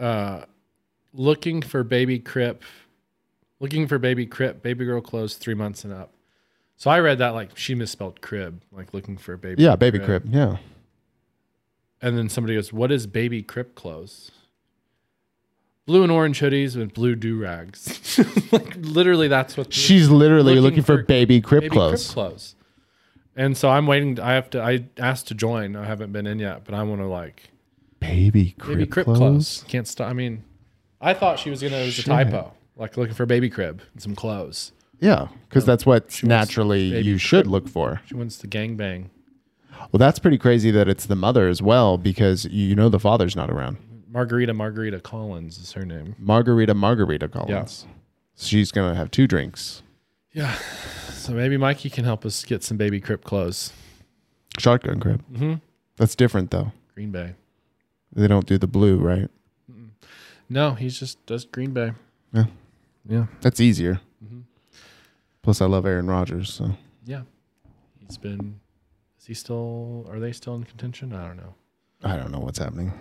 [SPEAKER 3] Uh, looking for baby crip, looking for baby crip, baby girl clothes three months and up. So I read that like she misspelled crib, like looking for a baby.
[SPEAKER 2] Yeah, baby crib. Yeah.
[SPEAKER 3] And then somebody goes, "What is baby crip clothes?" Blue and orange hoodies with blue do rags. like literally, that's what the-
[SPEAKER 2] She's literally looking,
[SPEAKER 3] Looking
[SPEAKER 2] for,
[SPEAKER 3] for
[SPEAKER 2] baby crib
[SPEAKER 3] Maybe
[SPEAKER 2] clothes.
[SPEAKER 3] Crip clothes. And so I'm waiting. I have to. I asked to join. I haven't been in yet, but I want to like
[SPEAKER 2] Baby crib,
[SPEAKER 3] maybe crib
[SPEAKER 2] clothes.
[SPEAKER 3] clothes. Can't stop. I mean, I thought she was gonna. It was
[SPEAKER 2] Shit.
[SPEAKER 3] a typo. Like looking for baby crib and some clothes.
[SPEAKER 2] Yeah, because that's what naturally
[SPEAKER 3] baby
[SPEAKER 2] you should look for.
[SPEAKER 3] She wants the gangbang.
[SPEAKER 2] Well, that's pretty crazy that it's the mother as well, because you know the father's not around.
[SPEAKER 3] Margarita Margarita Collins is her name.
[SPEAKER 2] Margarita, Margarita Collins. She's gonna have two drinks.
[SPEAKER 3] Yeah. So maybe Mikey can help us get some baby crib clothes.
[SPEAKER 2] Shotgun crib. Mm-hmm. That's different though.
[SPEAKER 3] Green Bay.
[SPEAKER 2] They don't do the blue, right?
[SPEAKER 3] No, he's just does Green Bay.
[SPEAKER 2] Yeah.
[SPEAKER 3] Yeah.
[SPEAKER 2] That's easier. Plus, I love Aaron Rodgers, so
[SPEAKER 3] Yeah. He's been. Is he still? Are they still in contention? I don't know.
[SPEAKER 2] I don't know what's happening.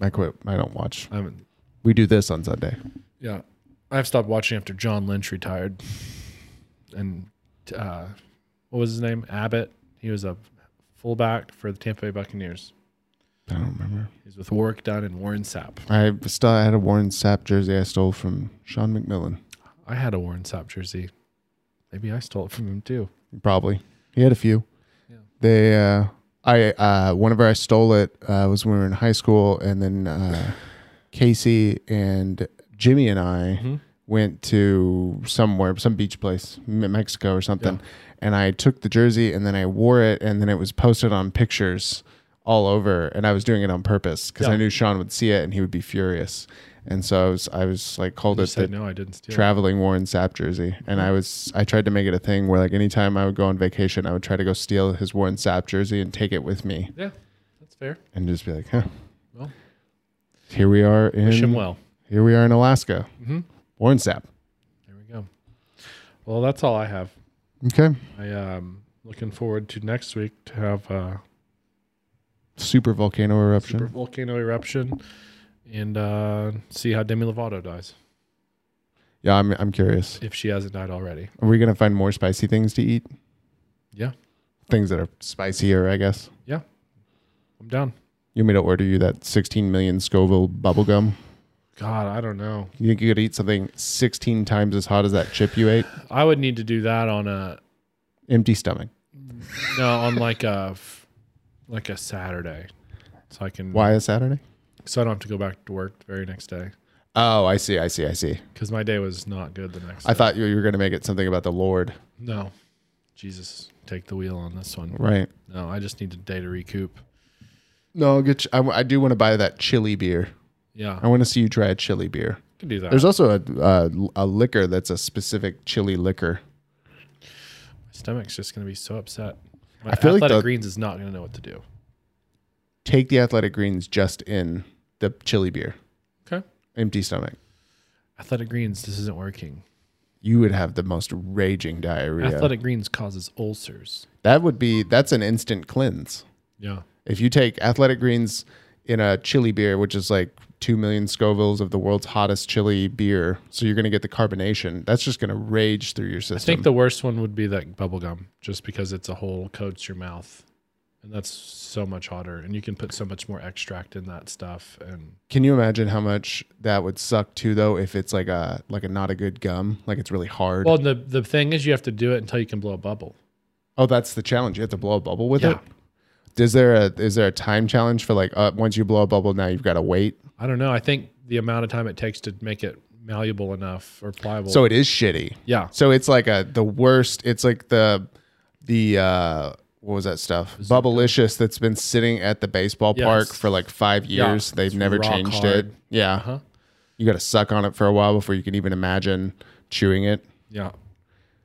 [SPEAKER 2] I quit. I don't watch.
[SPEAKER 3] I haven't
[SPEAKER 2] We do this on Sunday.
[SPEAKER 3] Yeah, I've stopped watching after John Lynch retired, and uh, what was his name? Abbott. He was a fullback for the Tampa Bay Buccaneers.
[SPEAKER 2] I don't remember.
[SPEAKER 3] He's with Warwick Dunn and Warren Sapp.
[SPEAKER 2] I still I had a Warren Sapp jersey I stole from Sean McMillan.
[SPEAKER 3] I had a Warren Sapp jersey. Maybe I stole it from him too.
[SPEAKER 2] Probably he had a few. They, uh, I, uh, whenever I stole it uh, was when we were in high school, and then uh, Casey and Jimmy and I went to somewhere, some beach place, Me- Mexico or something, and I took the jersey and then I wore it, and then it was posted on pictures all over, and I was doing it on purpose because I
[SPEAKER 3] Yeah.
[SPEAKER 2] knew Sean would see it and he would be furious, and so I was, I was like called it
[SPEAKER 3] I
[SPEAKER 2] the
[SPEAKER 3] said no, I didn't steal. it.
[SPEAKER 2] traveling Warren Sapp jersey, and I was I tried to make it a thing where like anytime I would go on vacation, I would try to go steal his Warren Sapp jersey and take it with me,
[SPEAKER 3] Yeah, that's fair.
[SPEAKER 2] and just be like, huh.
[SPEAKER 3] Well.
[SPEAKER 2] Here we are in
[SPEAKER 3] Wish him well.
[SPEAKER 2] Here we are in Alaska. Mm-hmm. Orange sap.
[SPEAKER 3] There we go. Well, that's all I have.
[SPEAKER 2] Okay.
[SPEAKER 3] I um looking forward to next week to have a
[SPEAKER 2] Super volcano eruption.
[SPEAKER 3] super volcano eruption and uh, see how Demi Lovato dies
[SPEAKER 2] Yeah, I'm I'm curious.
[SPEAKER 3] if she hasn't died already.
[SPEAKER 2] Are we gonna find more spicy things to eat?
[SPEAKER 3] Yeah,
[SPEAKER 2] Things that are spicier, I guess.
[SPEAKER 3] yeah, I'm down.
[SPEAKER 2] You want me to order you that 16 million Scoville bubble gum?
[SPEAKER 3] God, I don't know.
[SPEAKER 2] You think you could eat something 16 times as hot as that chip you ate?
[SPEAKER 3] I would need to do that on a
[SPEAKER 2] Empty stomach.
[SPEAKER 3] no on like a f- like a Saturday, so I can
[SPEAKER 2] Why a Saturday?
[SPEAKER 3] so I don't have to go back to work the very next day
[SPEAKER 2] Oh, I see, I see, I see.
[SPEAKER 3] because my day was not good the next.
[SPEAKER 2] I
[SPEAKER 3] day.
[SPEAKER 2] thought you, you were going to make it something about the Lord.
[SPEAKER 3] no, Jesus, take the wheel on this one.
[SPEAKER 2] Right.
[SPEAKER 3] No, I just need a day to recoup.
[SPEAKER 2] No, I'll get you, I, I do want to buy that chili beer.
[SPEAKER 3] Yeah,
[SPEAKER 2] I want to see you try a chili beer.
[SPEAKER 3] I can do that.
[SPEAKER 2] There's also a, a, a liquor that's a specific chili liquor.
[SPEAKER 3] My stomach's just gonna be so upset. My
[SPEAKER 2] I feel like
[SPEAKER 3] athletic
[SPEAKER 2] the-
[SPEAKER 3] greens is not gonna know what to do.
[SPEAKER 2] Take the athletic greens just in the chili beer,
[SPEAKER 3] Okay.
[SPEAKER 2] empty stomach.
[SPEAKER 3] Athletic greens, this isn't working.
[SPEAKER 2] You would have the most raging diarrhea.
[SPEAKER 3] Athletic greens causes ulcers.
[SPEAKER 2] That would be, that's an instant cleanse.
[SPEAKER 3] Yeah.
[SPEAKER 2] If you take athletic greens in a chili beer, which is like 2 million Scovilles of the world's hottest chili beer, so you're going to get the carbonation, that's just going to rage through your system.
[SPEAKER 3] I think the worst one would be that bubble gum, just because it's a whole coats your mouth. And that's so much hotter. And you can put so much more extract in that stuff. And
[SPEAKER 2] Can you imagine how much that would suck too, though, if it's like a like a not a good gum, like it's really hard?
[SPEAKER 3] well, the the thing is you have to do it until you can blow a bubble.
[SPEAKER 2] oh, that's the challenge. You have to blow a bubble with
[SPEAKER 3] Yeah.
[SPEAKER 2] it. Is there a is there a time challenge for like uh, once you blow a bubble, now you've got to wait?
[SPEAKER 3] I don't know. I think the amount of time it takes to make it malleable enough or pliable.
[SPEAKER 2] So it is shitty.
[SPEAKER 3] yeah.
[SPEAKER 2] So it's like a the worst. It's like the the uh, what was that stuff? Bubblicious that's been sitting at the baseball
[SPEAKER 3] Yes.
[SPEAKER 2] park for like five
[SPEAKER 3] Yeah.
[SPEAKER 2] years. They've
[SPEAKER 3] It's
[SPEAKER 2] never
[SPEAKER 3] rock
[SPEAKER 2] changed it.
[SPEAKER 3] hard.
[SPEAKER 2] Yeah,
[SPEAKER 3] Uh-huh.
[SPEAKER 2] you got to suck on it for a while before you can even imagine chewing it.
[SPEAKER 3] Yeah.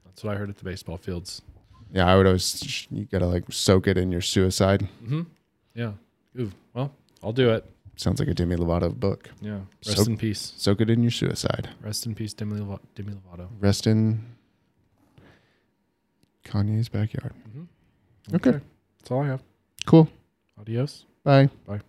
[SPEAKER 3] That's what I heard at the baseball fields.
[SPEAKER 2] Yeah, I would always you got to like soak it in your suicide.
[SPEAKER 3] Yeah. Ooh, well, I'll do it.
[SPEAKER 2] Sounds like a Demi Lovato book.
[SPEAKER 3] Yeah. Rest
[SPEAKER 2] So-
[SPEAKER 3] in peace.
[SPEAKER 2] Soak it in your suicide.
[SPEAKER 3] Rest in peace, Demi, Lova- Demi Lovato.
[SPEAKER 2] Rest in Kanye's backyard. okay,
[SPEAKER 3] That's all I have.
[SPEAKER 2] cool.
[SPEAKER 3] Adios.
[SPEAKER 2] Bye.
[SPEAKER 3] Bye.